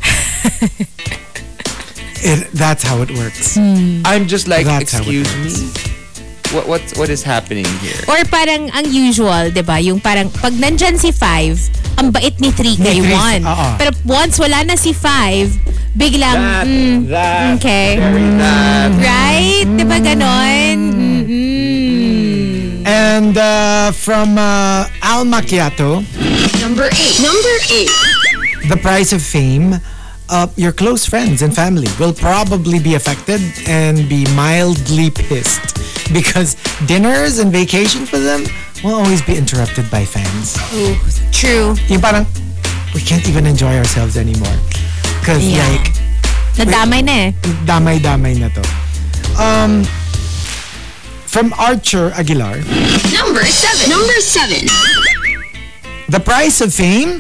[SPEAKER 1] It, that's how it works.
[SPEAKER 2] I'm just like,
[SPEAKER 1] That's how it
[SPEAKER 2] excuse me. What what what is happening here?
[SPEAKER 3] Or parang ang usual, 'di ba? Yung parang pag nandyan si 5, ang bait ni 3 kay
[SPEAKER 1] three,
[SPEAKER 3] 1.
[SPEAKER 1] oo.
[SPEAKER 3] Pero once wala na si 5, biglang
[SPEAKER 2] That,
[SPEAKER 3] mm,
[SPEAKER 2] that,
[SPEAKER 3] okay.
[SPEAKER 2] very that.
[SPEAKER 3] Right? 'Di ba ganon? Mm-mm.
[SPEAKER 1] And uh, from uh, Al Macchiato,
[SPEAKER 6] Number eight. Number eight.
[SPEAKER 1] the price of fame, uh, your close friends and family will probably be affected and be mildly pissed because dinners and vacation for them will always be interrupted by fans.
[SPEAKER 3] True.
[SPEAKER 1] Yung parang, we can't even enjoy ourselves anymore. Because
[SPEAKER 3] Yeah.
[SPEAKER 1] like,
[SPEAKER 3] Nadamay na eh.
[SPEAKER 1] damay-damay na to. Um, from Archer Aguilar,
[SPEAKER 6] Number seven. Number seven.
[SPEAKER 1] The price of fame?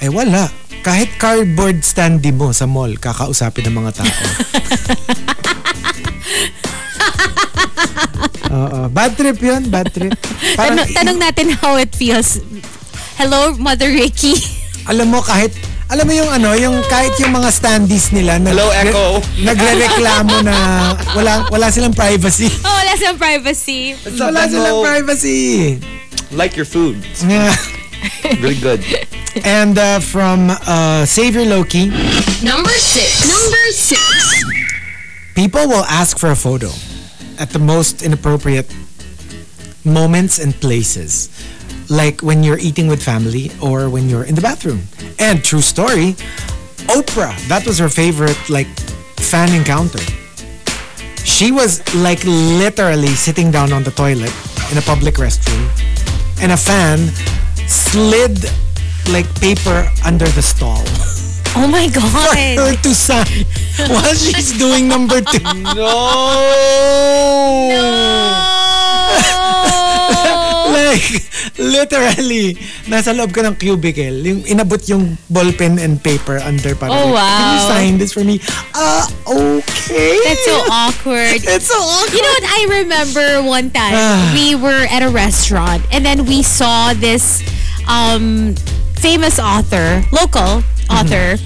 [SPEAKER 1] Eh wala. Kahit cardboard standy mo sa mall, kakausapin ng mga tao. Oo. Bad trip yun, bad trip. Parang,
[SPEAKER 3] Tanong, tanong natin <laughs> how it feels. Hello, Mother Ricky.
[SPEAKER 1] alam mo kahit, alam mo yung ano, yung kahit yung mga standees nila na,
[SPEAKER 2] Hello, Echo.
[SPEAKER 1] nagre-reklamo na wala, wala silang privacy.
[SPEAKER 3] <laughs> Oh, wala siyang privacy.
[SPEAKER 2] ano?
[SPEAKER 1] Wala silang privacy.
[SPEAKER 2] Like your food. It's
[SPEAKER 1] Yeah.
[SPEAKER 2] really good.
[SPEAKER 1] And uh, from uh, Savior Loki,
[SPEAKER 6] Number six. Number six.
[SPEAKER 1] people will ask for a photo at the most inappropriate moments and places like when you're eating with family or when you're in the bathroom and true story oprah that was her favorite like fan encounter she was like literally sitting down on the toilet in a public restroom and a fan slid like paper under the
[SPEAKER 3] <laughs>
[SPEAKER 1] stall
[SPEAKER 3] Oh my
[SPEAKER 1] for her
[SPEAKER 3] God.
[SPEAKER 1] to sign while she's doing number two
[SPEAKER 3] <laughs> Oh.
[SPEAKER 1] Like, literally, nasa loob ka ng cubicle, yung inabot yung ballpen and paper under para
[SPEAKER 3] Oh,
[SPEAKER 1] like, Can you
[SPEAKER 3] wow.
[SPEAKER 1] sign this for me? Ah, okay.
[SPEAKER 3] <laughs> That's so awkward.
[SPEAKER 1] It's so awkward.
[SPEAKER 3] You know what? I remember one time we were at a restaurant and then we saw this um, famous author, local author,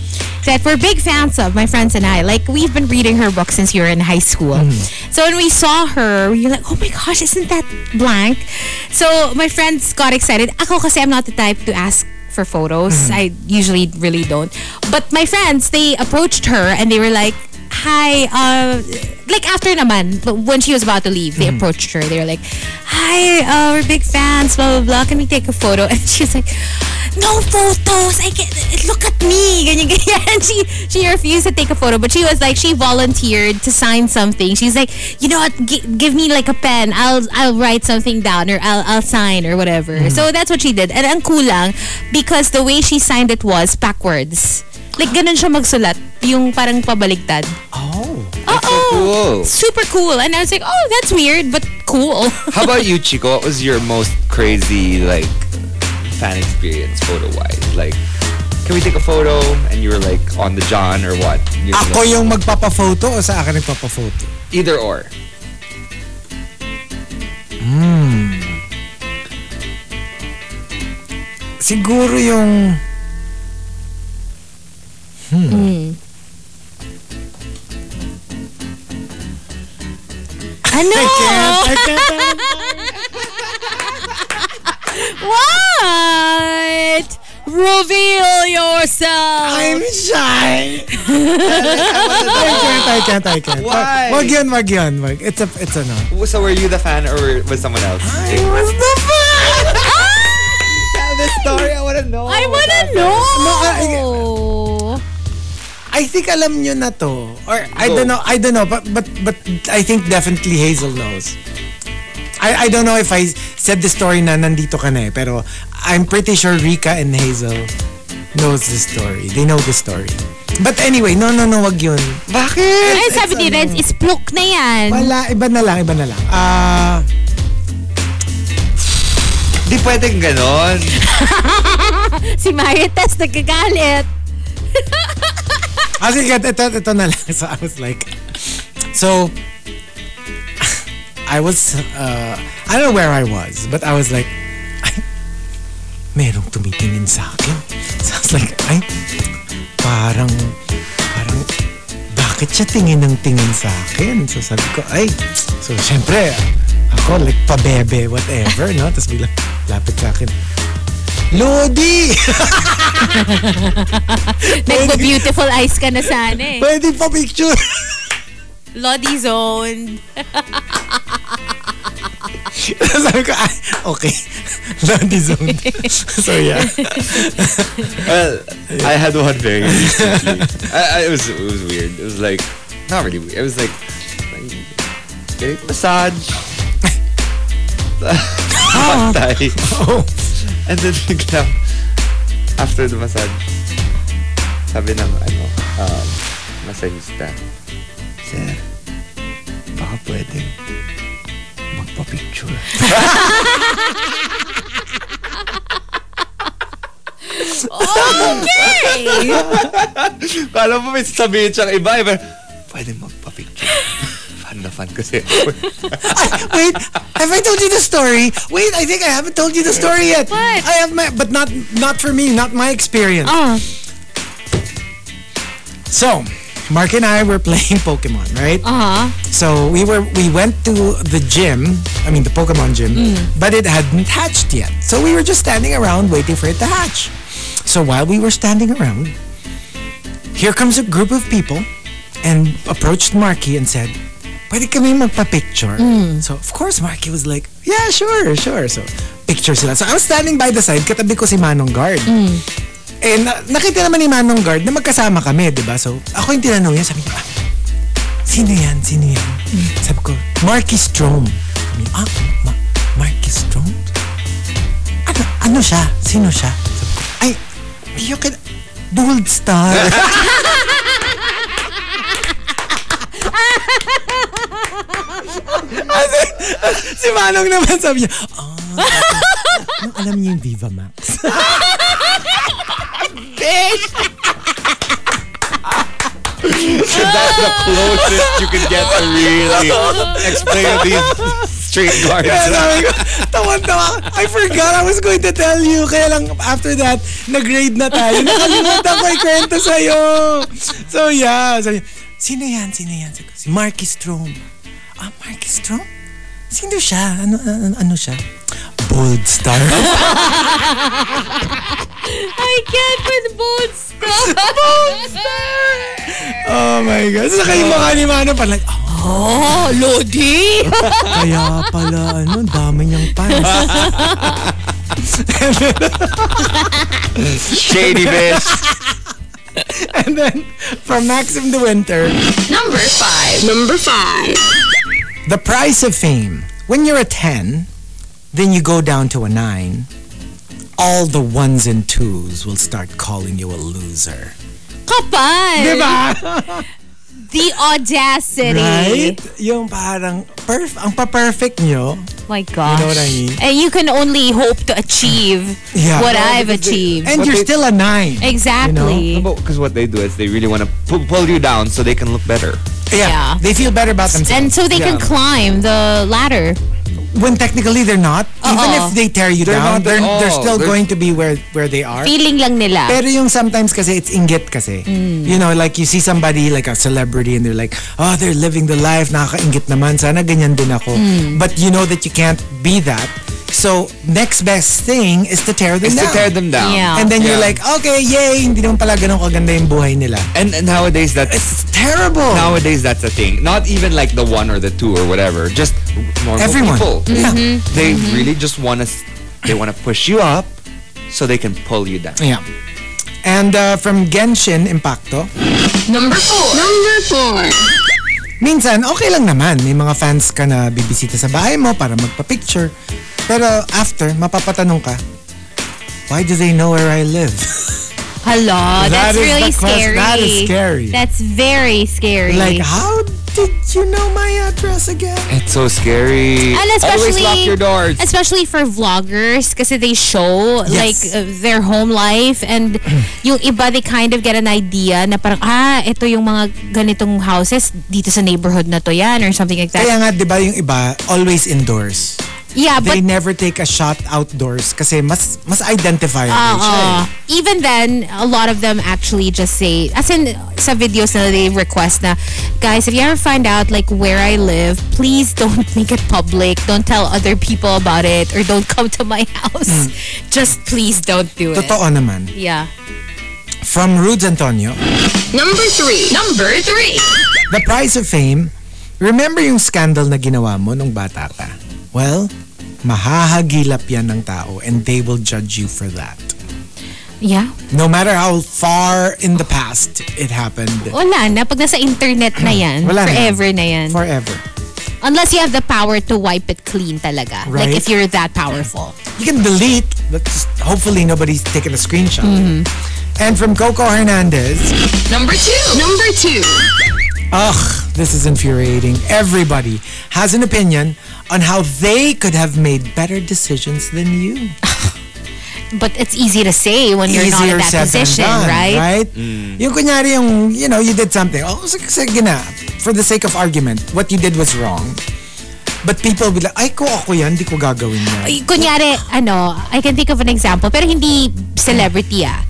[SPEAKER 3] that we're big fans of, my friends and I. Like, we've been reading her book since we were in high school. So when we saw her, we were like, oh my gosh, isn't that blank? So my friends got excited. Ako kasi I'm not the type to ask for photos. I usually really don't. But my friends, they approached her and they were like, Hi, uh, like after naman, but when she was about to leave, they approached her. They were like, Hi, uh, we're big fans, blah, blah, blah. Can we take a photo? <laughs> And she's like, No photos. I can't, look at me. <laughs> Ganyan, ganyan. And she, she refused to take a photo, but she was like, she volunteered to sign something. She's like, You know what? G- give me like a pen. I'll, I'll write something down or I'll, I'll sign or whatever. So that's what she did. And ang kulang because the way she signed it was backwards. Like, ganun siya magsulat. Yung parang pabaligtad.
[SPEAKER 1] Oh.
[SPEAKER 3] Oh,
[SPEAKER 2] cool.
[SPEAKER 3] super cool. And I was like, oh, that's weird, but cool. <laughs>
[SPEAKER 2] How about you, Chico? What was your most crazy like fan experience photo wise? Like, can we take a photo? And you were like on the John or what? You're
[SPEAKER 1] Ako
[SPEAKER 2] like,
[SPEAKER 1] yung magpapaphoto o sa akin nagpapaphoto?
[SPEAKER 2] either or.
[SPEAKER 1] Siguro yung...
[SPEAKER 3] ano?
[SPEAKER 1] I can't, I can't.
[SPEAKER 3] What? Reveal yourself.
[SPEAKER 1] I'm
[SPEAKER 3] <laughs>
[SPEAKER 1] shy. I can't, I can't, I can't.
[SPEAKER 2] Why?
[SPEAKER 1] Wag yun, wag yun. Wag. It's a, it's ano. a no.
[SPEAKER 2] So were you the fan or was someone else?
[SPEAKER 1] It was the fun.
[SPEAKER 2] Tell this story. I wanna know.
[SPEAKER 3] Ah! I wanna know.
[SPEAKER 1] I think alam nyo na to. Or I
[SPEAKER 2] Go.
[SPEAKER 1] don't know, I don't know, but but but I think definitely Hazel knows. I I don't know if I said the story na nandito ka na eh, pero I'm pretty sure Rika and Hazel knows the story. They know the story. But anyway, no no no, wag yun. Bakit?
[SPEAKER 3] Ay, sabi ni Renz, it's pluk na yan.
[SPEAKER 1] Wala, iba na lang, iba na lang. Ah,
[SPEAKER 2] Di pwedeng ganon.
[SPEAKER 3] Si Marites nagkagalit.
[SPEAKER 1] As in, ito, ito, ito na lang. <laughs> So, I was like, so, I was, uh, I don't know where I was, but I was like, ay, merong tumitingin <laughs> sa akin. So, I was like, ay, parang, parang, bak, bakit siya tingin ng tingin sa akin? So sabi ko, ay, so syempre, ako like pabebe, whatever, no? Tapos biglang lapit sa akin, Lodi! <laughs>
[SPEAKER 3] Nagpa-beautiful eyes ka na sana eh.
[SPEAKER 1] Pwede pa picture!
[SPEAKER 3] Lodi zone.
[SPEAKER 1] <laughs> sabi ko, ah, okay. <laughs> Lodi zone. so yeah.
[SPEAKER 2] Well, I had one
[SPEAKER 1] <laughs>
[SPEAKER 2] very recently. I, I, it was it was weird. It was like not really weird. It was like, like getting massage. <laughs> Patay.
[SPEAKER 1] Oh,
[SPEAKER 2] And then biglang, after the massage, sabi ng ano, um, massagista, Sir, baka pwedeng magpa-picture.
[SPEAKER 3] Okay!
[SPEAKER 2] Kala mo may sasabihin siyang iba, eh, pero pwedeng magpa-picture. <laughs> fan na fan kasi. ako.
[SPEAKER 1] wait, have I told you the story? Wait, I think I haven't told you the story yet.
[SPEAKER 3] What?
[SPEAKER 1] I have my, but not not for me, not my experience.
[SPEAKER 3] Ah,
[SPEAKER 1] So, Mark and I were <laughs> playing Pokemon, right?
[SPEAKER 3] ah.
[SPEAKER 1] So we were we went to the gym, I mean the Pokemon gym, but it hadn't hatched yet. So we were just standing around waiting for it to hatch. So while we were standing around, here comes a group of people and approached Marky and said, Pwede kami magpa-picture. So of course Marky was like, Yeah, sure, sure. So picture sila. So I was standing by the side, katabi ko si Manong Guard. Eh, na- nakita naman ni Manong Guard na magkasama kami, di ba? So, ako yung tinanong niya, sabi niya, ah, sino yan? Sino yan? Sabi ko, Marky Strom. Sabi niya, ah, Ma- Marky Strom? Ano, ano siya? Sino siya? Sabi ko, ay, you can, Bold Star. As in, si Manong naman sabi niya, ah, ano, alam niyo <laughs> yung Viva Max?
[SPEAKER 2] That's the closest you can get to really explain these straight guards.
[SPEAKER 1] Kaya sabi ko, tawan-tawa. ako. I forgot I was going to tell you. Kaya lang, after that, nag-grade na tayo. Nakalimutan ko ikwento sa'yo. So, yeah. Sabi, sino yan? Sino yan? Sabi ko, Si Marky Strom. Ah, Marky Strom? Sino siya? Ano, ano, ano siya? Bold star.
[SPEAKER 3] I can't with boots.
[SPEAKER 1] <laughs> <laughs> oh my God. Saka yung mga ni Mano pa like, oh,
[SPEAKER 3] Oh,
[SPEAKER 1] <laughs>
[SPEAKER 3] Lodi!
[SPEAKER 1] kaya pala, ano, dami niyang pants.
[SPEAKER 2] Shady <laughs> bitch.
[SPEAKER 1] And <laughs> then, from Maxim the Winter,
[SPEAKER 6] Number five. Number five.
[SPEAKER 1] The price of fame. When you're a 10, then you go down to a 9, all the ones and twos will start calling you a loser.
[SPEAKER 3] Kapal! The audacity.
[SPEAKER 1] Right? Yung parang, perf ang pa-perfect nyo.
[SPEAKER 3] My gosh.
[SPEAKER 1] You know what I mean?
[SPEAKER 3] And you can only hope to achieve
[SPEAKER 1] <laughs> Yeah.
[SPEAKER 3] what
[SPEAKER 1] No,
[SPEAKER 3] I've achieved.
[SPEAKER 1] And
[SPEAKER 2] What
[SPEAKER 1] you're
[SPEAKER 2] they-
[SPEAKER 1] still a 9.
[SPEAKER 3] Eh, exactly.
[SPEAKER 2] Because what they do is they really want to pull, pull you down so they can look better.
[SPEAKER 3] Yeah.
[SPEAKER 1] They feel better about themselves.
[SPEAKER 3] And so they can
[SPEAKER 2] Yeah.
[SPEAKER 3] climb the ladder.
[SPEAKER 1] when technically they're not, even
[SPEAKER 3] Uh-oh.
[SPEAKER 1] if they tear you
[SPEAKER 2] They're
[SPEAKER 1] down,
[SPEAKER 2] not at
[SPEAKER 1] they're, they're
[SPEAKER 2] all.
[SPEAKER 1] still
[SPEAKER 2] They're-
[SPEAKER 1] going to be where, where they are.
[SPEAKER 3] Feeling lang nila.
[SPEAKER 1] Pero yung sometimes kasi it's inggit kasi. You know, like you see somebody like a celebrity and they're like, oh, they're living the life, nakakaingit naman, sana ganyan din ako. But you know that you can't be that. So, next best thing is to tear them
[SPEAKER 2] It's
[SPEAKER 1] down.
[SPEAKER 2] to tear them down.
[SPEAKER 3] Yeah.
[SPEAKER 1] And then you're
[SPEAKER 2] Yeah.
[SPEAKER 1] like, okay, yay, hindi naman pala ganun kaganda yung buhay nila.
[SPEAKER 2] And, and nowadays that's
[SPEAKER 1] Terrible!
[SPEAKER 2] nowadays that's a thing. Not even like the one or the two or whatever. Just normal
[SPEAKER 1] Everyone.
[SPEAKER 2] people.
[SPEAKER 1] Yeah. Mm-hmm.
[SPEAKER 2] They really just want to. They want to push you up so they can pull you down.
[SPEAKER 1] Yeah. And uh, from Genshin Impacto,
[SPEAKER 6] Number four. Number four.
[SPEAKER 1] minsan okay lang naman. May mga fans ka na bibisita sa bahay mo para magpa-picture. Pero after, mapapatanong ka, why do they know where I live?
[SPEAKER 3] Hello,
[SPEAKER 1] That
[SPEAKER 3] that's
[SPEAKER 1] is
[SPEAKER 3] really
[SPEAKER 1] the quest-
[SPEAKER 3] scary.
[SPEAKER 1] that is scary.
[SPEAKER 3] That's very scary.
[SPEAKER 1] like, how did you know my address again?
[SPEAKER 2] It's so scary.
[SPEAKER 3] And
[SPEAKER 2] Always
[SPEAKER 3] especially-
[SPEAKER 2] lock your doors.
[SPEAKER 3] Especially for vloggers kasi they show like
[SPEAKER 1] Yes.
[SPEAKER 3] uh, their home life
[SPEAKER 1] <clears throat>
[SPEAKER 3] and yung iba they kind of get an idea na parang ah ito yung mga ganitong houses dito sa neighborhood na to yan or something like that.
[SPEAKER 1] Kaya nga, di ba yung iba, always indoors.
[SPEAKER 3] Yeah,
[SPEAKER 1] They
[SPEAKER 3] but-
[SPEAKER 1] never take a shot outdoors kasi mas mas identifiable siya eh.
[SPEAKER 3] Oo. Uh, Even then, a lot of them actually just say, as in sa videos na they request na, guys, if you ever find out like where I live, please don't <laughs> make it public. Don't tell other people about it or don't come to my house. Just please don't do it.
[SPEAKER 1] Hmm. Totoo naman.
[SPEAKER 3] Yeah.
[SPEAKER 1] From Rudes Antonio,
[SPEAKER 6] Number three. Number three.
[SPEAKER 1] The price of fame, remember yung scandal na ginawa mo nung bata ka? Well, mahahagilap yan ng tao and they will judge you for that.
[SPEAKER 3] Yeah.
[SPEAKER 1] No matter how far in the past it happened.
[SPEAKER 3] Wala na. Pag nasa internet na yan,
[SPEAKER 1] Hmm. Wala na yan.
[SPEAKER 3] forever na yan.
[SPEAKER 1] Forever.
[SPEAKER 3] Unless you have the power to wipe it clean talaga.
[SPEAKER 1] Right.
[SPEAKER 3] Like if you're that powerful.
[SPEAKER 1] You can delete, but just hopefully nobody's taking a screenshot.
[SPEAKER 3] Mm-hmm.
[SPEAKER 1] And from Coco Hernandez,
[SPEAKER 6] Number two. Number two.
[SPEAKER 1] ugh, this is infuriating. Everybody has an opinion on how they could have made better decisions than you.
[SPEAKER 3] But it's easy to say when you're not in
[SPEAKER 1] Easier
[SPEAKER 3] that
[SPEAKER 1] said than
[SPEAKER 3] position,
[SPEAKER 1] done,
[SPEAKER 3] right?
[SPEAKER 1] Right? Yung kunyari yung, you know, you did something. Oh, sige, sige na. For the sake of argument, what you did was wrong. But people will be like, ay, ko ako yan, di ko gagawin yan.
[SPEAKER 3] Ay, kunyari, ano, I can think of an example, pero hindi celebrity ah.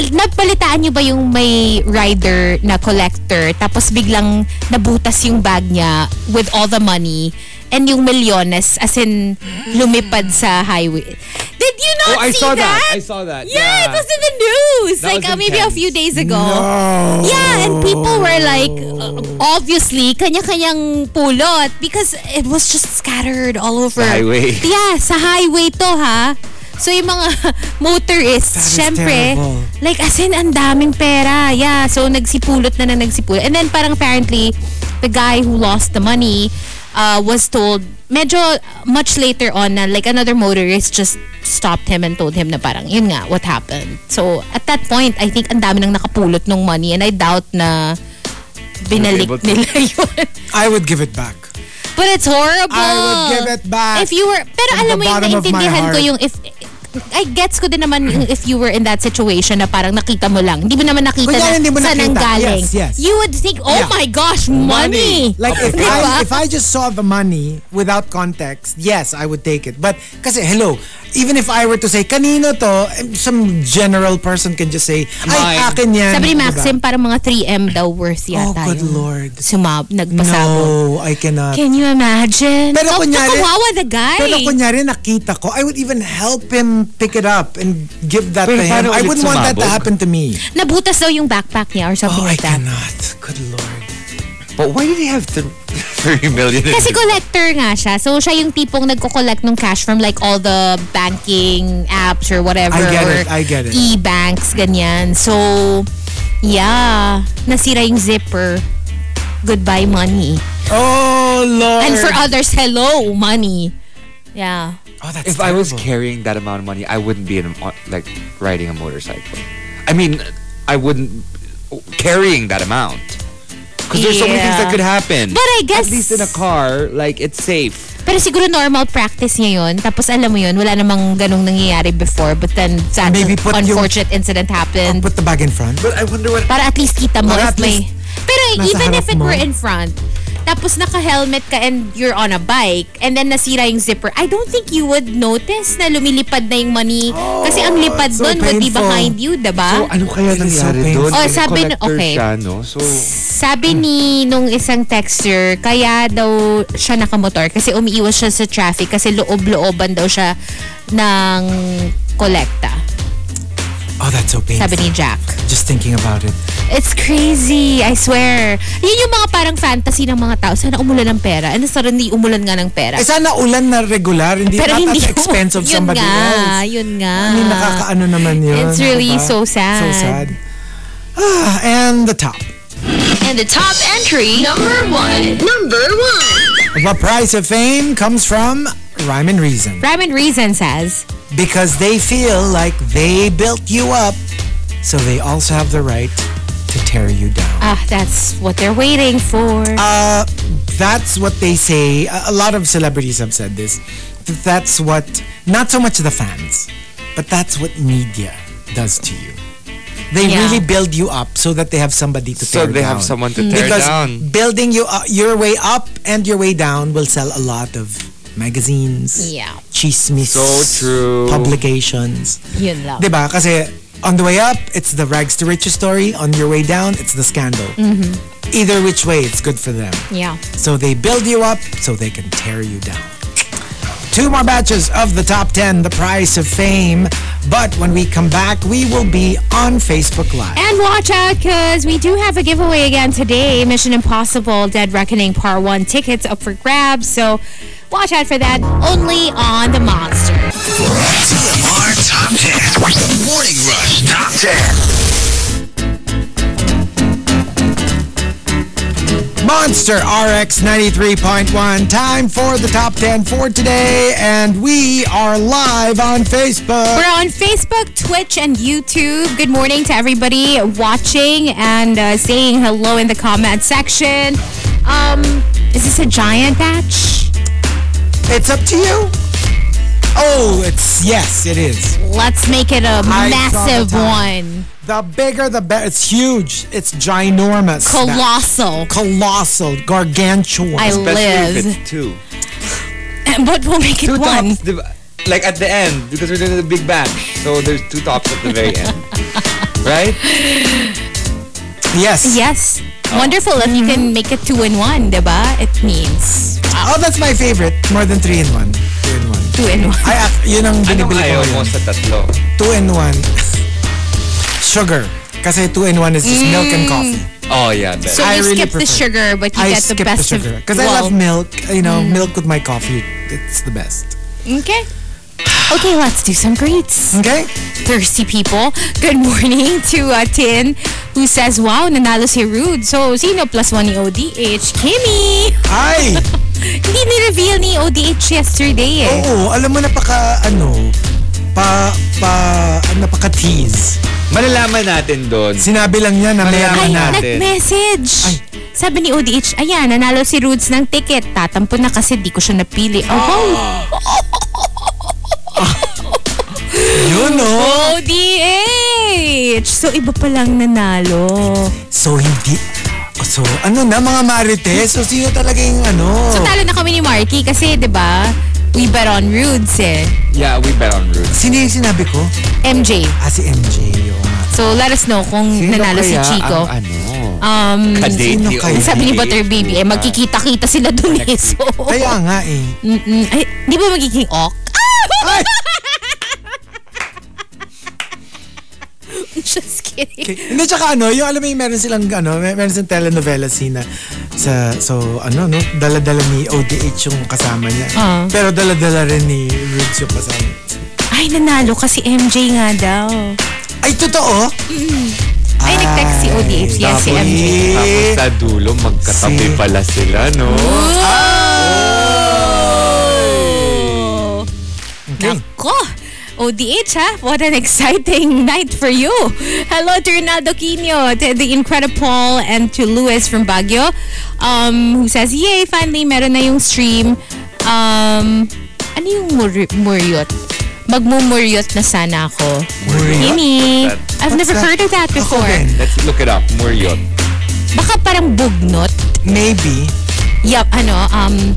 [SPEAKER 3] L- Nagbalitaan niyo ba yung may rider na collector tapos biglang nabutas yung bag niya with all the money and yung milyones as in lumipad sa highway. Did you not
[SPEAKER 2] Oh, I
[SPEAKER 3] see
[SPEAKER 2] saw that. I saw that.
[SPEAKER 3] Yeah, it
[SPEAKER 2] Yeah.
[SPEAKER 3] was in the news.
[SPEAKER 2] That
[SPEAKER 3] like
[SPEAKER 2] was
[SPEAKER 3] uh, maybe a
[SPEAKER 2] intense.
[SPEAKER 3] few days ago.
[SPEAKER 1] No.
[SPEAKER 3] Yeah, and people were like, uh, obviously, kanya-kanyang pulot because it was just scattered all over.
[SPEAKER 2] Sa highway.
[SPEAKER 3] Yeah, sa highway to ha. So yung mga <laughs>
[SPEAKER 1] That is
[SPEAKER 3] motorists, syempre,
[SPEAKER 1] terrible.
[SPEAKER 3] like as in, ang daming pera. Yeah, so nagsipulot na na nagsipulot. And then parang apparently, the guy who lost the money uh, was told, medyo much later on na like another motorist just stopped him and told him na parang, yun nga, what happened. So at that point, I think ang dami nang nakapulot ng money and I doubt na binalik
[SPEAKER 2] able to-
[SPEAKER 3] nila <laughs> yun.
[SPEAKER 1] I would give it back.
[SPEAKER 3] But it's horrible.
[SPEAKER 1] I would give it back.
[SPEAKER 3] If you were, pero
[SPEAKER 1] From
[SPEAKER 3] alam
[SPEAKER 1] the
[SPEAKER 3] mo yung
[SPEAKER 1] bottom of my
[SPEAKER 3] naintindihan ko
[SPEAKER 1] heart.
[SPEAKER 3] yung if, I gets ko din naman yung if you were in that situation na parang nakita mo lang. Hindi mo naman nakita
[SPEAKER 1] Kunyari, hindi
[SPEAKER 3] na
[SPEAKER 1] mo
[SPEAKER 3] saan ang
[SPEAKER 1] nakita.
[SPEAKER 3] galing.
[SPEAKER 1] Yes, yes.
[SPEAKER 3] You would think, oh
[SPEAKER 1] Yeah.
[SPEAKER 3] my gosh, money.
[SPEAKER 1] Like if
[SPEAKER 3] <laughs> Di
[SPEAKER 1] I,
[SPEAKER 3] ba?
[SPEAKER 1] if I just saw the money without context, yes, I would take it. But kasi hello, even if I were to say kanino to, eh, some general person can just say ay
[SPEAKER 2] Mine.
[SPEAKER 1] akin yan.
[SPEAKER 3] Sabi ni
[SPEAKER 1] Diba?
[SPEAKER 3] Maxim, parang mga 3M daw worth
[SPEAKER 1] Oh
[SPEAKER 3] yata
[SPEAKER 1] good
[SPEAKER 3] yun.
[SPEAKER 1] lord.
[SPEAKER 3] Sumab, nagpasabog.
[SPEAKER 1] No, I cannot.
[SPEAKER 3] Can you imagine?
[SPEAKER 1] Pero
[SPEAKER 3] Kaw-
[SPEAKER 1] kunyari-
[SPEAKER 3] kawawa the guy.
[SPEAKER 1] Pero kunyari nakita ko, I would even help him pick it up and give that
[SPEAKER 2] Pero
[SPEAKER 1] to him.
[SPEAKER 2] paano
[SPEAKER 1] I
[SPEAKER 2] ulit
[SPEAKER 1] wouldn't want that to
[SPEAKER 2] sumabog?
[SPEAKER 1] happen to me.
[SPEAKER 3] Nabutas daw yung backpack niya or something
[SPEAKER 1] Oh, I
[SPEAKER 3] like that.
[SPEAKER 1] cannot. Good lord.
[SPEAKER 2] But why did he have th- <laughs> three million?
[SPEAKER 3] Kasi collector nga siya. So, siya yung tipong nagko-collect ng cash from like all the banking apps or whatever.
[SPEAKER 1] I get
[SPEAKER 3] or
[SPEAKER 1] it, I get it.
[SPEAKER 3] E-banks, ganyan. So, yeah. Nasira yung zipper. Goodbye, money.
[SPEAKER 1] Oh lord.
[SPEAKER 3] And for others, hello, money. Yeah.
[SPEAKER 1] oh, that's
[SPEAKER 2] if I was
[SPEAKER 1] terrible.
[SPEAKER 2] carrying that amount of money, I wouldn't be in a, mo- like riding a motorcycle. I mean, I wouldn't carrying that amount because there's so many things
[SPEAKER 3] Yeah.
[SPEAKER 2] that could happen.
[SPEAKER 3] But I guess...
[SPEAKER 2] at least in a car, like it's safe.
[SPEAKER 3] Pero siguro normal practice niya yun. Tapos alam mo yun, wala namang ganong nangyayari before. But then, that
[SPEAKER 1] Maybe put yung-
[SPEAKER 3] unfortunate incident happened.
[SPEAKER 1] put the bag in front.
[SPEAKER 2] But I wonder what.
[SPEAKER 3] Para at least kita mo
[SPEAKER 1] Para
[SPEAKER 3] if
[SPEAKER 1] at
[SPEAKER 3] may... Pero
[SPEAKER 1] nasa
[SPEAKER 3] even
[SPEAKER 1] harap
[SPEAKER 3] if it
[SPEAKER 1] mo.
[SPEAKER 3] were in front, tapos naka-helmet ka and you're on a bike, and then nasira yung zipper, I don't think you would notice na lumilipad na yung money. kasi ang lipad
[SPEAKER 1] it's Oh, so
[SPEAKER 3] doon would be
[SPEAKER 1] painful.
[SPEAKER 3] behind you,
[SPEAKER 2] So
[SPEAKER 3] diba?
[SPEAKER 2] ano kaya
[SPEAKER 1] It is so
[SPEAKER 2] nangyari doon?
[SPEAKER 1] painful.
[SPEAKER 3] Oh, sabi na-
[SPEAKER 2] Collector
[SPEAKER 3] okay.
[SPEAKER 2] Siya, no? So,
[SPEAKER 3] Sabi ni nung isang texter, kaya daw siya nakamotor kasi umiiwas siya sa traffic kasi loob-looban daw siya ng kolekta.
[SPEAKER 1] Oh, that's so painful.
[SPEAKER 3] Sabi ni Jack.
[SPEAKER 1] Just thinking about it.
[SPEAKER 3] It's crazy, I swear. Yun yung mga parang fantasy ng mga tao. Sana umulan ng pera. And suddenly, umulan nga ng pera.
[SPEAKER 1] Eh, sana ulan na regular, hindi
[SPEAKER 3] Pero
[SPEAKER 1] not
[SPEAKER 3] hindi <laughs>
[SPEAKER 1] at the expense of
[SPEAKER 3] yun
[SPEAKER 1] somebody
[SPEAKER 3] nga,
[SPEAKER 1] else.
[SPEAKER 3] Yun nga.
[SPEAKER 1] I mean, nakakaano naman yun.
[SPEAKER 3] It's really
[SPEAKER 1] diba?
[SPEAKER 3] so sad.
[SPEAKER 1] So sad. Ah, and the top.
[SPEAKER 6] And the top entry. Number one. Number one.
[SPEAKER 1] The price of fame comes from Rhyme and Reason.
[SPEAKER 3] Rhyme and Reason says,
[SPEAKER 1] Because they feel like they built you up, so they also have the right to tear you down.
[SPEAKER 3] ah, that's what they're waiting for.
[SPEAKER 1] Uh, that's what they say. A a lot of celebrities have said this. Th- That's what, not so much the fans, but that's what media does to you. They
[SPEAKER 3] Yeah.
[SPEAKER 1] really build you up so that they have somebody to
[SPEAKER 2] so
[SPEAKER 1] tear
[SPEAKER 2] they have
[SPEAKER 1] down.
[SPEAKER 2] someone to tear
[SPEAKER 1] because
[SPEAKER 2] down.
[SPEAKER 1] building you up, your way up and your way down will sell a lot of magazines,
[SPEAKER 3] Yeah.
[SPEAKER 1] chismis,
[SPEAKER 2] So true.
[SPEAKER 1] publications.
[SPEAKER 3] Yun lang.
[SPEAKER 1] Diba? Kasi on the way up, it's the rags to riches story. On your way down, it's the scandal. Either which way, it's good for them.
[SPEAKER 3] Mm-hmm. Yeah.
[SPEAKER 1] So they build you up so they can tear you down. Two more batches of the top 10, the price of fame. But when we come back, we will be on Facebook Live.
[SPEAKER 3] And watch out because we do have a giveaway again today. Mission Impossible Dead Reckoning Part 1 tickets up for grabs. So watch out for that only on The Monster.
[SPEAKER 5] TMR Top 10. Morning Rush Top 10.
[SPEAKER 1] Monster RX 93.1. Time for the top 10 for today. And we are live on Facebook.
[SPEAKER 3] We're on Facebook, Twitch, and YouTube. Good morning to everybody watching and uh, saying hello in the comment section. Um, is this a giant batch?
[SPEAKER 1] It's up to you. Oh, it's yes, it is.
[SPEAKER 3] Let's make it
[SPEAKER 1] I saw
[SPEAKER 3] a
[SPEAKER 1] the
[SPEAKER 3] massive
[SPEAKER 1] time.
[SPEAKER 3] one.
[SPEAKER 1] The bigger, the better. It's huge. It's ginormous.
[SPEAKER 3] Colossal.
[SPEAKER 1] Colossal. Gargantuan.
[SPEAKER 3] I
[SPEAKER 2] Especially if
[SPEAKER 3] live.
[SPEAKER 2] it's two.
[SPEAKER 3] <laughs> But we'll make it
[SPEAKER 2] Two
[SPEAKER 3] one.
[SPEAKER 2] tops. diba? Like at the end, because we're doing the big batch. So there's two tops at the very
[SPEAKER 3] <laughs>
[SPEAKER 2] end. right?
[SPEAKER 1] yes.
[SPEAKER 3] Yes.
[SPEAKER 1] Oh.
[SPEAKER 3] Wonderful if you
[SPEAKER 1] Mm-hmm.
[SPEAKER 3] can make it two in one, diba? It means
[SPEAKER 1] Oh, that's my favorite. More than three in one. Two in one.
[SPEAKER 3] two in one.
[SPEAKER 1] Ay, ah, yun ang
[SPEAKER 2] Anong
[SPEAKER 1] binibili ko
[SPEAKER 2] ayaw mo
[SPEAKER 1] ngayon.
[SPEAKER 2] sa tatlo?
[SPEAKER 1] Two in one. <laughs> Sugar. Kasi two in one is just milk and coffee.
[SPEAKER 2] Oh yeah, better.
[SPEAKER 3] So
[SPEAKER 1] I
[SPEAKER 3] you
[SPEAKER 1] really
[SPEAKER 3] skip the
[SPEAKER 1] prefer-
[SPEAKER 3] sugar, but you
[SPEAKER 1] I
[SPEAKER 3] Mm, get the
[SPEAKER 1] skip
[SPEAKER 3] best
[SPEAKER 1] the sugar.
[SPEAKER 3] of Mm.
[SPEAKER 1] Because I love milk. You know, milk with my coffee. It's the best.
[SPEAKER 3] Okay. Okay, let's do some greets.
[SPEAKER 1] Okay?
[SPEAKER 3] Thirsty people, good morning to uh, Tin, who says, wow, nanalo si Rude. So, sino plus one ni ODH? Kimmy! <laughs>
[SPEAKER 1] Ay! <laughs>
[SPEAKER 3] Hindi ni-reveal ni ODH yesterday eh.
[SPEAKER 1] Oo, alam mo, napaka, ano, pa, pa, napaka-tease.
[SPEAKER 2] Malalaman natin doon.
[SPEAKER 1] Sinabi lang niya na meron
[SPEAKER 3] Ay,
[SPEAKER 1] na.
[SPEAKER 2] natin.
[SPEAKER 3] nag-message.
[SPEAKER 1] Ay.
[SPEAKER 3] Sabi ni ODH, ayan, nanalo si Rudes ng ticket. Tatampo na kasi di ko siya napili. Oh,
[SPEAKER 1] Yun, no?
[SPEAKER 3] ODH! So, iba palang nanalo.
[SPEAKER 1] So, hindi, so, ano na, mga marites? So, sino talaga yung, ano?
[SPEAKER 3] So, talo na kami ni Marky kasi, di ba, we bet on Rudes eh.
[SPEAKER 2] Yeah, we bet on Ruth.
[SPEAKER 1] Sino yung sinabi ko?
[SPEAKER 3] MJ.
[SPEAKER 1] Ah, si MJ. oo nga.
[SPEAKER 3] So, let us know kung nanalo si Chico.
[SPEAKER 2] Ang, Ah, ano?
[SPEAKER 3] Um,
[SPEAKER 2] kadate
[SPEAKER 1] sino
[SPEAKER 2] ni
[SPEAKER 1] kaya?
[SPEAKER 2] ODH?
[SPEAKER 3] sabi ni Butter Baby, eh, magkikita-kita sila dun eh. So,
[SPEAKER 1] Kaya nga eh.
[SPEAKER 3] Mm-mm. Ay, di ba magiging ok?
[SPEAKER 1] Ay!
[SPEAKER 3] <laughs> Just kidding.
[SPEAKER 1] Hindi, tsaka ano, yung alam mo yung meron silang, ano, mer- meron silang telenovela scene na sa, so, ano, no, dala-dala ni ODH yung kasama niya.
[SPEAKER 3] Ah.
[SPEAKER 1] Pero dala-dala rin ni Rudes yung kasama.
[SPEAKER 3] Ay, nanalo kasi MJ nga daw.
[SPEAKER 1] Ay, totoo?
[SPEAKER 3] Ay, nag-text si ODH. Yes, si MJ.
[SPEAKER 2] Tapos sa dulo, magkatabi
[SPEAKER 1] Si-
[SPEAKER 2] pala sila, no?
[SPEAKER 3] Oh! Nako! ODH ha? What an exciting <laughs> night for you! Hello to Ronaldo Quino, to the Incredible, and to Luis from Baguio, um, who says, Yay! Finally, meron na yung stream. Um, ano yung mur- muryot? Magmumuryot na sana ako. Kimi!
[SPEAKER 2] What's that?
[SPEAKER 3] I've never
[SPEAKER 1] that?
[SPEAKER 3] heard of that
[SPEAKER 1] Ako
[SPEAKER 3] before.
[SPEAKER 1] din.
[SPEAKER 2] Let's look it up. Muryot.
[SPEAKER 3] Baka parang bugnot.
[SPEAKER 1] Maybe.
[SPEAKER 3] Yup, ano, um,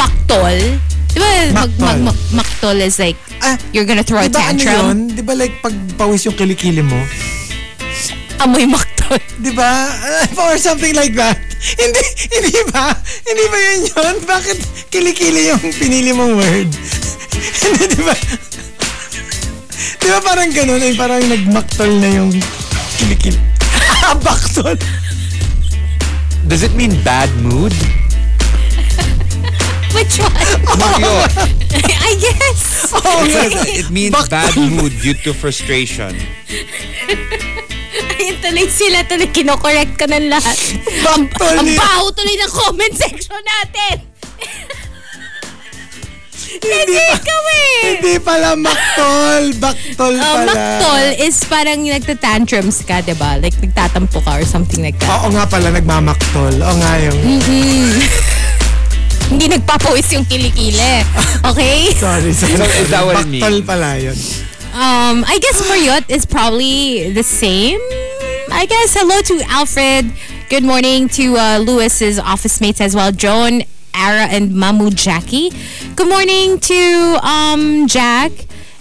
[SPEAKER 3] maktol. Di ba, mag,
[SPEAKER 1] Maktol.
[SPEAKER 3] mag, mag- maktol is like,
[SPEAKER 1] Ah,
[SPEAKER 3] you're gonna throw a
[SPEAKER 1] Diba ano yun?
[SPEAKER 3] tantrum.
[SPEAKER 1] Diba like pag pawis yung kilikili mo?
[SPEAKER 3] Amoy maktol. <laughs>
[SPEAKER 1] Diba? <laughs> Or something like that. Hindi, hindi ba? Hindi ba yun yun? Bakit kilikili yung pinili mong word? <laughs> Hindi, diba? Diba parang ganun? Ay, parang nagmaktol na yung kilikili. <laughs> Ah, baktol!
[SPEAKER 2] Does it mean bad mood?
[SPEAKER 3] <laughs> Which one?
[SPEAKER 1] <laughs>
[SPEAKER 2] Muryot.
[SPEAKER 3] I guess.
[SPEAKER 1] Oo nga.
[SPEAKER 2] It means
[SPEAKER 1] Baktol.
[SPEAKER 2] bad mood due to frustration.
[SPEAKER 3] Ayun tuloy sila, tuloy kinokorrect ka ng lahat.
[SPEAKER 1] Baktol
[SPEAKER 3] Ang
[SPEAKER 1] ni-
[SPEAKER 3] baho tuloy ng comment section natin. Hindi
[SPEAKER 1] ba-
[SPEAKER 3] ikaw eh.
[SPEAKER 1] Hindi pala maktol. Baktol
[SPEAKER 3] Uh,
[SPEAKER 1] pala.
[SPEAKER 3] maktol is parang nagtatantrums ka, di ba? Like, nagtatampo ka or something like that.
[SPEAKER 1] Oo nga pala, nagmamaktol. Oo nga yung...
[SPEAKER 3] Hmm. Hindi nagpapawis yung kilikili.
[SPEAKER 1] <laughs>
[SPEAKER 3] Okay?
[SPEAKER 1] Sorry, sorry.
[SPEAKER 2] So, is that what it means?
[SPEAKER 1] Baktol pala yun.
[SPEAKER 3] Um, I guess Mariot is probably the same. I guess hello to Alfred. Good morning to uh, Lewis's office mates as well, Joan Ara and Mamu Jackie. Good morning to um, Jack.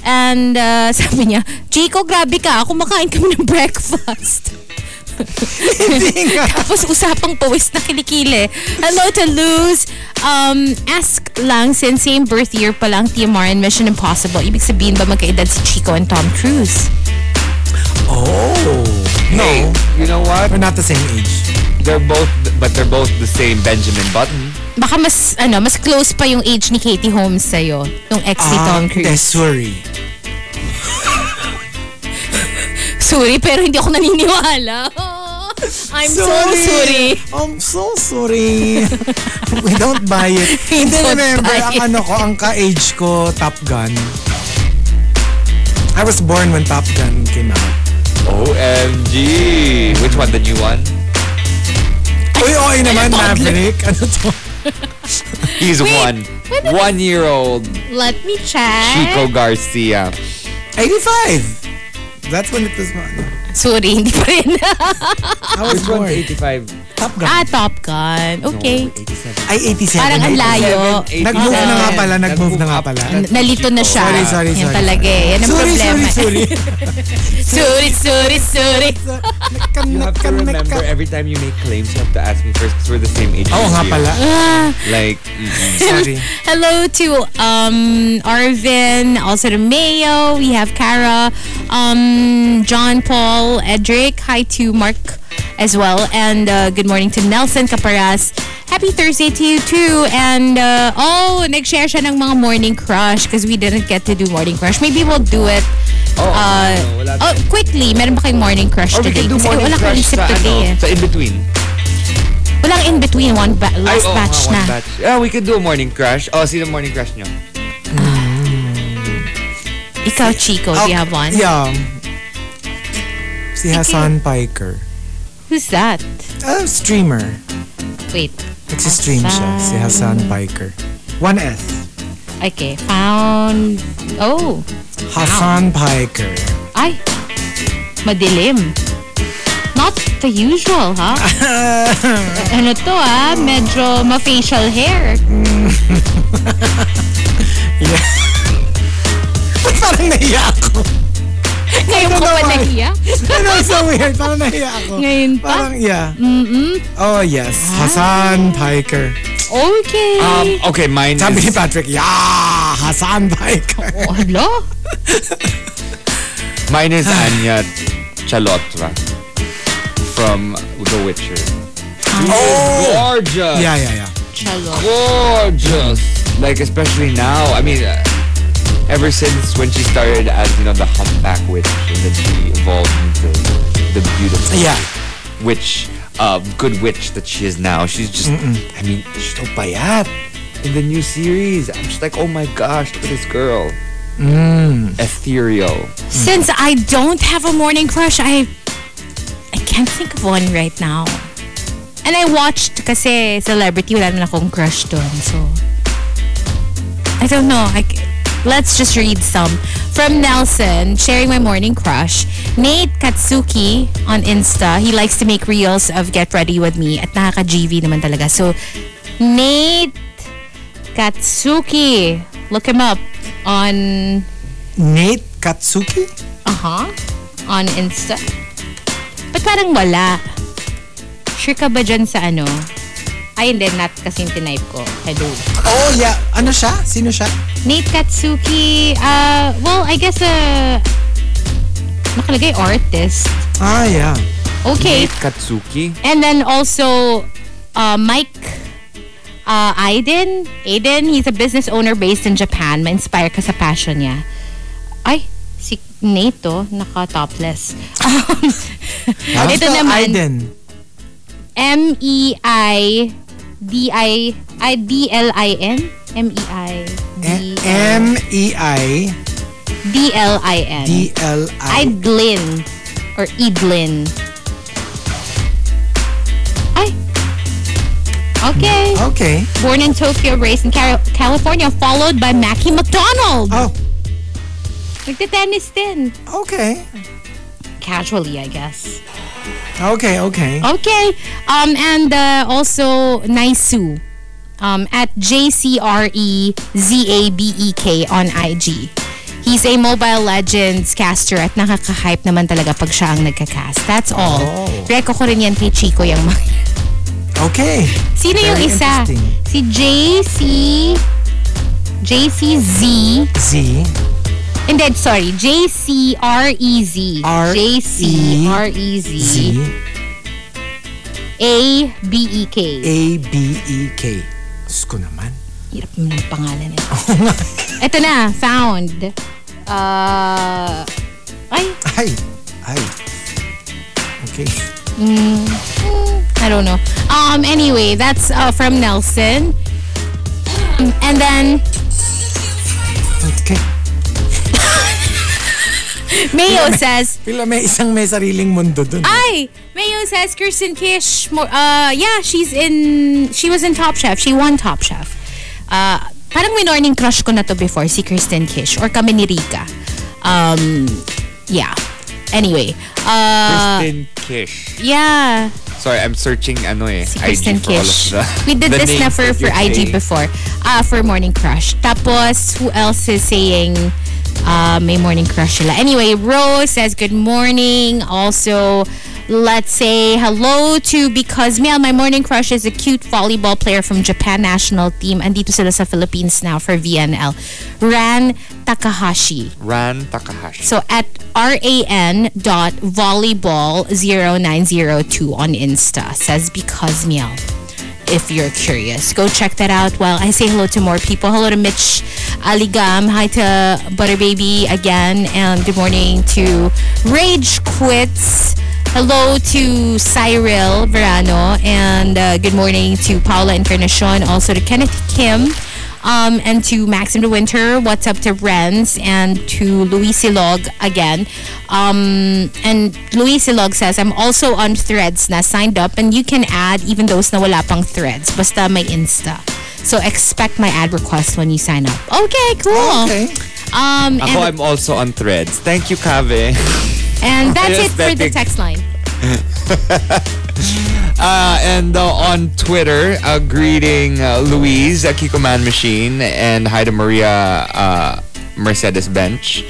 [SPEAKER 3] And uh, <laughs> sabi niya, Chico, grabe ka. Kumakain kami ng breakfast. <laughs>
[SPEAKER 1] Hindi nga.
[SPEAKER 3] Tapos usapang pawis na kilikili. Hello to Luz. Um, ask lang since same birth year pa lang TMR and Mission Impossible. Ibig sabihin ba magkaedad si Chico and Tom Cruise?
[SPEAKER 1] Oh.
[SPEAKER 2] Hey,
[SPEAKER 1] No.
[SPEAKER 2] you know what?
[SPEAKER 1] We're not the same age.
[SPEAKER 2] They're both, but they're both the same Benjamin Button.
[SPEAKER 3] Baka mas, ano, mas close pa yung age ni Katie Holmes sa'yo. Nung ex ni Tom
[SPEAKER 1] Ah,
[SPEAKER 3] Cruise.
[SPEAKER 1] Tesuri.
[SPEAKER 3] Sorry, pero hindi ako naniniwala. <laughs> Oh, I'm so sorry.
[SPEAKER 1] I'm so sorry. <laughs> We don't buy it.
[SPEAKER 3] We
[SPEAKER 1] Hindi
[SPEAKER 3] don't
[SPEAKER 1] remember,
[SPEAKER 3] buy
[SPEAKER 1] ang
[SPEAKER 3] it.
[SPEAKER 1] ano ko, ang ka-age ko, Top Gun. I was born when Top Gun came out.
[SPEAKER 2] OMG! Which one? The new one?
[SPEAKER 1] Uy, okay naman,
[SPEAKER 3] toddler.
[SPEAKER 1] Maverick. Ano to?
[SPEAKER 2] He's
[SPEAKER 3] Wait, Eh?
[SPEAKER 2] one.
[SPEAKER 3] when did-
[SPEAKER 2] One year old
[SPEAKER 3] Let me check.
[SPEAKER 2] Chico Garcia.
[SPEAKER 1] 85. That's when it was born.
[SPEAKER 3] Sorry, hindi
[SPEAKER 1] <laughs>
[SPEAKER 3] pa rin.
[SPEAKER 1] I was born.
[SPEAKER 2] 85.
[SPEAKER 1] Top Gun.
[SPEAKER 3] ah, Top Gun. Okay.
[SPEAKER 1] Ay, 87.
[SPEAKER 3] Parang ang layo.
[SPEAKER 1] Nag-move na nga pala, nag-move na nga pala.
[SPEAKER 2] Nag-move up.
[SPEAKER 3] Nalito na siya.
[SPEAKER 1] Sorry, sorry,
[SPEAKER 3] Yan
[SPEAKER 1] sorry.
[SPEAKER 3] talaga eh. Yan ang
[SPEAKER 1] Sorry,
[SPEAKER 3] problema.
[SPEAKER 1] sorry, sorry.
[SPEAKER 3] sorry, sorry, sorry.
[SPEAKER 1] Nagka-
[SPEAKER 2] You have to
[SPEAKER 1] nagka-
[SPEAKER 2] remember
[SPEAKER 1] nagka-
[SPEAKER 2] every time you make claims, you have to ask me first because we're the same age.
[SPEAKER 1] Oo
[SPEAKER 2] as
[SPEAKER 1] nga
[SPEAKER 2] you.
[SPEAKER 1] pala.
[SPEAKER 3] Ah,
[SPEAKER 2] Like, mm-mm.
[SPEAKER 3] <laughs>
[SPEAKER 1] Sorry.
[SPEAKER 3] hello to um, Arvin, also to Mayo. We have Cara, um, John Paul, Edric. Hi to Mark as well. And uh, good morning to Nelson Caparas. Happy Thursday to you too. And uh, oh, nag-share siya ng mga morning crush because we didn't get to do morning crush. Maybe we'll do it.
[SPEAKER 2] Oh,
[SPEAKER 3] uh,
[SPEAKER 2] no, wala
[SPEAKER 3] oh,
[SPEAKER 2] tayo.
[SPEAKER 3] quickly, meron ba kayong morning crush
[SPEAKER 2] or Oh, we
[SPEAKER 3] today?
[SPEAKER 2] can do
[SPEAKER 3] Kasi
[SPEAKER 2] morning
[SPEAKER 3] wala akong
[SPEAKER 2] crush
[SPEAKER 3] isip
[SPEAKER 2] sa,
[SPEAKER 3] today eh.
[SPEAKER 2] ano, sa in-between.
[SPEAKER 3] Walang in between one ba-
[SPEAKER 2] Ay,
[SPEAKER 3] last
[SPEAKER 2] oo nga,
[SPEAKER 3] batch
[SPEAKER 2] one
[SPEAKER 3] na.
[SPEAKER 2] batch. Ah, we could do a morning crush. Oh, sino morning crush nyo?
[SPEAKER 3] Ikaw Chico, do you have one?
[SPEAKER 1] Yeah. Si Hassan Piker.
[SPEAKER 3] Who's that?
[SPEAKER 1] Ah, streamer.
[SPEAKER 3] Wait.
[SPEAKER 1] Nagsistream siya, si Hassan Piker. 1S.
[SPEAKER 3] Okay, found Oh,
[SPEAKER 1] Hassan Piker. <laughs>
[SPEAKER 3] ay. Madilim. Not the usual, ha? ano to, ha? Medyo ma-facial hair.
[SPEAKER 1] Ba't parang nahiya ako?
[SPEAKER 3] Ngayon ko
[SPEAKER 1] know
[SPEAKER 3] pa
[SPEAKER 1] why.
[SPEAKER 3] nahiya.
[SPEAKER 1] Ano, it's so weird. Parang nahiya ako.
[SPEAKER 3] Ngayon pa?
[SPEAKER 1] Parang, yeah.
[SPEAKER 3] Mm-mm. Ah.
[SPEAKER 1] Oh, yes. Hassan Piker.
[SPEAKER 3] Okay.
[SPEAKER 2] Um, okay, mine
[SPEAKER 1] Sabi ni
[SPEAKER 2] is...
[SPEAKER 1] Patrick, yeah, Hassan Piker.
[SPEAKER 3] <laughs> oh, hello?
[SPEAKER 2] Mine is <sighs> Anya Chalotra from The Witcher. Oh! Gorgeous!
[SPEAKER 1] Ah. Yeah, yeah, yeah.
[SPEAKER 3] Chalo.
[SPEAKER 2] gorgeous. Like especially now. I mean, uh, ever since when she started as you know the humpback witch, and then she evolved into the beautiful
[SPEAKER 1] Yeah.
[SPEAKER 2] witch, uh, good witch that she is now. She's just, I mean, she's so payat in the new series. I'm just like, oh my gosh, look at this girl.
[SPEAKER 1] Mm.
[SPEAKER 2] Ethereal.
[SPEAKER 3] Since I don't have a morning crush, I I can't think of one right now. And I watched kasi celebrity wala naman akong crush doon. So I don't know. I, c- let's just read some from Nelson sharing my morning crush. Nate Katsuki on Insta. He likes to make reels of get ready with me at nakaka-GV naman talaga. So Nate Katsuki, look him up on
[SPEAKER 1] Nate Katsuki?
[SPEAKER 3] Aha. On Insta. Ba't parang wala? Sure ka ba dyan sa ano? Ay, hindi. Not kasing tinipe ko. Hello.
[SPEAKER 1] Oh, yeah. Ano siya? Sino siya?
[SPEAKER 3] Nate Katsuki. Uh, well, I guess, uh, nakalagay artist.
[SPEAKER 1] Ah, yeah.
[SPEAKER 3] Okay.
[SPEAKER 2] Nate Katsuki.
[SPEAKER 3] And then also, uh, Mike uh, Aiden. Aiden, he's a business owner based in Japan. Ma-inspire ka sa passion niya. Ay, si Nate, oh, naka-topless. <laughs> Um,
[SPEAKER 1] Basta
[SPEAKER 3] ito naman,
[SPEAKER 1] Aiden.
[SPEAKER 3] M-E-I-D-I, E I, D-L-I-N? M-E-I,
[SPEAKER 1] E-
[SPEAKER 3] D-L-I-N.
[SPEAKER 1] M-E-I-D-L-I-N.
[SPEAKER 3] Idlin. Or Idlin. Ay. Okay.
[SPEAKER 1] Okay.
[SPEAKER 3] Born in Tokyo, raised in Cari- California, followed by Mackie McDonald.
[SPEAKER 1] Oh,
[SPEAKER 3] Nagte-tennis din.
[SPEAKER 1] okay.
[SPEAKER 3] Casually, I guess.
[SPEAKER 1] Okay, okay.
[SPEAKER 3] Okay. Um, and uh, also Naisu. um, at E JCREZABEK E on IG. He's a Mobile Legends caster at nakaka-hype naman talaga pag siya ang nagka-cast. That's all.
[SPEAKER 1] Oh.
[SPEAKER 3] Reko ko rin yan kay Chico yung mga...
[SPEAKER 1] Okay.
[SPEAKER 3] <laughs> Sino yung
[SPEAKER 1] Very
[SPEAKER 3] isa?
[SPEAKER 1] interesting.
[SPEAKER 3] Si JC... JCZ...
[SPEAKER 1] Z.
[SPEAKER 3] And then, sorry, E J-C-R-E-Z.
[SPEAKER 1] R- E
[SPEAKER 3] J-C-R-E-Z.
[SPEAKER 1] Z.
[SPEAKER 3] A-B-E-K.
[SPEAKER 1] A-B-E-K. Diyos ko E, naman.
[SPEAKER 3] Hirap mo ng pangalan <laughs> nila. Ito na, sound. Uh, ay,
[SPEAKER 1] Ay. Ay. Okay.
[SPEAKER 3] I don't know. Um, anyway, that's uh, from Nelson. And then,
[SPEAKER 1] Okay.
[SPEAKER 3] Mayo says,
[SPEAKER 1] Pila may isang may sariling mundo dun.
[SPEAKER 3] Ay! Mayo says Kirsten Kish. Mo, uh, yeah, she's in. She was in Top Chef. She won Top Chef. Uh, parang may morning crush ko na to before si Kirsten Kish or kami ni Rika. Um, yeah. Anyway, uh,
[SPEAKER 2] Kristen Kish.
[SPEAKER 3] yeah,
[SPEAKER 2] Sorry, I'm searching ano eh,
[SPEAKER 3] si Kristen
[SPEAKER 2] IG for
[SPEAKER 3] Kish.
[SPEAKER 2] all of the
[SPEAKER 3] We did
[SPEAKER 2] the
[SPEAKER 3] this na
[SPEAKER 2] names
[SPEAKER 3] for,
[SPEAKER 2] that
[SPEAKER 3] for
[SPEAKER 2] you're
[SPEAKER 3] IG
[SPEAKER 2] saying.
[SPEAKER 3] before, uh, for Morning Crush. Tapos, who else is saying uh, may Morning Crush sila? Anyway, Rose says good morning. Also, let's say hello to because Mel, my Morning Crush is a cute volleyball player from Japan national team. Andito sila sa Philippines now for VNL. Ran Takahashi.
[SPEAKER 2] Ran Takahashi.
[SPEAKER 3] So at ran dot volleyball 0902 on Insta says because meow. If you're curious, go check that out. While I say hello to more people, hello to Mitch Aligam, hi to Butter Baby again, and good morning to Rage Quits. Hello to Cyril Verano, and uh, good morning to Paula Encarnacion, also to Kenneth Kim. Um, and to Maxim De Winter, what's up to Renz, and to Luis Silog again. Um, and Luis Silog says, I'm also on threads na signed up, and you can add even those na wala pang threads. Basta may Insta. So expect my ad request when you sign up. Oh, Okay, cool.
[SPEAKER 1] Okay.
[SPEAKER 3] Um,
[SPEAKER 2] Ako, I'm
[SPEAKER 3] and,
[SPEAKER 2] also on threads. Thank you, Kave.
[SPEAKER 3] and that's it for the
[SPEAKER 2] aesthetic.
[SPEAKER 3] text line.
[SPEAKER 2] Uh, and uh, on Twitter, uh, greeting uh, Louise, uh, Kiko Man Machine, and hi to Maria uh, Mercedes Bench.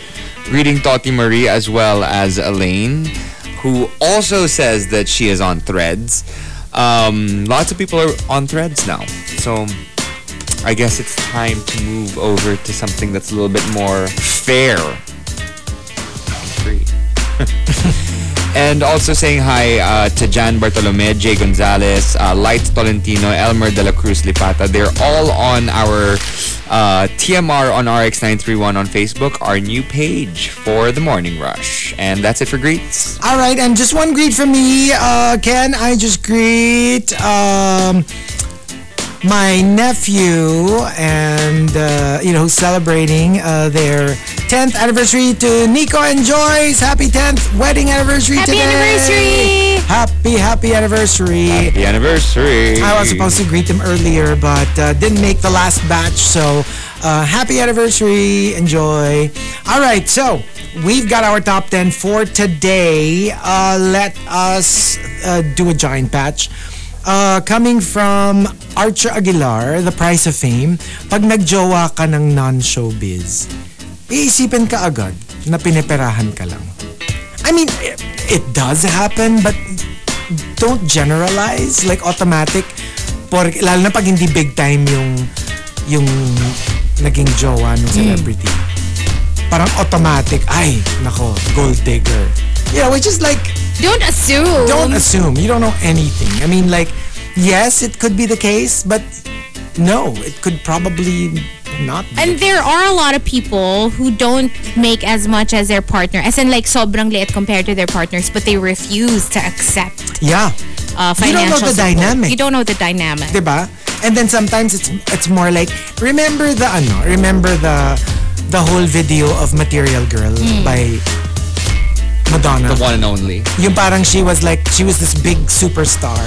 [SPEAKER 2] Greeting Toti Marie as well as Elaine, who also says that she is on threads. Um, lots of people are on threads now. So I guess it's time to move over to something that's a little bit more fair and free. And also saying hi uh, to Jan Bartolome, Jay Gonzalez, uh, Light Tolentino, Elmer De La Cruz Lipata. They're all on our uh, TMR on RX931 on Facebook, our new page for the Morning Rush. And that's it for greets.
[SPEAKER 1] All right, and just one greet from me. Uh, can I just greet um, my nephew and uh, you know who's celebrating uh, their 10th anniversary to Nico and Joyce. Happy 10th wedding anniversary
[SPEAKER 3] Happy
[SPEAKER 1] today.
[SPEAKER 3] anniversary!
[SPEAKER 1] Happy happy anniversary.
[SPEAKER 2] Happy anniversary.
[SPEAKER 1] I was supposed to greet them earlier, but uh, didn't make the last batch. So, uh, happy anniversary. Enjoy. All right. So, we've got our top 10 for today. Uh, let us uh, do a giant patch. Uh, coming from Archer Aguilar, The Price of Fame, pag nagjowa ka ng non-showbiz, iisipin ka agad na pineperahan ka lang. I mean, it, it does happen, but don't generalize like automatic por lalo na pag hindi big time yung yung naging jowa ng celebrity parang automatic ay nako gold digger you know which is like
[SPEAKER 3] Don't assume.
[SPEAKER 1] don't assume you don't know anything I mean like yes it could be the case but no it could probably not be
[SPEAKER 3] And there are a lot of people who don't make as much as their partner. As in like sobrang liit compared to their partners but they refuse to accept
[SPEAKER 1] yeah
[SPEAKER 3] uh,
[SPEAKER 1] You don't
[SPEAKER 3] financial
[SPEAKER 1] know the
[SPEAKER 3] support.
[SPEAKER 1] dynamic.
[SPEAKER 3] You don't know the dynamic.
[SPEAKER 1] diba? And then sometimes it's it's more like remember the ano, remember the the whole video of Material Girl by Madonna.
[SPEAKER 2] The one and only.
[SPEAKER 1] Yung parang she was like she was this big superstar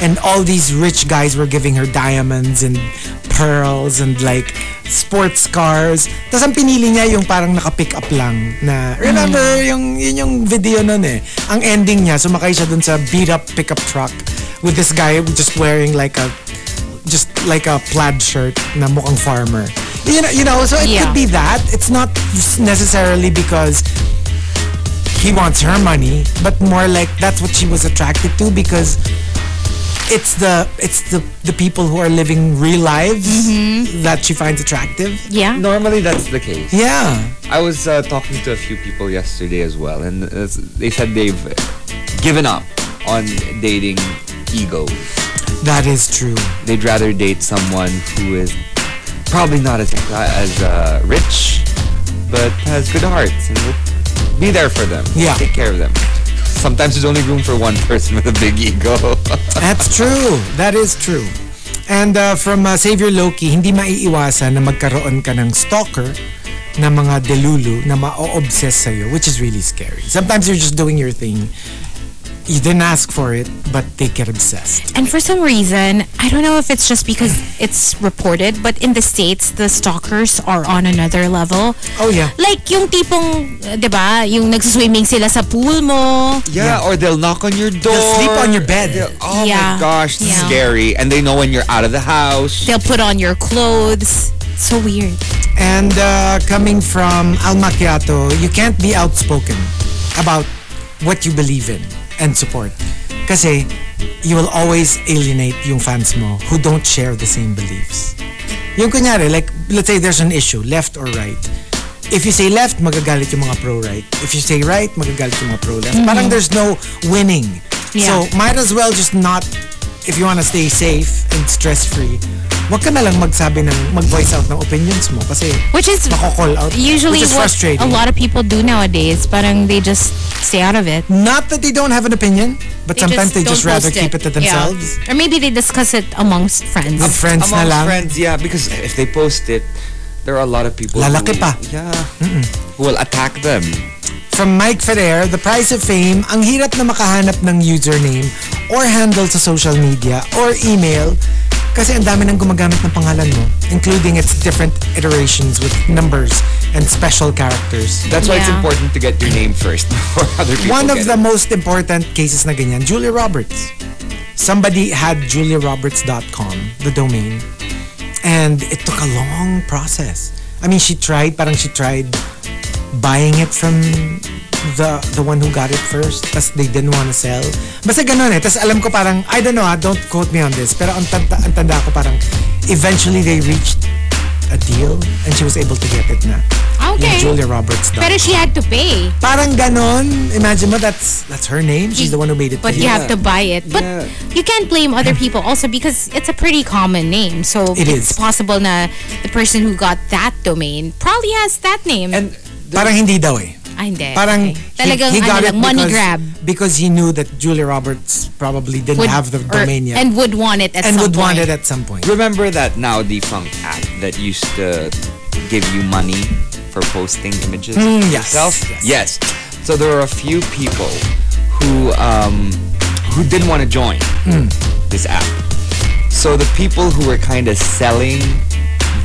[SPEAKER 1] and all these rich guys were giving her diamonds and pearls and like sports cars. Tapos ang pinili niya yung parang naka-pick up lang na remember yung yun yung video nun eh. Ang ending niya sumakay siya dun sa beat up pickup truck with this guy just wearing like a just like a plaid shirt na mukhang farmer. You know, you know so it
[SPEAKER 3] Yeah.
[SPEAKER 1] could be that. It's not necessarily because he wants her money, but more like that's what she was attracted to because it's the it's the the people who are living real lives that she finds attractive.
[SPEAKER 3] Yeah.
[SPEAKER 2] Normally, that's the case.
[SPEAKER 1] Yeah.
[SPEAKER 2] I was uh, talking to a few people yesterday as well, and uh, they said they've given up on dating egos.
[SPEAKER 1] That is true.
[SPEAKER 2] They'd rather date someone who is probably not as as uh, rich, but has good hearts and will be there for them.
[SPEAKER 1] Yeah.
[SPEAKER 2] take care of them. Sometimes there's only room for one <laughs> person with a big ego. <laughs>
[SPEAKER 1] That's true. That is true. And uh, from uh, Savior Loki, hindi maiiwasan na magkaroon ka ng stalker na mga delulu na ma-obsess sa'yo, which is really scary. Sometimes you're just doing your thing. You didn't ask for it, but they get obsessed.
[SPEAKER 3] And for some reason, I don't know if it's just because it's reported, but in the States, the stalkers are on another level.
[SPEAKER 1] Oh, yeah.
[SPEAKER 3] Like yung tipong, uh, di ba, yung nagsiswimming sila sa pool mo.
[SPEAKER 2] yeah, or they'll knock on your door.
[SPEAKER 1] sleep on your bed.
[SPEAKER 2] They'll- Oh
[SPEAKER 3] Yeah.
[SPEAKER 2] my gosh, this
[SPEAKER 3] Yeah.
[SPEAKER 2] is scary. And they know when you're out of the house.
[SPEAKER 3] They'll put on your clothes. So weird.
[SPEAKER 1] And uh, coming from Al Macchiato, you can't be outspoken about what you believe in and support. Kasi you will always alienate yung fans mo who don't share the same beliefs. Yung kunyari, like, let's say there's an issue, left or right. If you say left, magagalit yung mga pro-right. If you say right, magagalit yung mga pro-left. Parang there's no winning.
[SPEAKER 3] Yeah.
[SPEAKER 1] So, might as well just not, if you want to stay safe and stress-free, wag ka na lang magsabi ng, mag-voice out ng opinions mo. Kasi,
[SPEAKER 3] Which is
[SPEAKER 1] Mako-call out.
[SPEAKER 3] usually
[SPEAKER 1] Which is
[SPEAKER 3] what
[SPEAKER 1] frustrating.
[SPEAKER 3] a lot of people do nowadays. Parang they just stay out of it.
[SPEAKER 1] not that they don't have an opinion, but
[SPEAKER 3] They
[SPEAKER 1] sometimes they just
[SPEAKER 3] don't
[SPEAKER 1] rather
[SPEAKER 3] post
[SPEAKER 1] keep it to
[SPEAKER 3] Yeah.
[SPEAKER 1] themselves.
[SPEAKER 3] Or maybe they discuss it amongst friends.
[SPEAKER 1] With friends na
[SPEAKER 2] Amongst
[SPEAKER 1] lang.
[SPEAKER 2] friends, yeah, because if they post it, there are a lot of people.
[SPEAKER 1] Lalaki
[SPEAKER 2] who,
[SPEAKER 1] pa.
[SPEAKER 2] Yeah. Who will attack them.
[SPEAKER 1] From Mike Ferrer, The Price of Fame, ang hirap na makahanap ng username or handle sa social media or email kasi ang dami nang gumagamit ng pangalan mo, including its different iterations with numbers and special characters.
[SPEAKER 2] That's why it's
[SPEAKER 3] Yeah.
[SPEAKER 2] important to get your name first <laughs> before other people.
[SPEAKER 1] One of
[SPEAKER 2] get
[SPEAKER 1] the
[SPEAKER 2] it.
[SPEAKER 1] most important cases na ganyan, Julia Roberts. Somebody had juliaroberts.com, the domain, and it took a long process. I mean, she tried, parang she tried buying it from the the one who got it first, tas they didn't want to sell. Basta ganun eh. Tas alam ko parang, I don't know ah, don't quote me on this, pero ang tanda, ang tanda ko parang, eventually they reached a deal and she was able to get it na.
[SPEAKER 3] Ah, okay.
[SPEAKER 1] Yung Julia Roberts.
[SPEAKER 3] Pero she had to pay.
[SPEAKER 1] Parang ganon. Imagine mo, that's that's her name. She's the one who made it.
[SPEAKER 3] But you have to buy it. But
[SPEAKER 2] Yeah.
[SPEAKER 3] you can't blame other people also because it's a pretty common name. So
[SPEAKER 1] It
[SPEAKER 3] it's
[SPEAKER 1] is.
[SPEAKER 3] possible na the person who got that domain probably has that name.
[SPEAKER 2] And
[SPEAKER 1] Parang hindi daw eh.
[SPEAKER 3] Ay, hindi.
[SPEAKER 1] Parang
[SPEAKER 3] Okay. Talagang
[SPEAKER 1] he, he got
[SPEAKER 3] ano
[SPEAKER 1] it
[SPEAKER 3] lang, money
[SPEAKER 1] because,
[SPEAKER 3] grab.
[SPEAKER 1] because he knew that Julia Roberts probably didn't
[SPEAKER 3] Would-
[SPEAKER 1] have the
[SPEAKER 3] or-
[SPEAKER 1] domain yet
[SPEAKER 3] And would want it at
[SPEAKER 1] and
[SPEAKER 3] some
[SPEAKER 1] would want
[SPEAKER 3] point.
[SPEAKER 1] it at some point.
[SPEAKER 2] remember that now defunct app that used to give you money for posting images of
[SPEAKER 1] Hmm. Mm, yes,
[SPEAKER 2] yourself? Yes. So there were a few people who um, who didn't want to join this app. So the people who were kind of selling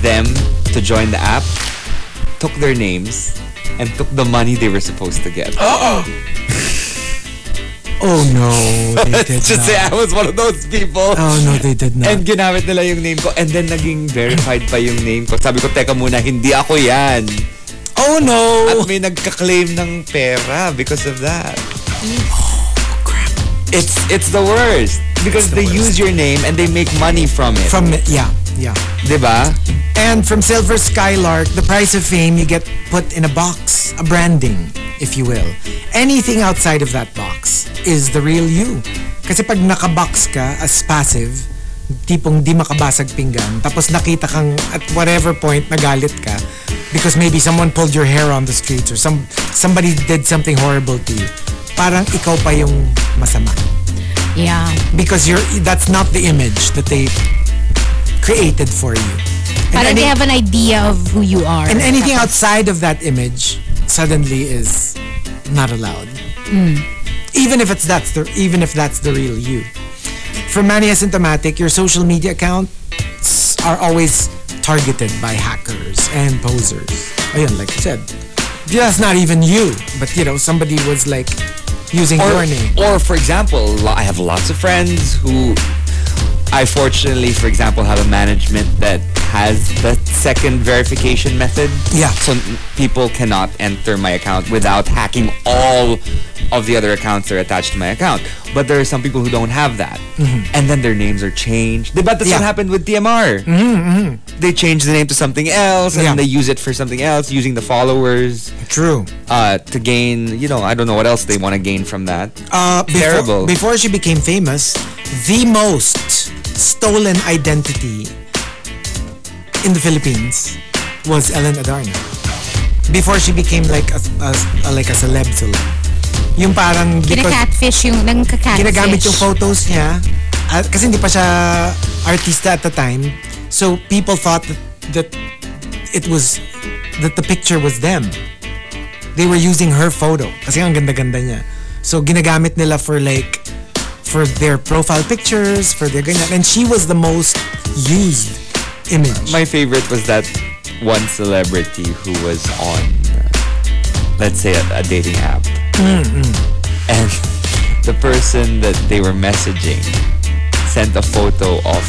[SPEAKER 2] them to join the app took their names and took the money they were supposed to get.
[SPEAKER 1] Oh no, they did
[SPEAKER 2] <laughs> Just say
[SPEAKER 1] not.
[SPEAKER 2] I was one of those people.
[SPEAKER 1] Oh no, they did not.
[SPEAKER 2] And ginamit nila yung name ko. And then naging verified pa yung name ko. Sabi ko, teka muna, hindi ako yan.
[SPEAKER 1] oh no.
[SPEAKER 2] At may nagka-claim ng pera because of that. It's it's the worst. Because they use your name and they make money from it.
[SPEAKER 1] From yeah, yeah.
[SPEAKER 2] Diba?
[SPEAKER 1] And from Silver Skylark, the price of fame, you get put in a box, a branding, if you will. Anything outside of that box is the real you. Kasi pag nakabox ka as passive, tipong di makabasag pinggan, tapos nakita kang at whatever point nagalit ka because maybe someone pulled your hair on the streets or some somebody did something horrible to you. Parang ikaw pa yung masama
[SPEAKER 3] Yeah.
[SPEAKER 1] because you're that's not the image that they created for you. And
[SPEAKER 3] Parang
[SPEAKER 1] any-
[SPEAKER 3] they have an idea of who you are.
[SPEAKER 1] and anything outside of that image suddenly is not allowed. Even if it's that's the even if that's the real you. For many asymptomatic, your social media accounts are always targeted by hackers and posers. Again, like you said, that's not even you, but you know somebody was like using
[SPEAKER 2] Or,
[SPEAKER 1] your name.
[SPEAKER 2] or for example, lo- I have lots of friends who I fortunately, for example, have a management that has the second verification method.
[SPEAKER 1] Yeah.
[SPEAKER 2] So n- people cannot enter my account without hacking all of the other accounts that are attached to my account. But there are some people who don't have that. And then their names are changed. But that's what
[SPEAKER 1] Mm-hmm. Yeah.
[SPEAKER 2] happened with DMR. Mm-hmm. They changed the name to something else and
[SPEAKER 1] Yeah.
[SPEAKER 2] they use it for something else using the followers
[SPEAKER 1] True.
[SPEAKER 2] uh, to gain, you know, I don't know what else they want to gain from that.
[SPEAKER 1] Uh, before,
[SPEAKER 2] Terrible.
[SPEAKER 1] Before she became famous, the most stolen identity in the Philippines was Ellen Adarna. Before she became like a, a- a- like a celeb celeb. Yung parang because
[SPEAKER 3] Kina-catfish yung, nang catfish
[SPEAKER 1] ginagamit yung photos niya ah, kasi hindi pa siya artista at the time. So people thought that, that it was that the picture was them. They were using her photo kasi ang ganda-ganda niya. So ginagamit nila for like for their profile pictures, for their ganyan. And she was the most used image.
[SPEAKER 2] My favorite was that one celebrity who was on, uh, let's say, a, a dating app.
[SPEAKER 1] Mm-hmm.
[SPEAKER 2] And <laughs> the person that they were messaging sent a photo of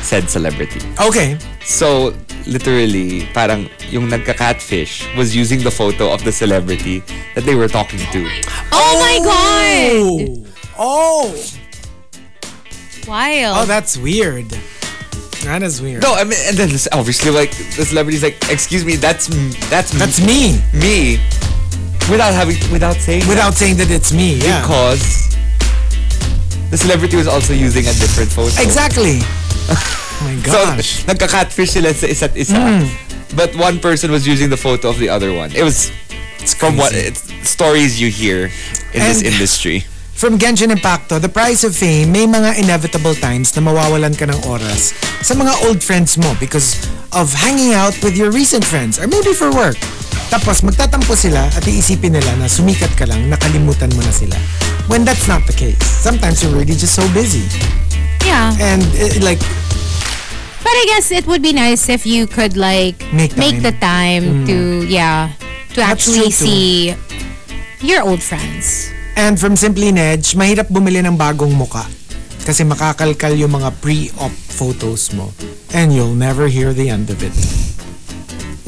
[SPEAKER 2] said celebrity.
[SPEAKER 1] Okay.
[SPEAKER 2] So, literally, parang yung nagka-catfish was using the photo of the celebrity that they were talking to.
[SPEAKER 3] Oh my God!
[SPEAKER 1] Oh,
[SPEAKER 3] Wild.
[SPEAKER 1] oh, that's weird. That is weird.
[SPEAKER 2] No, I mean, and then this- obviously, like, the celebrity's like, excuse me, that's, m- that's, m-
[SPEAKER 1] That's me.
[SPEAKER 2] me. Without having, without saying that.
[SPEAKER 1] Without saying that it's me. Yeah.
[SPEAKER 2] because the celebrity was also using a different photo.
[SPEAKER 1] Exactly. <laughs> oh my
[SPEAKER 2] So,
[SPEAKER 1] gosh. Mm.
[SPEAKER 2] nagka-catfish sila sa isa't isa. But one person was using the photo of the other one. It was from what
[SPEAKER 1] crazy.
[SPEAKER 2] it's, stories you hear in this
[SPEAKER 1] And-
[SPEAKER 2] industry.
[SPEAKER 1] From Genshin Impacto, the price of fame, may mga inevitable times na mawawalan ka ng oras sa mga old friends mo because of hanging out with your recent friends or maybe for work. Tapos magtatampo sila at iisipin nila na sumikat ka lang, nakalimutan mo na sila. When that's not the case. Sometimes you're really just so busy.
[SPEAKER 3] yeah.
[SPEAKER 1] And eh, like,
[SPEAKER 3] But I guess it would be nice if you could like
[SPEAKER 1] Make Mm.
[SPEAKER 3] the time to yeah to
[SPEAKER 1] That's
[SPEAKER 3] actually
[SPEAKER 1] true too.
[SPEAKER 3] see your old friends.
[SPEAKER 1] And from Simply Nedge, mahirap bumili ng bagong muka kasi makakalkal yung mga pre-op photos mo and you'll never hear the end of it.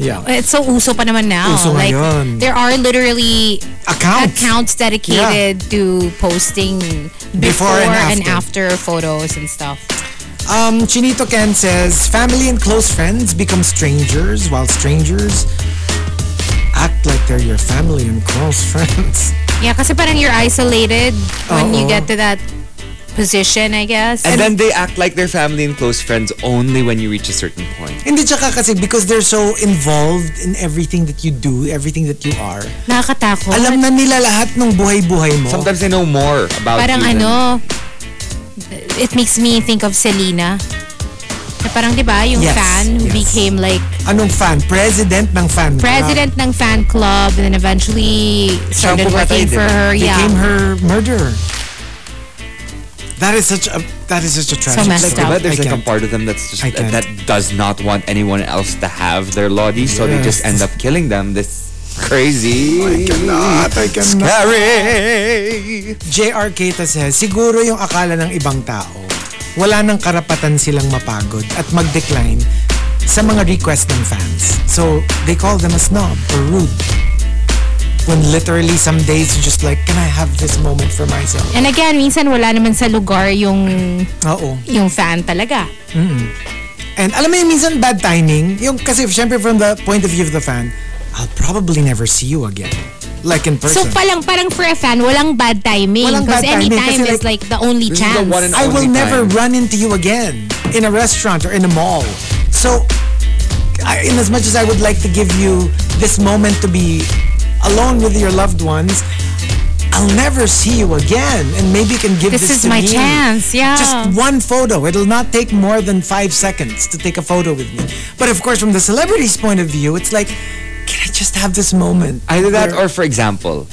[SPEAKER 1] Yeah.
[SPEAKER 3] It's so uso pa naman now.
[SPEAKER 1] Uso
[SPEAKER 3] like
[SPEAKER 1] ngayon.
[SPEAKER 3] there are literally
[SPEAKER 1] Accounts.
[SPEAKER 3] accounts dedicated to posting before,
[SPEAKER 1] Before and
[SPEAKER 3] and after photos and stuff.
[SPEAKER 1] Um, Chinito Ken says, family and close friends become strangers while strangers act like they're your family and close <laughs> friends.
[SPEAKER 3] Yeah, kasi parang you're isolated when you
[SPEAKER 1] Oo.
[SPEAKER 3] get to that position, I guess.
[SPEAKER 2] And, then they act like their family and close friends only when you reach a certain point.
[SPEAKER 1] Hindi tsaka kasi because they're so involved in everything that you do, everything that you are.
[SPEAKER 3] Nakakatakot.
[SPEAKER 1] Alam na nila lahat ng buhay-buhay mo.
[SPEAKER 2] Sometimes they know more about
[SPEAKER 3] Parang
[SPEAKER 2] you than-
[SPEAKER 3] ano, it makes me think of Selena. Na parang 'di ba yung
[SPEAKER 1] Yes,
[SPEAKER 3] fan who
[SPEAKER 1] yes.
[SPEAKER 3] became like
[SPEAKER 1] Anong fan? President ng fan club.
[SPEAKER 3] president ng fan club and then eventually
[SPEAKER 2] ang
[SPEAKER 3] started
[SPEAKER 2] pumatay,
[SPEAKER 3] working
[SPEAKER 2] di
[SPEAKER 3] for
[SPEAKER 2] ba?
[SPEAKER 3] her. Yeah.
[SPEAKER 1] became her murderer. That is such a that is such a tragic.
[SPEAKER 3] messed
[SPEAKER 1] story.
[SPEAKER 3] up.
[SPEAKER 2] But Diba, there's
[SPEAKER 1] I
[SPEAKER 2] like a
[SPEAKER 1] can't.
[SPEAKER 2] part of them that's just
[SPEAKER 1] I can't.
[SPEAKER 2] that does not want anyone else to have their lodi, so they just
[SPEAKER 1] Yes.
[SPEAKER 2] end up killing them. This crazy. Scary.
[SPEAKER 1] JR Keita says, siguro yung akala ng ibang tao, wala nang karapatan silang mapagod at mag-decline sa mga request ng fans. So, they call them a snob or rude. When literally some days you're just like, can I have this moment for myself?
[SPEAKER 3] And again, minsan wala naman sa lugar yung
[SPEAKER 1] Oo.
[SPEAKER 3] yung fan talaga.
[SPEAKER 1] And alam mo yung minsan bad timing, yung kasi syempre from the point of view of the fan, I'll probably never see you again. Like in person.
[SPEAKER 3] So palang parang for a fan, walang bad timing.
[SPEAKER 1] Walang
[SPEAKER 3] Because
[SPEAKER 1] bad timing,
[SPEAKER 3] anytime
[SPEAKER 1] kasi
[SPEAKER 3] is like the only
[SPEAKER 2] This is the
[SPEAKER 3] chance.
[SPEAKER 2] one and
[SPEAKER 1] I will
[SPEAKER 2] only
[SPEAKER 1] never
[SPEAKER 2] time.
[SPEAKER 1] run into you again in a restaurant or in a mall. So, I, in as much as I would like to give you this moment to be alone with your loved ones, I'll never see you again. And maybe you can give this,
[SPEAKER 3] This is
[SPEAKER 1] to
[SPEAKER 3] my
[SPEAKER 1] me.
[SPEAKER 3] chance, yeah.
[SPEAKER 1] Just one photo. It'll not take more than five seconds to take a photo with me. But of course, from the celebrity's point of view, it's like, can I just have this moment?
[SPEAKER 2] Either that,
[SPEAKER 1] where-
[SPEAKER 2] or for example,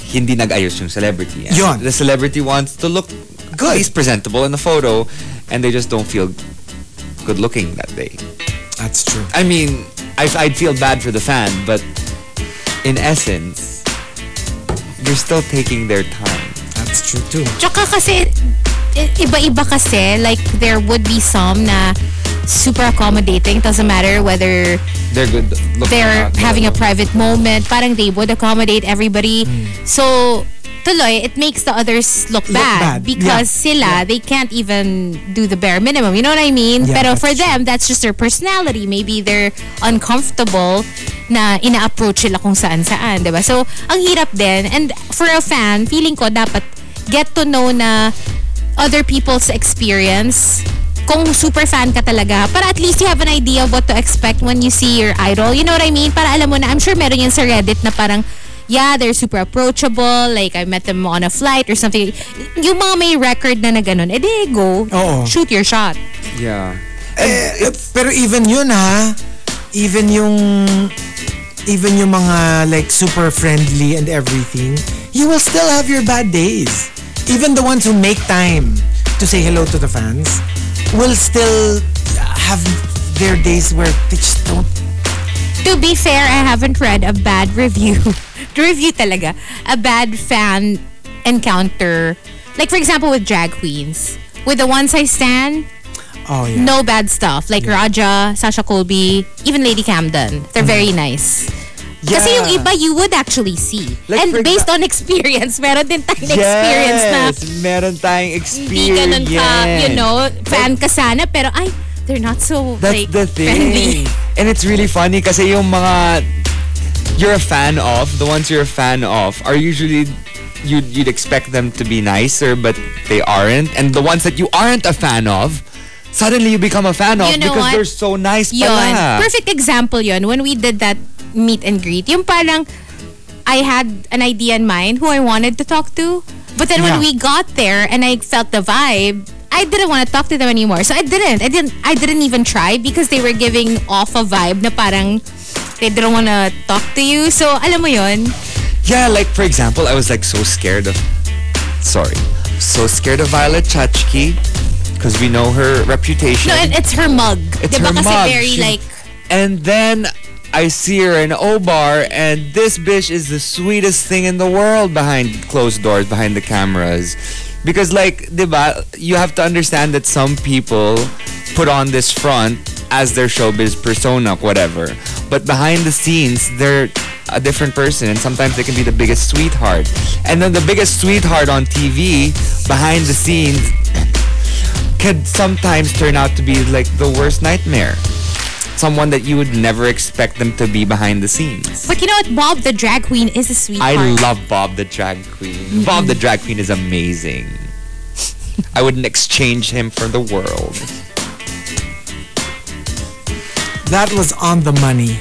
[SPEAKER 2] hindi nag-ayos yung celebrity. And
[SPEAKER 1] Yun.
[SPEAKER 2] The celebrity wants to look
[SPEAKER 1] Good.
[SPEAKER 2] good, at least presentable in the photo, and they just don't feel good looking that day.
[SPEAKER 1] That's true.
[SPEAKER 2] I mean, I, I'd feel bad for the fan, but in essence, you're still taking their time.
[SPEAKER 1] That's true too.
[SPEAKER 3] Tsaka kasi i- iba-iba kasi. Like, there would be some na super accommodating. Doesn't matter whether
[SPEAKER 2] They're good. Look, uh,
[SPEAKER 3] they're having a private moment. Parang they would accommodate everybody.
[SPEAKER 1] Hmm.
[SPEAKER 3] So, tuloy, it makes the others look,
[SPEAKER 1] bad.
[SPEAKER 3] bad, because
[SPEAKER 1] Yeah.
[SPEAKER 3] sila, they can't even do the bare minimum. You know what I mean?
[SPEAKER 1] Yeah,
[SPEAKER 3] Pero
[SPEAKER 1] that's
[SPEAKER 3] for them, that's just their personality. Maybe they're uncomfortable na ina-approach sila kung saan-saan, 'di ba? So, ang hirap din. And for a fan, feeling ko dapat get to know na other people's experience kung super fan ka talaga, para at least you have an idea of what to expect when you see your idol. You know what I mean? Para alam mo na, I'm sure meron yan sa Reddit na parang, yeah, they're super approachable, like I met them on a flight or something. Yung mga may record na na ganun, edi go,
[SPEAKER 1] Oo.
[SPEAKER 3] shoot your shot.
[SPEAKER 2] Yeah.
[SPEAKER 1] Eh, pero even yun ha, even yung even yung mga like super friendly and everything, you will still have your bad days. Even the ones who make time to say hello to the fans will still have their days where they just don't
[SPEAKER 3] To be fair, I haven't read a bad review. <laughs> review talaga. A bad fan encounter. Like for example with drag queens. With the ones I stand,
[SPEAKER 1] Oh yeah.
[SPEAKER 3] no bad stuff. Like Raja, Sasha Colby, even Lady Camden. They're very nice. Kasi yung iba you would actually see.
[SPEAKER 2] Mm-hmm. Like,
[SPEAKER 3] And
[SPEAKER 2] for
[SPEAKER 3] based on experience, meron din tayong experience na
[SPEAKER 2] Yes! Meron tayong
[SPEAKER 3] hindi
[SPEAKER 2] experience.
[SPEAKER 3] ganun ka, you know, fan ka sana, pero ay, they're not so,
[SPEAKER 2] That's
[SPEAKER 3] like,
[SPEAKER 2] the thing.
[SPEAKER 3] friendly.
[SPEAKER 2] And it's really funny kasi yung mga you're a fan of, the ones you're a fan of are usually you'd, you'd expect them to be nicer but they aren't. And the ones that you aren't a fan of, suddenly you become a fan of
[SPEAKER 3] You know
[SPEAKER 2] because
[SPEAKER 3] what?
[SPEAKER 2] they're so nice
[SPEAKER 3] Yun.
[SPEAKER 2] pala.
[SPEAKER 3] Perfect example yon when we did that meet and greet. Yung parang I had an idea in mind who I wanted to talk to. But then
[SPEAKER 1] Yeah.
[SPEAKER 3] when we got there and I felt the vibe, I didn't want to talk to them anymore. So I didn't. I didn't I didn't even try because they were giving off a vibe na parang they didn't want to talk to you. So alam mo yon
[SPEAKER 2] Yeah, like for example, I was like so scared of sorry. So scared of Violet Chachki because we know her reputation.
[SPEAKER 3] No, and it's her mug.
[SPEAKER 2] It's her
[SPEAKER 3] diba kasi
[SPEAKER 2] mug.
[SPEAKER 3] very
[SPEAKER 2] She-
[SPEAKER 3] like
[SPEAKER 2] And then I see her in O Bar, and this bitch is the sweetest thing in the world behind closed doors, behind the cameras. Because, like, diba, you have to understand that some people put on this front as their showbiz persona, whatever. But behind the scenes, they're a different person, and sometimes they can be the biggest sweetheart. And then the biggest sweetheart on TV, behind the scenes, can sometimes turn out to be like the worst nightmare. Someone that you would never expect them to be behind the scenes.
[SPEAKER 3] But you know what, Bob the drag queen is a
[SPEAKER 2] I
[SPEAKER 3] sweetheart.
[SPEAKER 2] love Bob the drag queen. Bob the drag queen is amazing. I wouldn't exchange him for the world.
[SPEAKER 1] That was on the money.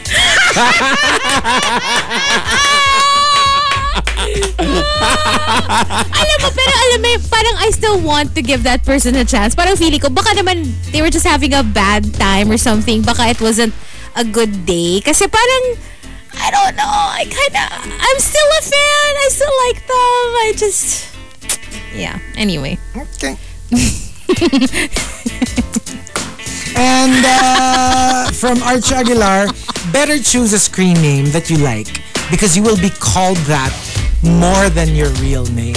[SPEAKER 3] alam mo, pero alam mo, parang I still want to give that person a chance. Parang feeling ko, baka naman they were just having a bad time or something. Baka it wasn't a good day. Kasi parang, I don't know, I kinda, I'm still a fan. I still like them. I just, yeah. Anyway.
[SPEAKER 1] Okay. and uh, from Arch Aguilar, better choose a screen name that you like because you will be called that more than your real name.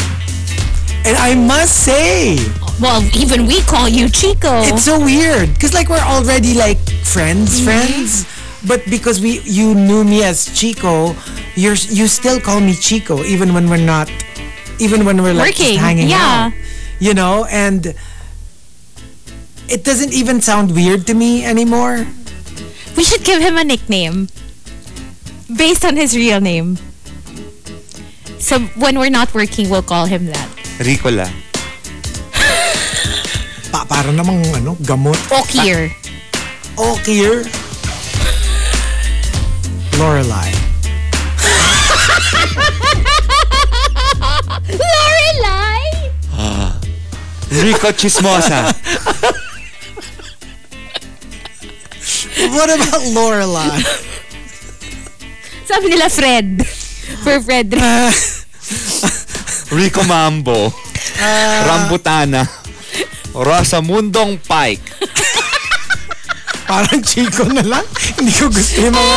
[SPEAKER 1] And I must say,
[SPEAKER 3] Well, even we call you Chico.
[SPEAKER 1] it's so weird because like we're already like friends,
[SPEAKER 3] Mm-hmm.
[SPEAKER 1] friends. But because we you knew me as Chico, you're you still call me Chico even when we're not, even when we're like just
[SPEAKER 3] Working,
[SPEAKER 1] hanging
[SPEAKER 3] yeah.
[SPEAKER 1] out. You know, and it doesn't even sound weird to me anymore.
[SPEAKER 3] we should give him a nickname based on his real name. So when we're not working, we'll call him that.
[SPEAKER 2] Ricola.
[SPEAKER 1] Pa para namang ano gamot. oh,
[SPEAKER 3] Okir.
[SPEAKER 1] Okier. Lorelai.
[SPEAKER 3] Lorelai!
[SPEAKER 2] Rico Chismosa.
[SPEAKER 1] What about Lorelai?
[SPEAKER 3] Sabi nila Fred. <laughs> For Frederick.
[SPEAKER 2] Rico Mambo. Rambutana. Rosamundong Pike.
[SPEAKER 1] <laughs> Parang Chico na lang. Hindi ko gusto yung mga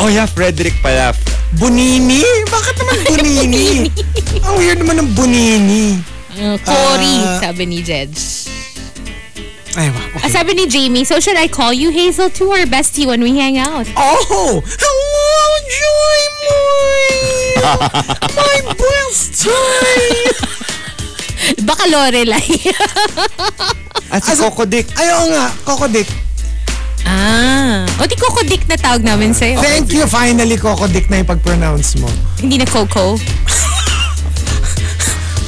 [SPEAKER 2] Oh yeah, Frederick pala.
[SPEAKER 1] Bunini? Bakit naman <laughs> bunini? Ang weird naman ng bunini.
[SPEAKER 3] Uh, Cory,
[SPEAKER 1] Ah.
[SPEAKER 3] sabi ni Jed.
[SPEAKER 1] Ay, wow.
[SPEAKER 3] Ah,
[SPEAKER 1] Okay.
[SPEAKER 3] sabi ni Jamie, so should I call you Hazel too or bestie when we hang out?
[SPEAKER 1] Oh! Hello, Joy Moy! My best time!
[SPEAKER 3] Baka Lorelai. <laughs>
[SPEAKER 2] At si
[SPEAKER 1] As a-
[SPEAKER 2] Coco Dick.
[SPEAKER 1] Ayaw nga, Coco Dick.
[SPEAKER 3] ah. O di Coco Dick na tawag namin sa'yo.
[SPEAKER 1] Thank you, finally, Coco Dick na ipag-pronounce mo.
[SPEAKER 3] Hindi na Coco.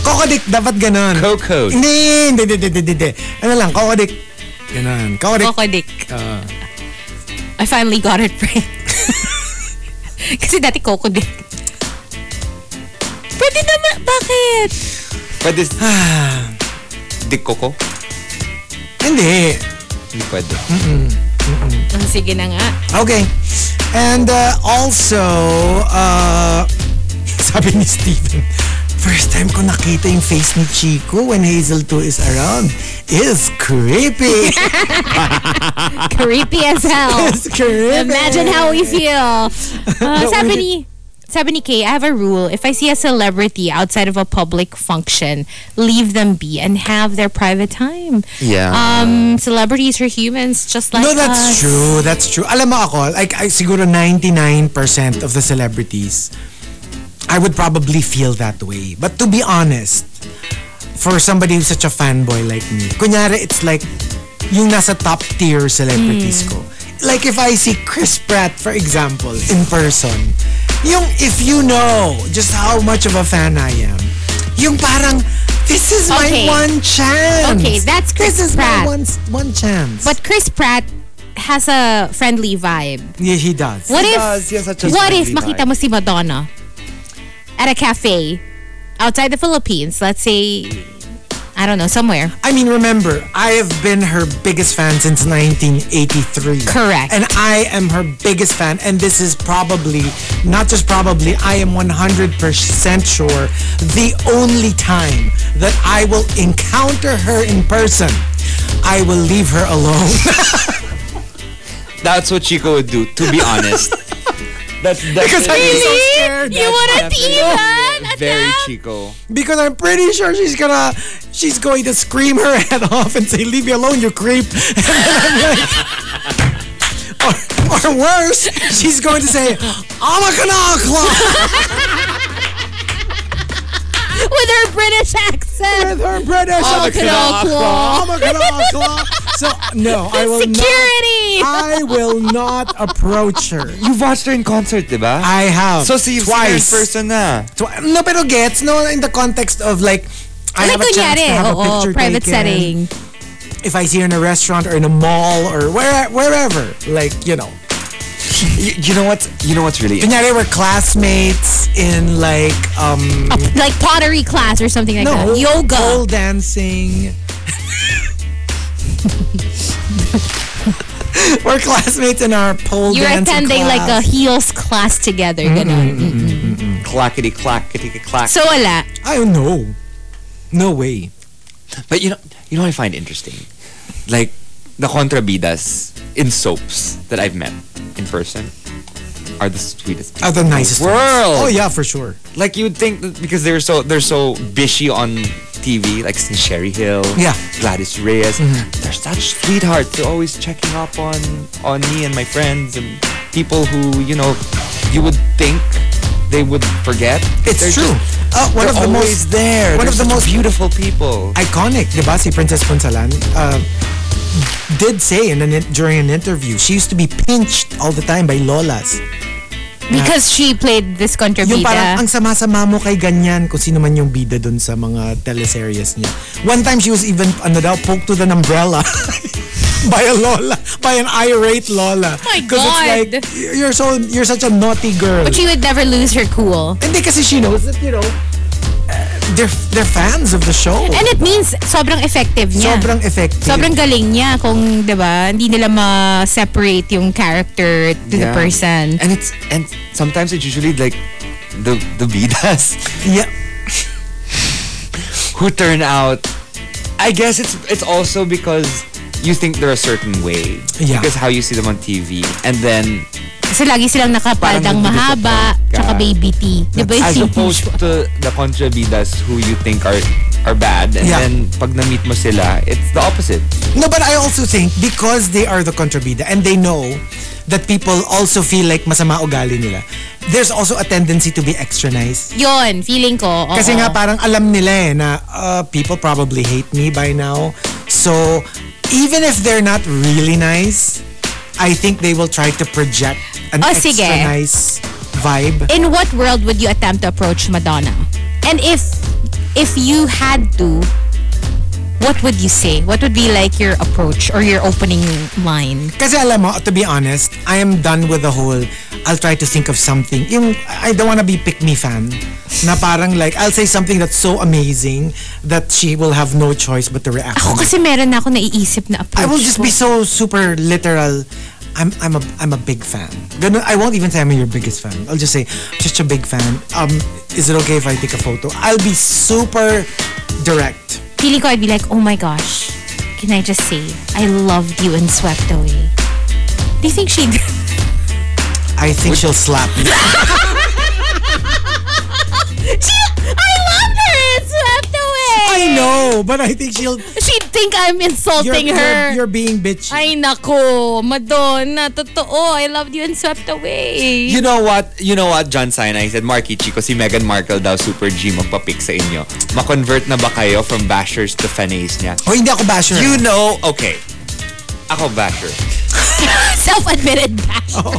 [SPEAKER 1] Coco Dick, dapat ganun.
[SPEAKER 2] Coco.
[SPEAKER 1] Hindi, hindi, hindi, hindi, hindi, hindi. Ano lang, Coco Dick. Ganun. Coco Dick.
[SPEAKER 3] Coco Dick. I finally got it right. <laughs> Kasi dati Coco Dick. Pwede naman. Bakit?
[SPEAKER 2] Pwede s-
[SPEAKER 1] Ah,
[SPEAKER 2] Dick Coco?
[SPEAKER 1] hindi.
[SPEAKER 2] Hindi pwede.
[SPEAKER 3] Oh, sige na nga.
[SPEAKER 1] Okay. And uh, also, uh, <laughs> sabi ni Steven, first time ko nakita yung face ni Chico when Hazel 2 is around is creepy. <laughs>
[SPEAKER 3] Creepy as <laughs> hell.
[SPEAKER 1] It's creepy.
[SPEAKER 3] Imagine how we feel. Uh, sabi ni sabi ni Kay, I have a rule. If I see a celebrity outside of a public function, leave them be and have their private time.
[SPEAKER 2] Yeah.
[SPEAKER 3] Um, celebrities are humans just like
[SPEAKER 1] No, that's
[SPEAKER 3] us.
[SPEAKER 1] true. That's true. Alam mo ako, like, I, siguro 99% of the celebrities, I would probably feel that way. But to be honest, for somebody who's such a fanboy like me, kunyari, it's like yung nasa top tier celebrities
[SPEAKER 3] Hmm.
[SPEAKER 1] ko. Like if I see Chris Pratt, for example, in person, yung if you know just how much of a fan I am, yung parang, this is
[SPEAKER 3] Okay.
[SPEAKER 1] my one chance.
[SPEAKER 3] Okay, that's Chris
[SPEAKER 1] This is
[SPEAKER 3] Pratt.
[SPEAKER 1] my one, one chance.
[SPEAKER 3] But Chris Pratt has a friendly vibe.
[SPEAKER 1] Yeah, he does.
[SPEAKER 3] What if
[SPEAKER 2] does. He has such a
[SPEAKER 3] What if
[SPEAKER 2] friendly
[SPEAKER 3] makita
[SPEAKER 2] vibe.
[SPEAKER 3] mo si Madonna at a cafe outside the Philippines, let's say I don't know, somewhere.
[SPEAKER 1] I mean, remember, I have been her biggest fan since 1983.
[SPEAKER 3] Correct.
[SPEAKER 1] And I am her biggest fan. And this is probably, not just probably, I am 100% sure the only time that I will encounter her in person. I will leave her alone. <laughs>
[SPEAKER 2] That's what Chico would do, to be honest. That's
[SPEAKER 1] Because I'm so
[SPEAKER 2] definitely
[SPEAKER 1] scared.
[SPEAKER 3] You wanna pee man? At
[SPEAKER 2] very
[SPEAKER 3] that?
[SPEAKER 2] Chico.
[SPEAKER 1] because I'm pretty sure she's gonna she's going to scream her <laughs> head off and say, "Leave me alone, you creep." <laughs> And then I'm like, or, or worse, she's going to say, "I'm a canal claw
[SPEAKER 3] With her British accent.
[SPEAKER 1] with her British
[SPEAKER 3] Oh, canal claw.
[SPEAKER 1] I'm a canal claw." So no, I will not.
[SPEAKER 3] Security!
[SPEAKER 1] I will not approach her.
[SPEAKER 2] You've watched her in concert, di ba?
[SPEAKER 1] I have
[SPEAKER 2] so, see, you've seen her in
[SPEAKER 1] twice.
[SPEAKER 2] person na.
[SPEAKER 1] Twi- no, pero gets no in the context of like. I
[SPEAKER 3] like
[SPEAKER 1] have a chance
[SPEAKER 3] kunyari,
[SPEAKER 1] to have
[SPEAKER 3] oo,
[SPEAKER 1] a picture
[SPEAKER 3] private
[SPEAKER 1] taken.
[SPEAKER 3] setting.
[SPEAKER 1] if I see her in a restaurant or in a mall or where, wherever, like, you know.
[SPEAKER 2] You, you know what's, you know what's really
[SPEAKER 1] Kunyari, we're classmates in like, um,
[SPEAKER 3] Like pottery class or something like
[SPEAKER 1] no,
[SPEAKER 3] that. Oh Yoga.
[SPEAKER 1] pole dancing. <laughs> we're classmates in our pole
[SPEAKER 3] You're
[SPEAKER 1] dancing
[SPEAKER 3] attending like a
[SPEAKER 1] class.
[SPEAKER 3] heels class together. Ganon.
[SPEAKER 2] clackety clackety clack.
[SPEAKER 3] So wala.
[SPEAKER 1] I don't know. No way.
[SPEAKER 2] But you know, you know what I find interesting? Like the contrabidas in soaps that I've met in person are the sweetest. people
[SPEAKER 1] Are the
[SPEAKER 2] in
[SPEAKER 1] nicest ones.
[SPEAKER 2] world.
[SPEAKER 1] Oh yeah, for sure.
[SPEAKER 2] Like you'd think that because they're so they're so bishy on TV, like Sherry Hill,
[SPEAKER 1] Yeah. Mm-hmm.
[SPEAKER 2] Gladys Reyes. They're such sweethearts. They're always checking up on on me and my friends and people who you know you would think they would forget.
[SPEAKER 1] It's
[SPEAKER 2] They're
[SPEAKER 1] true.
[SPEAKER 2] just-
[SPEAKER 1] uh, one
[SPEAKER 2] they're
[SPEAKER 1] of the
[SPEAKER 2] always
[SPEAKER 1] most
[SPEAKER 2] there.
[SPEAKER 1] One
[SPEAKER 2] They're
[SPEAKER 1] of the
[SPEAKER 2] such
[SPEAKER 1] most
[SPEAKER 2] beautiful people.
[SPEAKER 1] iconic, di ba, si Princess Ponsalan, uh, did say in an, in- during an interview, she used to be pinched all the time by lolas.
[SPEAKER 3] Because she played this
[SPEAKER 1] Yung parang,
[SPEAKER 3] contrabida.
[SPEAKER 1] ang sama-sama mo kay ganyan, kung sino man yung bida dun sa mga teleseries niya. One time, she was even, ano daw, poked with an umbrella. <laughs> by a lola, by an irate lola.
[SPEAKER 3] Oh My
[SPEAKER 1] Because it's
[SPEAKER 3] God.
[SPEAKER 1] like, y- you're so, you're such a naughty girl.
[SPEAKER 3] But she would never lose her cool.
[SPEAKER 1] Hindi kasi she knows that, you know, uh, they're, they're fans of the show.
[SPEAKER 3] And it means sobrang effective niya.
[SPEAKER 1] Sobrang effective.
[SPEAKER 3] Sobrang galing niya kung, di ba, hindi nila ma-separate yung character to the
[SPEAKER 2] Yeah.
[SPEAKER 3] person.
[SPEAKER 2] And it's and sometimes it's usually like the the bidas
[SPEAKER 1] Yeah.
[SPEAKER 2] who turn out. I guess it's it's also because you think they're a certain way
[SPEAKER 1] Yeah.
[SPEAKER 2] because how you see them on TV, and then
[SPEAKER 3] Kasi lagi silang
[SPEAKER 2] Parang
[SPEAKER 3] nakapaldang
[SPEAKER 2] hindi
[SPEAKER 3] mahaba,
[SPEAKER 2] ka-
[SPEAKER 3] tsaka baby tea. Di ba yun? <laughs>
[SPEAKER 2] As opposed to the kontrabidas who you think are are bad and
[SPEAKER 1] Yeah.
[SPEAKER 2] then pag na-meet mo sila, it's the opposite.
[SPEAKER 1] No, but I also think because they are the kontrabida and they know that people also feel like masama ugali nila, there's also a tendency to be extra nice.
[SPEAKER 3] Yun, feeling ko. oo.
[SPEAKER 1] Kasi nga parang alam nila eh na uh, people probably hate me by now. So, even if they're not really nice, I think they will try to project an
[SPEAKER 3] Oh,
[SPEAKER 1] extra
[SPEAKER 3] sige.
[SPEAKER 1] nice vibe.
[SPEAKER 3] in what world would you attempt to approach Madonna? And if if you had to, what would you say? What would be like your approach or your opening line?
[SPEAKER 1] Kasi alam mo, to be honest, I am done with the whole I'll try to think of something. Yung I don't wanna be pick me fan. Na parang like I'll say something that's so amazing that she will have no choice but to react.
[SPEAKER 3] Ako
[SPEAKER 1] on it.
[SPEAKER 3] kasi meron na ako naiisip na approach.
[SPEAKER 1] I will just
[SPEAKER 3] ko.
[SPEAKER 1] be so super literal. I'm I'm a I'm a big fan. Ganun, I won't even say I'm your biggest fan. I'll just say just a big fan. Um, is it okay if I take a photo? I'll be super direct.
[SPEAKER 3] Feeling ko I'd be like, oh my gosh, can I just say, I loved you and swept away. Do you think she'd... <laughs>
[SPEAKER 1] I think she'll slap me.
[SPEAKER 3] she I loved her and swept away!
[SPEAKER 1] I know, but I think
[SPEAKER 3] <laughs>
[SPEAKER 1] she'll.
[SPEAKER 3] She'd think I'm
[SPEAKER 1] You're,
[SPEAKER 3] insulting her.
[SPEAKER 1] you're, you're being bitchy.
[SPEAKER 3] Ay nako, Madonna, totoo, I loved you and swept away.
[SPEAKER 2] You know what? You know what, John Sinai said, Marky Chico, si Meghan Markle daw, Super G, magpapick sa inyo. Makonvert na ba kayo from bashers to fanays niya?
[SPEAKER 1] Oh, hindi ako basher.
[SPEAKER 2] You know, okay. Ako basher.
[SPEAKER 3] Self-admitted bash.
[SPEAKER 1] Oh.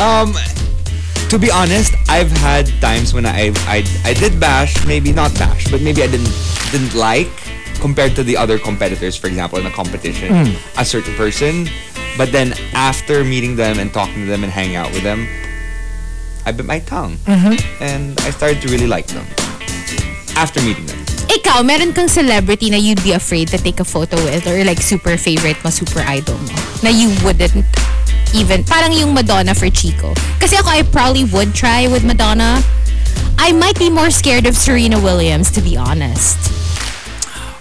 [SPEAKER 2] Um, to be honest, I've had times when I, I I did bash, maybe not bash, but maybe I didn't didn't like compared to the other competitors, for example, in a competition, a certain person. But then after meeting them and talking to them and hanging out with them, I bit my tongue and I started to really like them after meeting them.
[SPEAKER 3] Ikaw, meron kang celebrity na you'd be afraid to take a photo with or like super favorite mo, super idol mo, na you wouldn't even, parang yung Madonna for Chico. Kasi ako, I probably would try with Madonna. I might be more scared of Serena Williams, to be honest.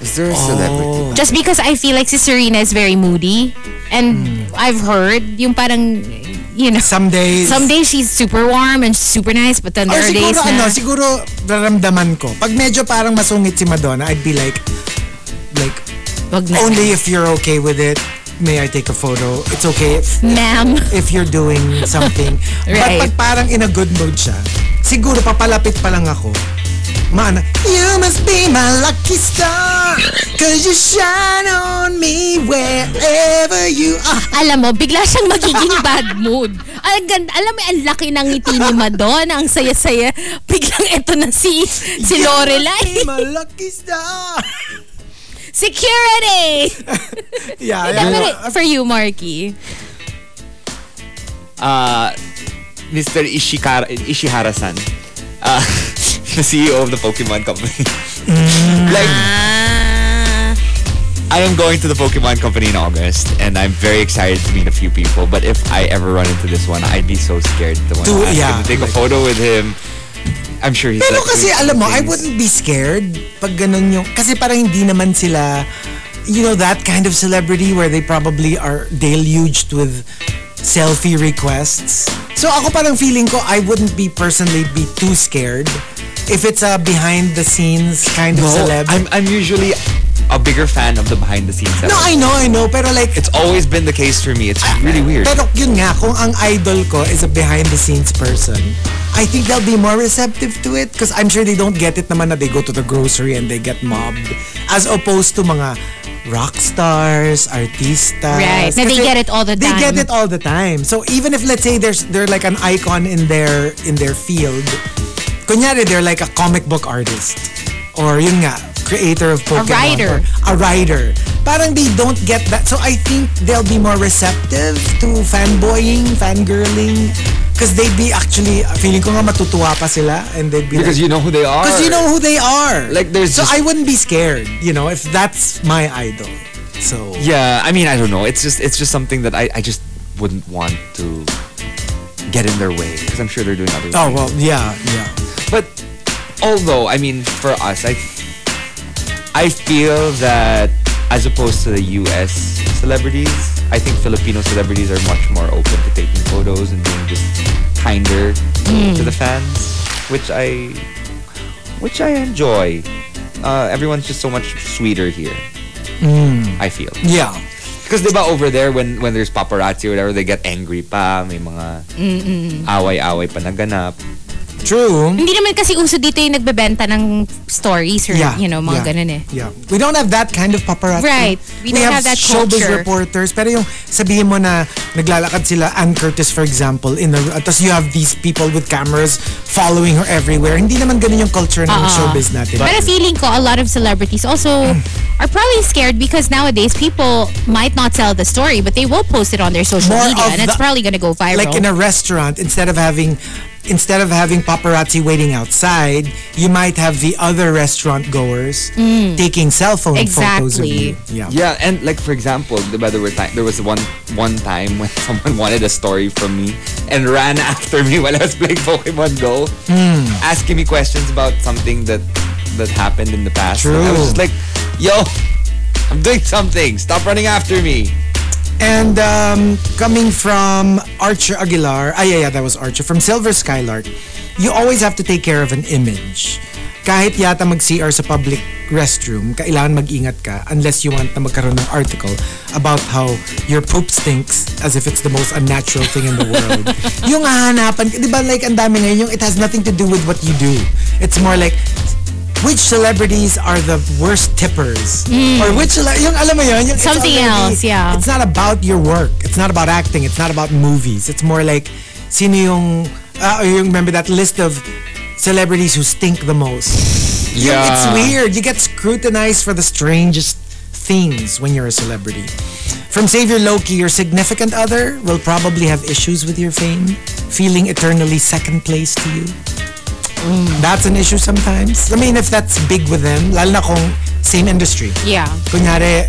[SPEAKER 2] Is there a celebrity?
[SPEAKER 1] Oh.
[SPEAKER 3] Just because I feel like si Serena is very moody. And I've heard, yung parang, you know,
[SPEAKER 1] Hmm. Some days.
[SPEAKER 3] some days she's super warm and super nice, but then
[SPEAKER 1] Or
[SPEAKER 3] there are days
[SPEAKER 1] siguro
[SPEAKER 3] na...
[SPEAKER 1] ano, siguro raramdaman ko. Pag medyo parang masungit si Madonna, I'd be like, like,
[SPEAKER 3] Wag na.
[SPEAKER 1] only if you're okay with it, may I take a photo? It's okay if,
[SPEAKER 3] Ma'am.
[SPEAKER 1] if you're doing
[SPEAKER 3] <laughs>
[SPEAKER 1] something.
[SPEAKER 3] Right.
[SPEAKER 1] But pag parang in a good mood siya, siguro papalapit pa lang ako, maana, You must be my lucky star Cause you shine on me wherever you are
[SPEAKER 3] Alam mo, bigla siyang magiging bad mood. Ang ganda, alam mo, ang laki ng ngiti ni Madonna. Ang saya-saya. Biglang eto na si,
[SPEAKER 1] You
[SPEAKER 3] si
[SPEAKER 1] must be
[SPEAKER 3] Lorelai.
[SPEAKER 1] my lucky star <laughs>
[SPEAKER 3] Security!
[SPEAKER 1] Yeah, yeah.
[SPEAKER 3] Dapat for you, Marky.
[SPEAKER 2] uh, Mr. Ishikara, Ishihara-san, uh, <laughs> the CEO of the Pokemon Company.
[SPEAKER 1] Mm.
[SPEAKER 2] like,
[SPEAKER 1] Ah.
[SPEAKER 2] I am going to the Pokemon Company in August, and I'm very excited to meet a few people. But if I ever run into this one, I'd be so scared to, want to
[SPEAKER 1] Do-
[SPEAKER 2] ask
[SPEAKER 1] yeah,
[SPEAKER 2] him to take
[SPEAKER 1] like-
[SPEAKER 2] a photo with him. I'm sure he's.
[SPEAKER 1] Pero
[SPEAKER 2] like,
[SPEAKER 1] kasi
[SPEAKER 2] doing
[SPEAKER 1] alam mo, I
[SPEAKER 2] things.
[SPEAKER 1] wouldn't be scared pag ganun yung... Kasi parang hindi naman sila, you know, that kind of celebrity where they probably are deluged with selfie requests. So ako parang feeling ko, I wouldn't be personally be too scared if it's a behind the scenes kind of
[SPEAKER 2] No,
[SPEAKER 1] celeb.
[SPEAKER 2] I'm, I'm usually a bigger fan of the behind the scenes.
[SPEAKER 1] no, I know, I know. Pero like,
[SPEAKER 2] It's always been the case for me. It's really weird.
[SPEAKER 1] pero yun nga, kung ang idol ko is a behind the scenes person, I think they'll be more receptive to it because I'm sure they don't get it naman na they go to the grocery and they get mobbed as opposed to mga rock stars, artistas.
[SPEAKER 3] Right, na they
[SPEAKER 1] Kasi
[SPEAKER 3] get it all the
[SPEAKER 1] They get
[SPEAKER 3] time.
[SPEAKER 1] it all the time. So even if let's say there's they're like an icon in their in their field, kunyari they're like a comic book artist or yun nga, creator of Pokemon.
[SPEAKER 3] writer.
[SPEAKER 1] or a writer. Parang they don't get that. So I think they'll be more receptive to fanboying, fangirling. Because they'd be actually, feeling ko nga matutuwa pa sila. And they'd be like,
[SPEAKER 2] because you know who they are.
[SPEAKER 1] Because you know who they are.
[SPEAKER 2] Like, there's
[SPEAKER 1] so
[SPEAKER 2] just-
[SPEAKER 1] I wouldn't be scared, you know, if that's my idol. So
[SPEAKER 2] Yeah, I mean, I don't know. It's just it's just something that I, I just wouldn't want to get in their way because I'm sure they're doing other
[SPEAKER 1] Oh
[SPEAKER 2] things.
[SPEAKER 1] well, yeah, yeah.
[SPEAKER 2] But although, I mean, for us, I I feel that as opposed to the U.S. celebrities, I think Filipino celebrities are much more open to taking photos and being just kinder to
[SPEAKER 1] Hmm.
[SPEAKER 2] the fans, which I which I enjoy. Uh, everyone's just so much sweeter here.
[SPEAKER 1] Hmm.
[SPEAKER 2] I feel.
[SPEAKER 1] Yeah.
[SPEAKER 2] Because diba over there when when there's paparazzi or whatever, they get angry pa, may mga away-away pa naganap.
[SPEAKER 1] True.
[SPEAKER 3] Hindi naman kasi uso dito yung nagbebenta ng stories or,
[SPEAKER 1] Yeah.
[SPEAKER 3] you know, mga
[SPEAKER 1] yeah,
[SPEAKER 3] ganun eh.
[SPEAKER 1] Yeah. We don't have that kind of paparazzi.
[SPEAKER 3] Right. We don't have that
[SPEAKER 1] showbiz
[SPEAKER 3] culture.
[SPEAKER 1] reporters. Pero yung sabihin mo na naglalakad sila, Ann Curtis for example, in a, tapos you have these people with cameras following her everywhere. Hindi naman ganun yung culture ng showbiz natin.
[SPEAKER 3] Uh-uh. But feeling ko, a lot of celebrities also are probably scared because nowadays people might not tell the story, but they will post it on their social
[SPEAKER 1] More
[SPEAKER 3] media
[SPEAKER 1] of
[SPEAKER 3] and it's
[SPEAKER 1] the-
[SPEAKER 3] probably gonna go viral.
[SPEAKER 1] like in a restaurant instead of having instead of having paparazzi waiting outside you might have the other restaurant goers taking cell phone photos of
[SPEAKER 3] Mm. Exactly.
[SPEAKER 1] you yeah,
[SPEAKER 2] Yeah, and like for example, diba, there were ti- there was one one time when <laughs> someone wanted a story from me and ran <laughs> after me while I was playing Pokemon Go, Hmm. asking me questions about something that that happened in the past. And I
[SPEAKER 1] True.
[SPEAKER 2] was just like, "Yo, I'm doing something. Stop running after me."
[SPEAKER 1] and um, coming from Archer Aguilar ah yeah, yeah that was Archer from Silver Skylark you always have to take care of an image kahit yata mag CR sa public restroom kailangan mag-ingat ka unless you want na magkaroon ng article about how your poop stinks as if it's the most unnatural thing in the world yung hahanapan ka- di ba like ang dami ngayon yung it has nothing to do with what you do it's more like which celebrities are the worst tippers or which cele- yung alam mo yun yung it's
[SPEAKER 3] Hmm. Something
[SPEAKER 1] already-
[SPEAKER 3] else, yeah.
[SPEAKER 1] it's not about your work. It's not about acting. It's not about movies. It's more like sino yung ah, you remember that list of celebrities who stink the most. Yung-
[SPEAKER 3] Ah.
[SPEAKER 1] It's weird. You get scrutinized for the strangest things when you're a celebrity. From Savior Loki, your significant other will probably have issues with your fame, feeling eternally second place to you. That's an issue sometimes. I mean, if that's big with them, lalo na kung same industry
[SPEAKER 3] yeah.
[SPEAKER 1] kunyari,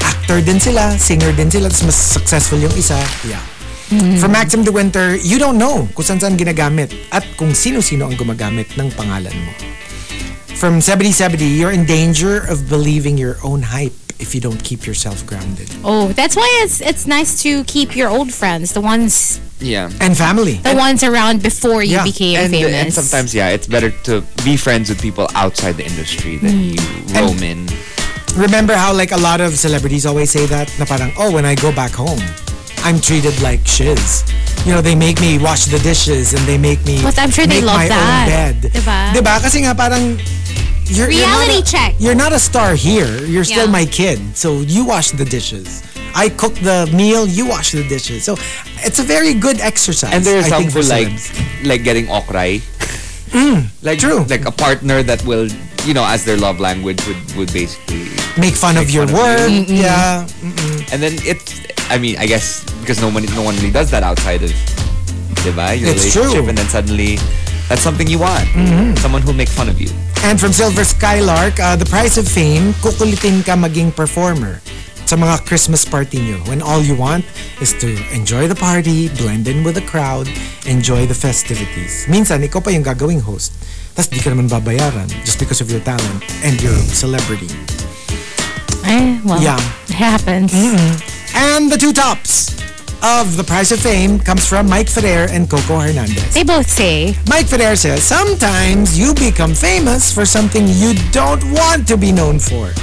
[SPEAKER 1] actor din sila, singer din sila, tapos mas successful yung isa. Yeah. For Maxim De Winter, you don't know kung saan saan ginagamit at kung sino-sino ang gumagamit ng pangalan mo. From 7070, you're in danger of believing your own hype if you don't keep yourself grounded.
[SPEAKER 3] Oh, that's why it's it's nice to keep your old friends, the ones
[SPEAKER 2] Yeah.
[SPEAKER 1] And family.
[SPEAKER 3] the ones around before you
[SPEAKER 1] Yeah.
[SPEAKER 3] became
[SPEAKER 2] And,
[SPEAKER 3] famous.
[SPEAKER 2] and sometimes, yeah, it's better to be friends with people outside the industry
[SPEAKER 3] Hmm.
[SPEAKER 2] than you roam in.
[SPEAKER 1] Remember how like a lot of celebrities always say that? Na parang, oh, when I go back home, I'm treated like shiz. You know, they make me wash the dishes and they make me
[SPEAKER 3] But I'm sure they
[SPEAKER 1] make
[SPEAKER 3] love
[SPEAKER 1] my
[SPEAKER 3] that.
[SPEAKER 1] own bed.
[SPEAKER 3] Diba?
[SPEAKER 1] Diba? Kasi nga parang you're,
[SPEAKER 3] Reality
[SPEAKER 1] you're not a,
[SPEAKER 3] check.
[SPEAKER 1] You're not a star here. You're still
[SPEAKER 3] Yeah.
[SPEAKER 1] my kid. So you wash the dishes. I cook the meal, you wash the dishes. So it's a very good exercise.
[SPEAKER 2] And there are
[SPEAKER 1] I
[SPEAKER 2] some
[SPEAKER 1] think,
[SPEAKER 2] who
[SPEAKER 1] for
[SPEAKER 2] like
[SPEAKER 1] celebs.
[SPEAKER 2] like getting okray. <laughs> like
[SPEAKER 1] true.
[SPEAKER 2] Like a partner that will, you know, as their love language would would basically.
[SPEAKER 1] make fun of
[SPEAKER 2] make
[SPEAKER 1] your
[SPEAKER 2] fun of
[SPEAKER 1] work.
[SPEAKER 2] you.
[SPEAKER 1] Yeah.
[SPEAKER 2] And then it's, I mean, I guess because no one no one really does that outside of, diba, your
[SPEAKER 1] It's
[SPEAKER 2] relationship,
[SPEAKER 1] true.
[SPEAKER 2] and then suddenly. That's something you want. Someone who'll make fun of you.
[SPEAKER 1] And from Silver Skylark, uh, the price of fame, kukulitin ka maging performer sa mga Christmas party nyo when all you want is to enjoy the party, blend in with the crowd, enjoy the festivities. Minsan, ikaw pa yung gagawing host. Tapos di ka naman babayaran just because of your talent and your celebrity.
[SPEAKER 3] Eh, well,
[SPEAKER 1] Yeah. Mm-hmm.
[SPEAKER 3] it happens.
[SPEAKER 1] And the two tops of the price of fame comes from Mike Ferrer and Coco Hernandez.
[SPEAKER 3] They both say,
[SPEAKER 1] Mike Ferrer says, sometimes you become famous for something you don't want to be known for. <laughs>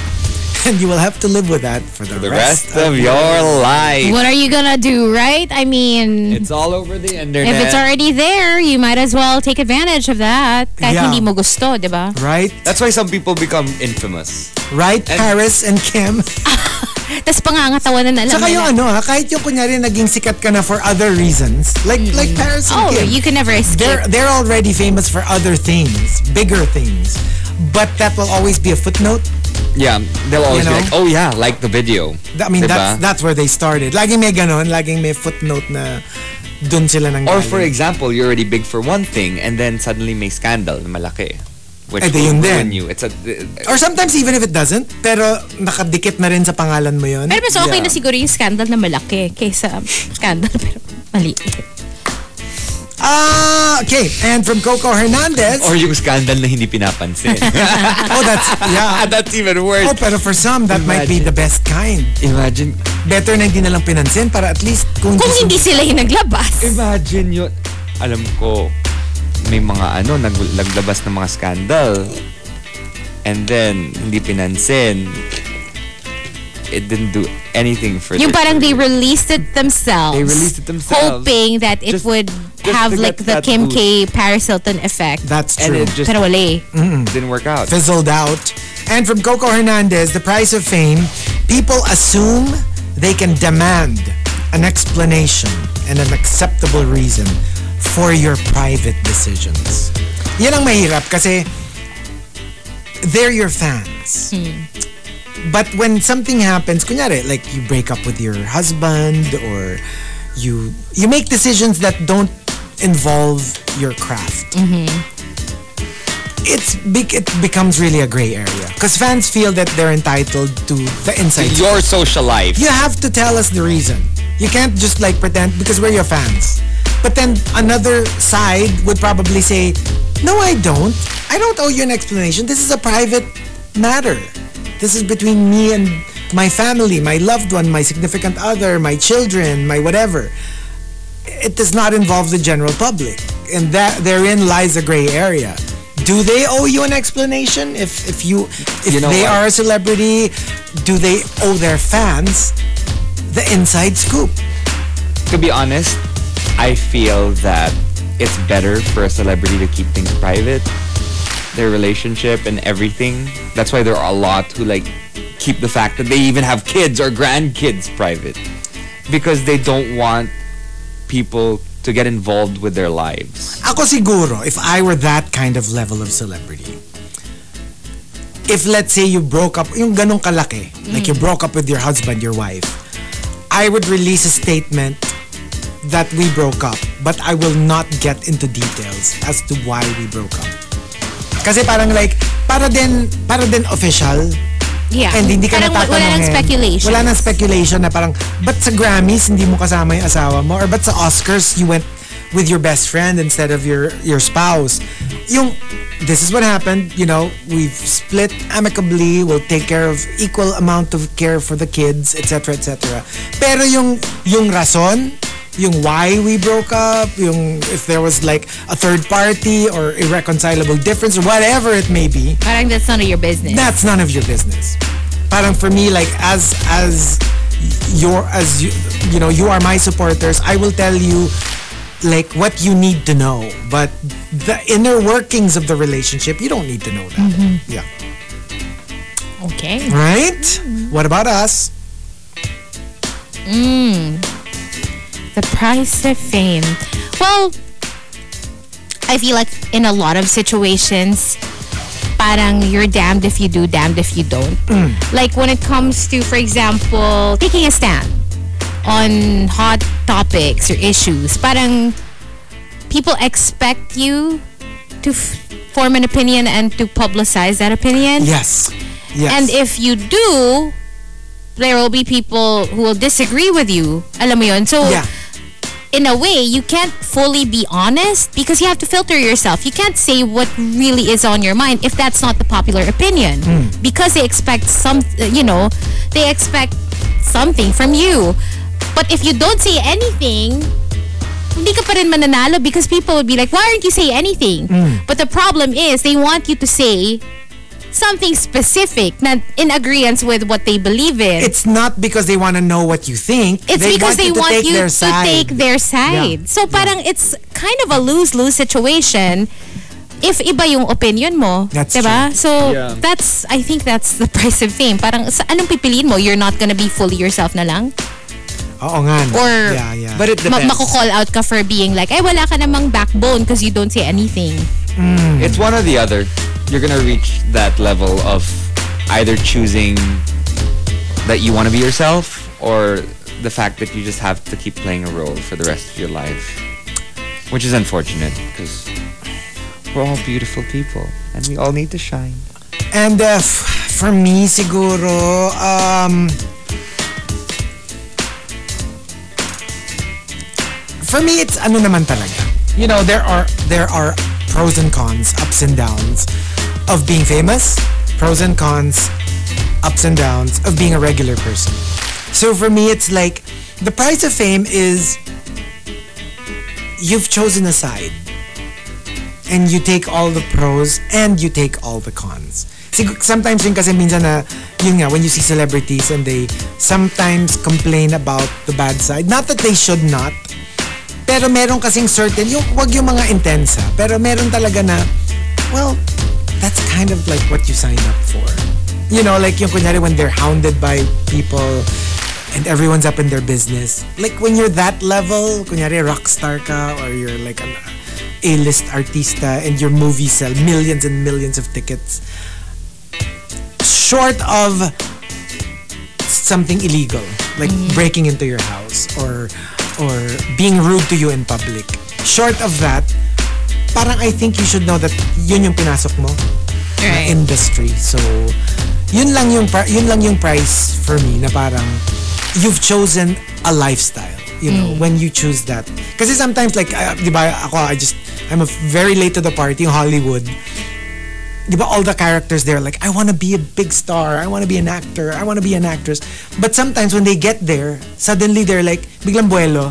[SPEAKER 1] And you will have to live with that for the,
[SPEAKER 2] The rest of your life.
[SPEAKER 3] "What are you gonna do, right?" I mean,
[SPEAKER 2] It's all over the internet.
[SPEAKER 3] If it's already there, you might as well take advantage of that. Kahit
[SPEAKER 1] Yeah.
[SPEAKER 3] hindi mo gusto, di ba?
[SPEAKER 1] Right?
[SPEAKER 2] That's why some people become infamous.
[SPEAKER 1] Right,
[SPEAKER 2] And-
[SPEAKER 1] Paris and Kim.
[SPEAKER 3] Tapos pangangatawanan na alam
[SPEAKER 1] Tsaka
[SPEAKER 3] nila.
[SPEAKER 1] yung ano ha, kahit yung kunyari naging sikat ka na for other reasons. Like like Paris and
[SPEAKER 3] Oh,
[SPEAKER 1] Kim.
[SPEAKER 3] you can never escape.
[SPEAKER 1] they're they're already famous for other things, bigger things. But that will always be a footnote.
[SPEAKER 2] Yeah, they'll always
[SPEAKER 1] You know?
[SPEAKER 2] be like, "Oh yeah, like the video."
[SPEAKER 1] I mean,
[SPEAKER 2] Diba?
[SPEAKER 1] that's that's where they started. Laging may ganon, laging may footnote na dun sila nang
[SPEAKER 2] Or for
[SPEAKER 1] galing.
[SPEAKER 2] example, you're already big for one thing and then suddenly may scandal na malaki. Which
[SPEAKER 1] Eh, di yun
[SPEAKER 2] will
[SPEAKER 1] din.
[SPEAKER 2] ruin you. It's a, eh,
[SPEAKER 1] Or sometimes even if it doesn't, pero nakadikit na rin sa pangalan mo yun.
[SPEAKER 3] Pero mas okay
[SPEAKER 2] Yeah.
[SPEAKER 3] <laughs> na siguro yung scandal na malaki kaysa scandal pero maliit.
[SPEAKER 1] Uh, okay, and from Coco Hernandez.
[SPEAKER 2] Or yung scandal na hindi pinapansin.
[SPEAKER 1] <laughs> oh, that's, yeah.
[SPEAKER 2] Ah, <laughs> That's even worse.
[SPEAKER 1] Oh, pero for some, that might be the best kind.
[SPEAKER 2] Imagine,
[SPEAKER 1] Better na hindi nalang pinansin para at least kung,
[SPEAKER 3] Kung hindi sila yung naglabas.
[SPEAKER 2] imagine yun. Alam ko, may mga ano, nag, naglabas ng mga scandal. And then, hindi pinansin. It didn't do anything for
[SPEAKER 3] Yung
[SPEAKER 2] their
[SPEAKER 3] parang they
[SPEAKER 2] career.
[SPEAKER 3] released it themselves.
[SPEAKER 2] They released it themselves.
[SPEAKER 3] Hoping that it
[SPEAKER 2] Just-
[SPEAKER 3] would
[SPEAKER 2] just
[SPEAKER 3] have
[SPEAKER 2] to
[SPEAKER 3] like
[SPEAKER 2] get
[SPEAKER 3] the
[SPEAKER 2] that
[SPEAKER 3] Kim K,
[SPEAKER 2] boost.
[SPEAKER 3] Paris Hilton effect.
[SPEAKER 1] That's
[SPEAKER 2] And
[SPEAKER 1] true.
[SPEAKER 2] it just Mm-hmm.
[SPEAKER 3] Pero wala eh.
[SPEAKER 2] didn't work out.
[SPEAKER 1] fizzled out. And from Coco Hernandez, the price of fame, people assume they can demand an explanation and an acceptable reason for your private decisions. Yan ang mahirap kasi they're your fans. But when something happens, kunyari, like you break up with your husband or you you make decisions that don't involve your craft it's big it becomes really a gray area because fans feel that they're entitled to the insights
[SPEAKER 2] Your social life.
[SPEAKER 1] you have to tell us the reason you can't just like pretend because we're your fans but then another side would probably say no i don't i don't owe you an explanation this is a private matter this is between me and my family my loved one my significant other my children my whatever it does not involve the general public and that therein lies a gray area do they owe you an explanation if if you if
[SPEAKER 2] You know
[SPEAKER 1] they
[SPEAKER 2] what?
[SPEAKER 1] are a celebrity do they owe their fans the inside scoop
[SPEAKER 2] to be honest, I feel that it's better for a celebrity to keep things private, their relationship and everything. That's why there are a lot who like keep the fact that they even have kids or grandkids private because they don't want people to get involved with their lives.
[SPEAKER 1] ako siguro if i were that kind of level of celebrity if let's say you broke up yung ganong kalaki like you broke up with your husband your wife i would release a statement that we broke up but i will not get into details as to why we broke up kasi parang like para din para din official
[SPEAKER 3] Yeah.
[SPEAKER 1] And hindi ka
[SPEAKER 3] parang wa- wala
[SPEAKER 1] natatanungin.
[SPEAKER 2] eh.
[SPEAKER 3] nang speculation.
[SPEAKER 1] Wala nang speculation na parang, ba't sa Grammys hindi mo kasama yung asawa mo? Or ba't sa Oscars you went with your best friend instead of your your spouse? Yung, this is what happened, you know, we've split amicably, we'll take care of equal amount of care for the kids, etc., etc. Pero yung, yung rason, yung why we broke up, yung if there was like a third party or irreconcilable difference or whatever it may be,
[SPEAKER 3] Parang that's none of your business.
[SPEAKER 1] that's none of your business. Parang for me, like as as your as you you know you are my supporters, I will tell you like what you need to know. But the inner workings of the relationship, you don't need to know that.
[SPEAKER 3] Mm-hmm.
[SPEAKER 1] Yeah,
[SPEAKER 3] Okay.
[SPEAKER 1] right.
[SPEAKER 3] Mm-hmm.
[SPEAKER 1] What about us?
[SPEAKER 3] The price of fame. Well, I feel like in a lot of situations, parang you're damned if you do, damned if you don't.
[SPEAKER 1] Mm.
[SPEAKER 3] Like when it comes to, for example, taking a stand on hot topics or issues, parang people expect you to f- form an opinion and to publicize that opinion.
[SPEAKER 1] Yes, yes.
[SPEAKER 3] And if you do, there will be people who will disagree with you. Alam mo yun? So,
[SPEAKER 1] yeah,
[SPEAKER 3] in a way, you can't fully be honest because you have to filter yourself. You can't say what really is on your mind if that's not the popular opinion because they expect some, you know, they expect something from you. But if you don't say anything, hindi ka pa rin mananalo because people would be like, why aren't you say anything? But the problem is they want you to say something specific na in agreement with what they believe in.
[SPEAKER 1] it's not because they want to know what you think.
[SPEAKER 3] It's because they
[SPEAKER 1] you to
[SPEAKER 3] want
[SPEAKER 1] take
[SPEAKER 3] you
[SPEAKER 1] their
[SPEAKER 3] to
[SPEAKER 1] side.
[SPEAKER 3] take their side.
[SPEAKER 1] Yeah.
[SPEAKER 3] So parang it's kind of a lose-lose situation if iba yung opinion mo.
[SPEAKER 1] That's
[SPEAKER 3] diba? So
[SPEAKER 2] Yeah.
[SPEAKER 3] that's, I think that's the <laughs> price of fame. Parang sa anong pipiliin mo? You're not gonna be fully yourself na lang?
[SPEAKER 1] Oo nga. no.
[SPEAKER 3] Or-
[SPEAKER 1] yeah, yeah.
[SPEAKER 2] But it
[SPEAKER 3] Ma-
[SPEAKER 2] depends.
[SPEAKER 3] mako-call out ka for being like, ay wala ka namang backbone because you don't say anything.
[SPEAKER 2] It's one or the other. You're gonna reach that level of either choosing that you want to be yourself or the fact that you just have to keep playing a role for the rest of your life, which is unfortunate because we're all beautiful people and we all need to shine.
[SPEAKER 1] And uh, f- for me, siguro, um, for me, it's ano naman talaga. you know there are there are pros and cons, ups and downs of being famous, pros and cons, ups and downs of being a regular person. So for me, it's like the price of fame is you've chosen a side and you take all the pros and you take all the cons. Sig- Sometimes yun kasi minsan na, yun nga, when you see celebrities and they sometimes complain about the bad side. Not that they should not, pero meron kasing certain, yung, wag yung mga intensa, pero meron talaga na, well, that's kind of like what you signed up for. You know, like yung kunyari when they're hounded by people and everyone's up in their business. Like when you're that level, kunyari rock star ka or you're like an A-list artista and your movies sell millions and millions of tickets. Short of something illegal, like breaking into your house or or being rude to you in public. Short of that, parang I think you should know that yun yung pinasok mo na
[SPEAKER 3] Right.
[SPEAKER 1] industry. So, yun lang yung pri- yun lang yung price for me na parang you've chosen a lifestyle. You know, when you choose that. Kasi sometimes like, uh, di ba, ako, I just, I'm a very late to the party in Hollywood di ba all the characters there like I want to be a big star, I want to be an actor, I want to be an actress. But sometimes when they get there, suddenly they're like biglang buelo.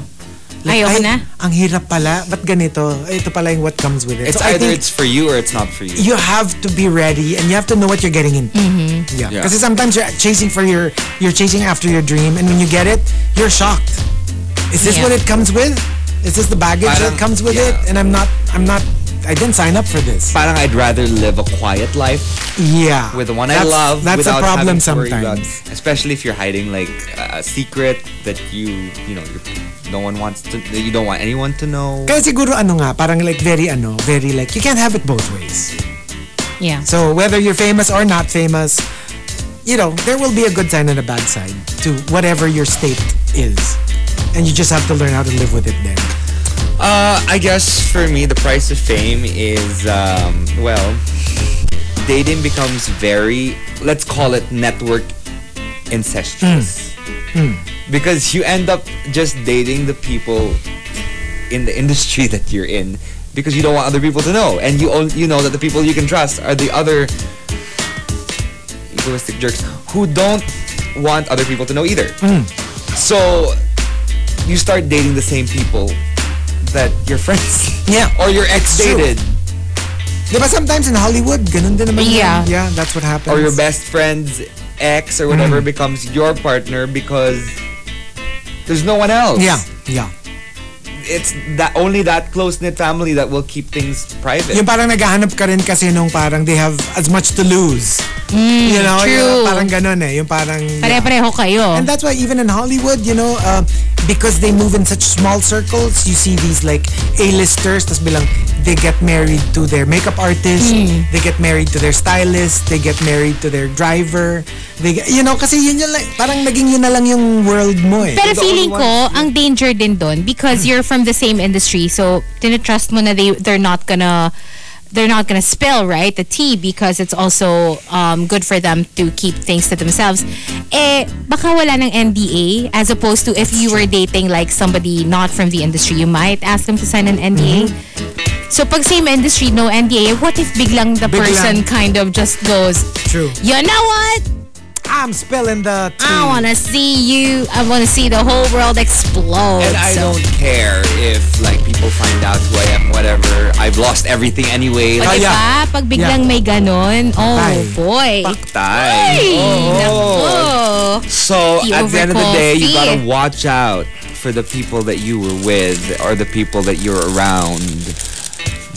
[SPEAKER 1] Like, "Ay,
[SPEAKER 3] Ayoko na."
[SPEAKER 1] Ang hirap pala, ba't ganito? Ay, Ito pala yung what comes with it.
[SPEAKER 2] It's
[SPEAKER 1] So I
[SPEAKER 2] either
[SPEAKER 1] think
[SPEAKER 2] it's for you or it's not for you.
[SPEAKER 1] you have to be ready and you have to know what you're getting into.
[SPEAKER 3] Mm-hmm.
[SPEAKER 1] Yeah.
[SPEAKER 2] Yeah.
[SPEAKER 1] Kasi sometimes you're chasing for your you're chasing after your dream and when you get it, you're shocked. Is this
[SPEAKER 3] Yeah.
[SPEAKER 1] what it comes with? Is this the baggage that
[SPEAKER 2] Parang-
[SPEAKER 1] comes with it?
[SPEAKER 2] yeah.
[SPEAKER 1] And I'm not I'm not I didn't sign up for this.
[SPEAKER 2] Parang I'd rather live a quiet life
[SPEAKER 1] Yeah.
[SPEAKER 2] with the one I
[SPEAKER 1] Ah, That's-
[SPEAKER 2] love.
[SPEAKER 1] That's
[SPEAKER 2] without
[SPEAKER 1] a problem
[SPEAKER 2] having to worry about-
[SPEAKER 1] sometimes.
[SPEAKER 2] especially if you're hiding like a secret that you you know you're, no one wants to that you don't want anyone to know.
[SPEAKER 1] Kaya siguro ano nga, parang like very ano, very like, you can't have it both ways.
[SPEAKER 3] Yeah.
[SPEAKER 1] So whether you're famous or not famous, you know, there will be a good side and a bad side to whatever your state is. And you just have to learn how to live with it then.
[SPEAKER 2] Uh, I guess for me, the price of fame is, um, well, dating becomes very, let's call it network incestuous. Because you end up just dating the people in the industry <laughs> that you're in because you don't want other people to know. And you, on- you know that the people you can trust are the other egoistic jerks who don't want other people to know either. So you start dating the same people that your friends
[SPEAKER 1] Yeah.
[SPEAKER 2] or your ex
[SPEAKER 1] True.
[SPEAKER 2] dated
[SPEAKER 1] Di ba sometimes in Hollywood, ganun din naman. yun.
[SPEAKER 3] Yeah.
[SPEAKER 1] Yeah, that's what happens.
[SPEAKER 2] or your best friend's Mm. ex or whatever becomes your partner because there's no one else.
[SPEAKER 1] Yeah, yeah.
[SPEAKER 2] It's that only that close knit family that will keep things private.
[SPEAKER 1] Yung parang naghahanap ka rin kasi nung parang they have as much to lose. you know,
[SPEAKER 3] Mm, true.
[SPEAKER 1] yung parang ganun eh. Yung parang...
[SPEAKER 3] Pare-pareho kayo.
[SPEAKER 1] And that's why even in Hollywood, you know, uh, because they move in such small circles, you see these like A-listers, tas bilang they get married to their makeup artist,
[SPEAKER 3] Hmm.
[SPEAKER 1] they get married to their stylist, they get married to their driver, they get, you know, kasi yun yung like, parang naging yun na lang yung world mo eh.
[SPEAKER 3] Pero
[SPEAKER 2] the
[SPEAKER 3] feeling
[SPEAKER 2] only
[SPEAKER 3] ko, ang danger din doon because you're from the same industry. So, tinitrust mo na they, they're not gonna they're not gonna spill, right? The tea because it's also um, good for them to keep things to themselves. Eh, baka wala ng NDA as opposed to if you were dating like somebody not from the industry, you might ask them to sign an NDA.
[SPEAKER 2] Mm-hmm.
[SPEAKER 3] So, pag same industry, no NDA, what if biglang the
[SPEAKER 1] Biglang.
[SPEAKER 3] person kind of just goes,
[SPEAKER 1] True.
[SPEAKER 3] you know what?
[SPEAKER 1] I'm spelling the tea.
[SPEAKER 3] I want to see you. I want to see the whole world explode.
[SPEAKER 2] and I
[SPEAKER 3] So-
[SPEAKER 2] don't care if like people find out who I am, whatever. I've lost everything anyway.
[SPEAKER 3] O,
[SPEAKER 2] Like,
[SPEAKER 3] diba?
[SPEAKER 1] yeah.
[SPEAKER 3] Pag biglang may ganon, oh
[SPEAKER 1] Ay.
[SPEAKER 3] boy.
[SPEAKER 2] tay.
[SPEAKER 3] Ay,
[SPEAKER 2] Oh.
[SPEAKER 3] naku.
[SPEAKER 2] So
[SPEAKER 3] Tea
[SPEAKER 2] at
[SPEAKER 3] over
[SPEAKER 2] the end of the day, you
[SPEAKER 3] coffee.
[SPEAKER 2] gotta watch out for the people that you were with or the people that you're around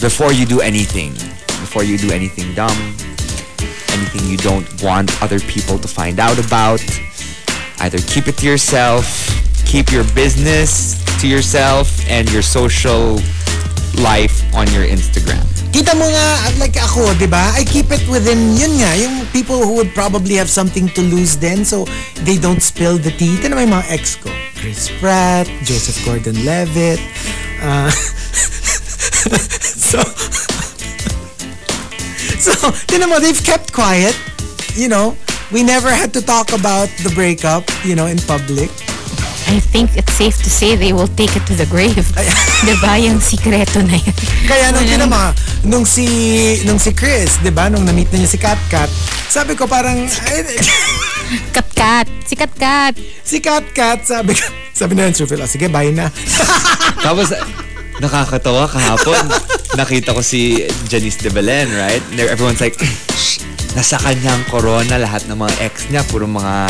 [SPEAKER 2] before you do anything. Before you do anything dumb, anything you don't want other people to find out about. Either keep it to yourself, keep your business to yourself, and your social life on your Instagram.
[SPEAKER 1] Kita mo nga, like ako, di ba? I keep it within, yun nga, yung people who would probably have something to lose then so they don't spill the tea. Ito na yung mga ex ko. Chris Pratt, Joseph Gordon-Levitt. Uh, <laughs> so, <laughs> so, tinan mo, they've kept quiet. You know, we never had to talk about the breakup, you know, in public.
[SPEAKER 3] I think it's safe to say they will take it to the
[SPEAKER 2] <laughs>
[SPEAKER 3] grave. diba? Yung sikreto na yan.
[SPEAKER 1] Kaya nung
[SPEAKER 3] Walang-
[SPEAKER 1] kinama, nung si nung si Chris, 'di ba, nung na-meet na niya si Kat Kat, sabi ko parang eh, <laughs>
[SPEAKER 3] Katkat. Si Katkat.
[SPEAKER 1] si Kat Kat, sabi ko, sabi na yung Phil, "Ah, sige, bye na.
[SPEAKER 2] Tapos, nakakatawa kahapon. Nakita ko si Janice de Belen, right? And everyone's like, "Shh, nasa kanya ang corona. Lahat ng mga ex niya, puro mga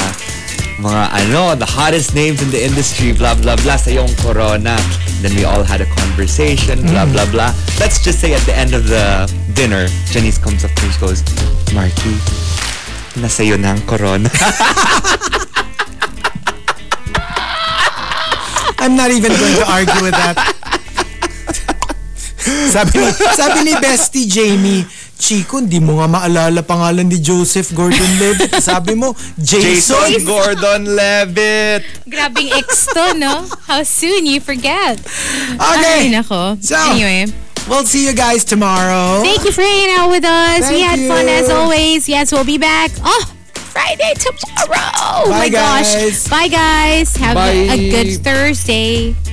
[SPEAKER 2] mga ano, the hottest names in the industry, blah, blah, blah, sa yung corona. Then we all had a conversation, blah, blah, blah. Let's just say at the end of the dinner, Janice comes up to me, she goes, Marky, nasa iyo na ang corona.
[SPEAKER 1] I'm not even going to argue with that. <laughs> sabi ni, sabi ni Bestie Jamie, Chico, hindi mo nga maalala pangalan ni Joseph Gordon-Levitt. Sabi mo,
[SPEAKER 2] Jason
[SPEAKER 1] Jason.
[SPEAKER 2] Gordon-Levitt!
[SPEAKER 3] Grabing ex to,
[SPEAKER 2] <laughs>
[SPEAKER 3] no? How soon you forget.
[SPEAKER 1] Okay.
[SPEAKER 3] Ay, nako.
[SPEAKER 1] So,
[SPEAKER 3] anyway.
[SPEAKER 1] We'll see you guys tomorrow.
[SPEAKER 3] Thank you for hanging out with us. we had
[SPEAKER 1] Thank
[SPEAKER 3] fun
[SPEAKER 1] you.
[SPEAKER 3] as always. Yes, we'll be back. Oh, Friday tomorrow. oh
[SPEAKER 1] Bye,
[SPEAKER 3] my
[SPEAKER 1] guys.
[SPEAKER 3] gosh. Bye, guys. Have
[SPEAKER 2] Bye.
[SPEAKER 3] a good Thursday.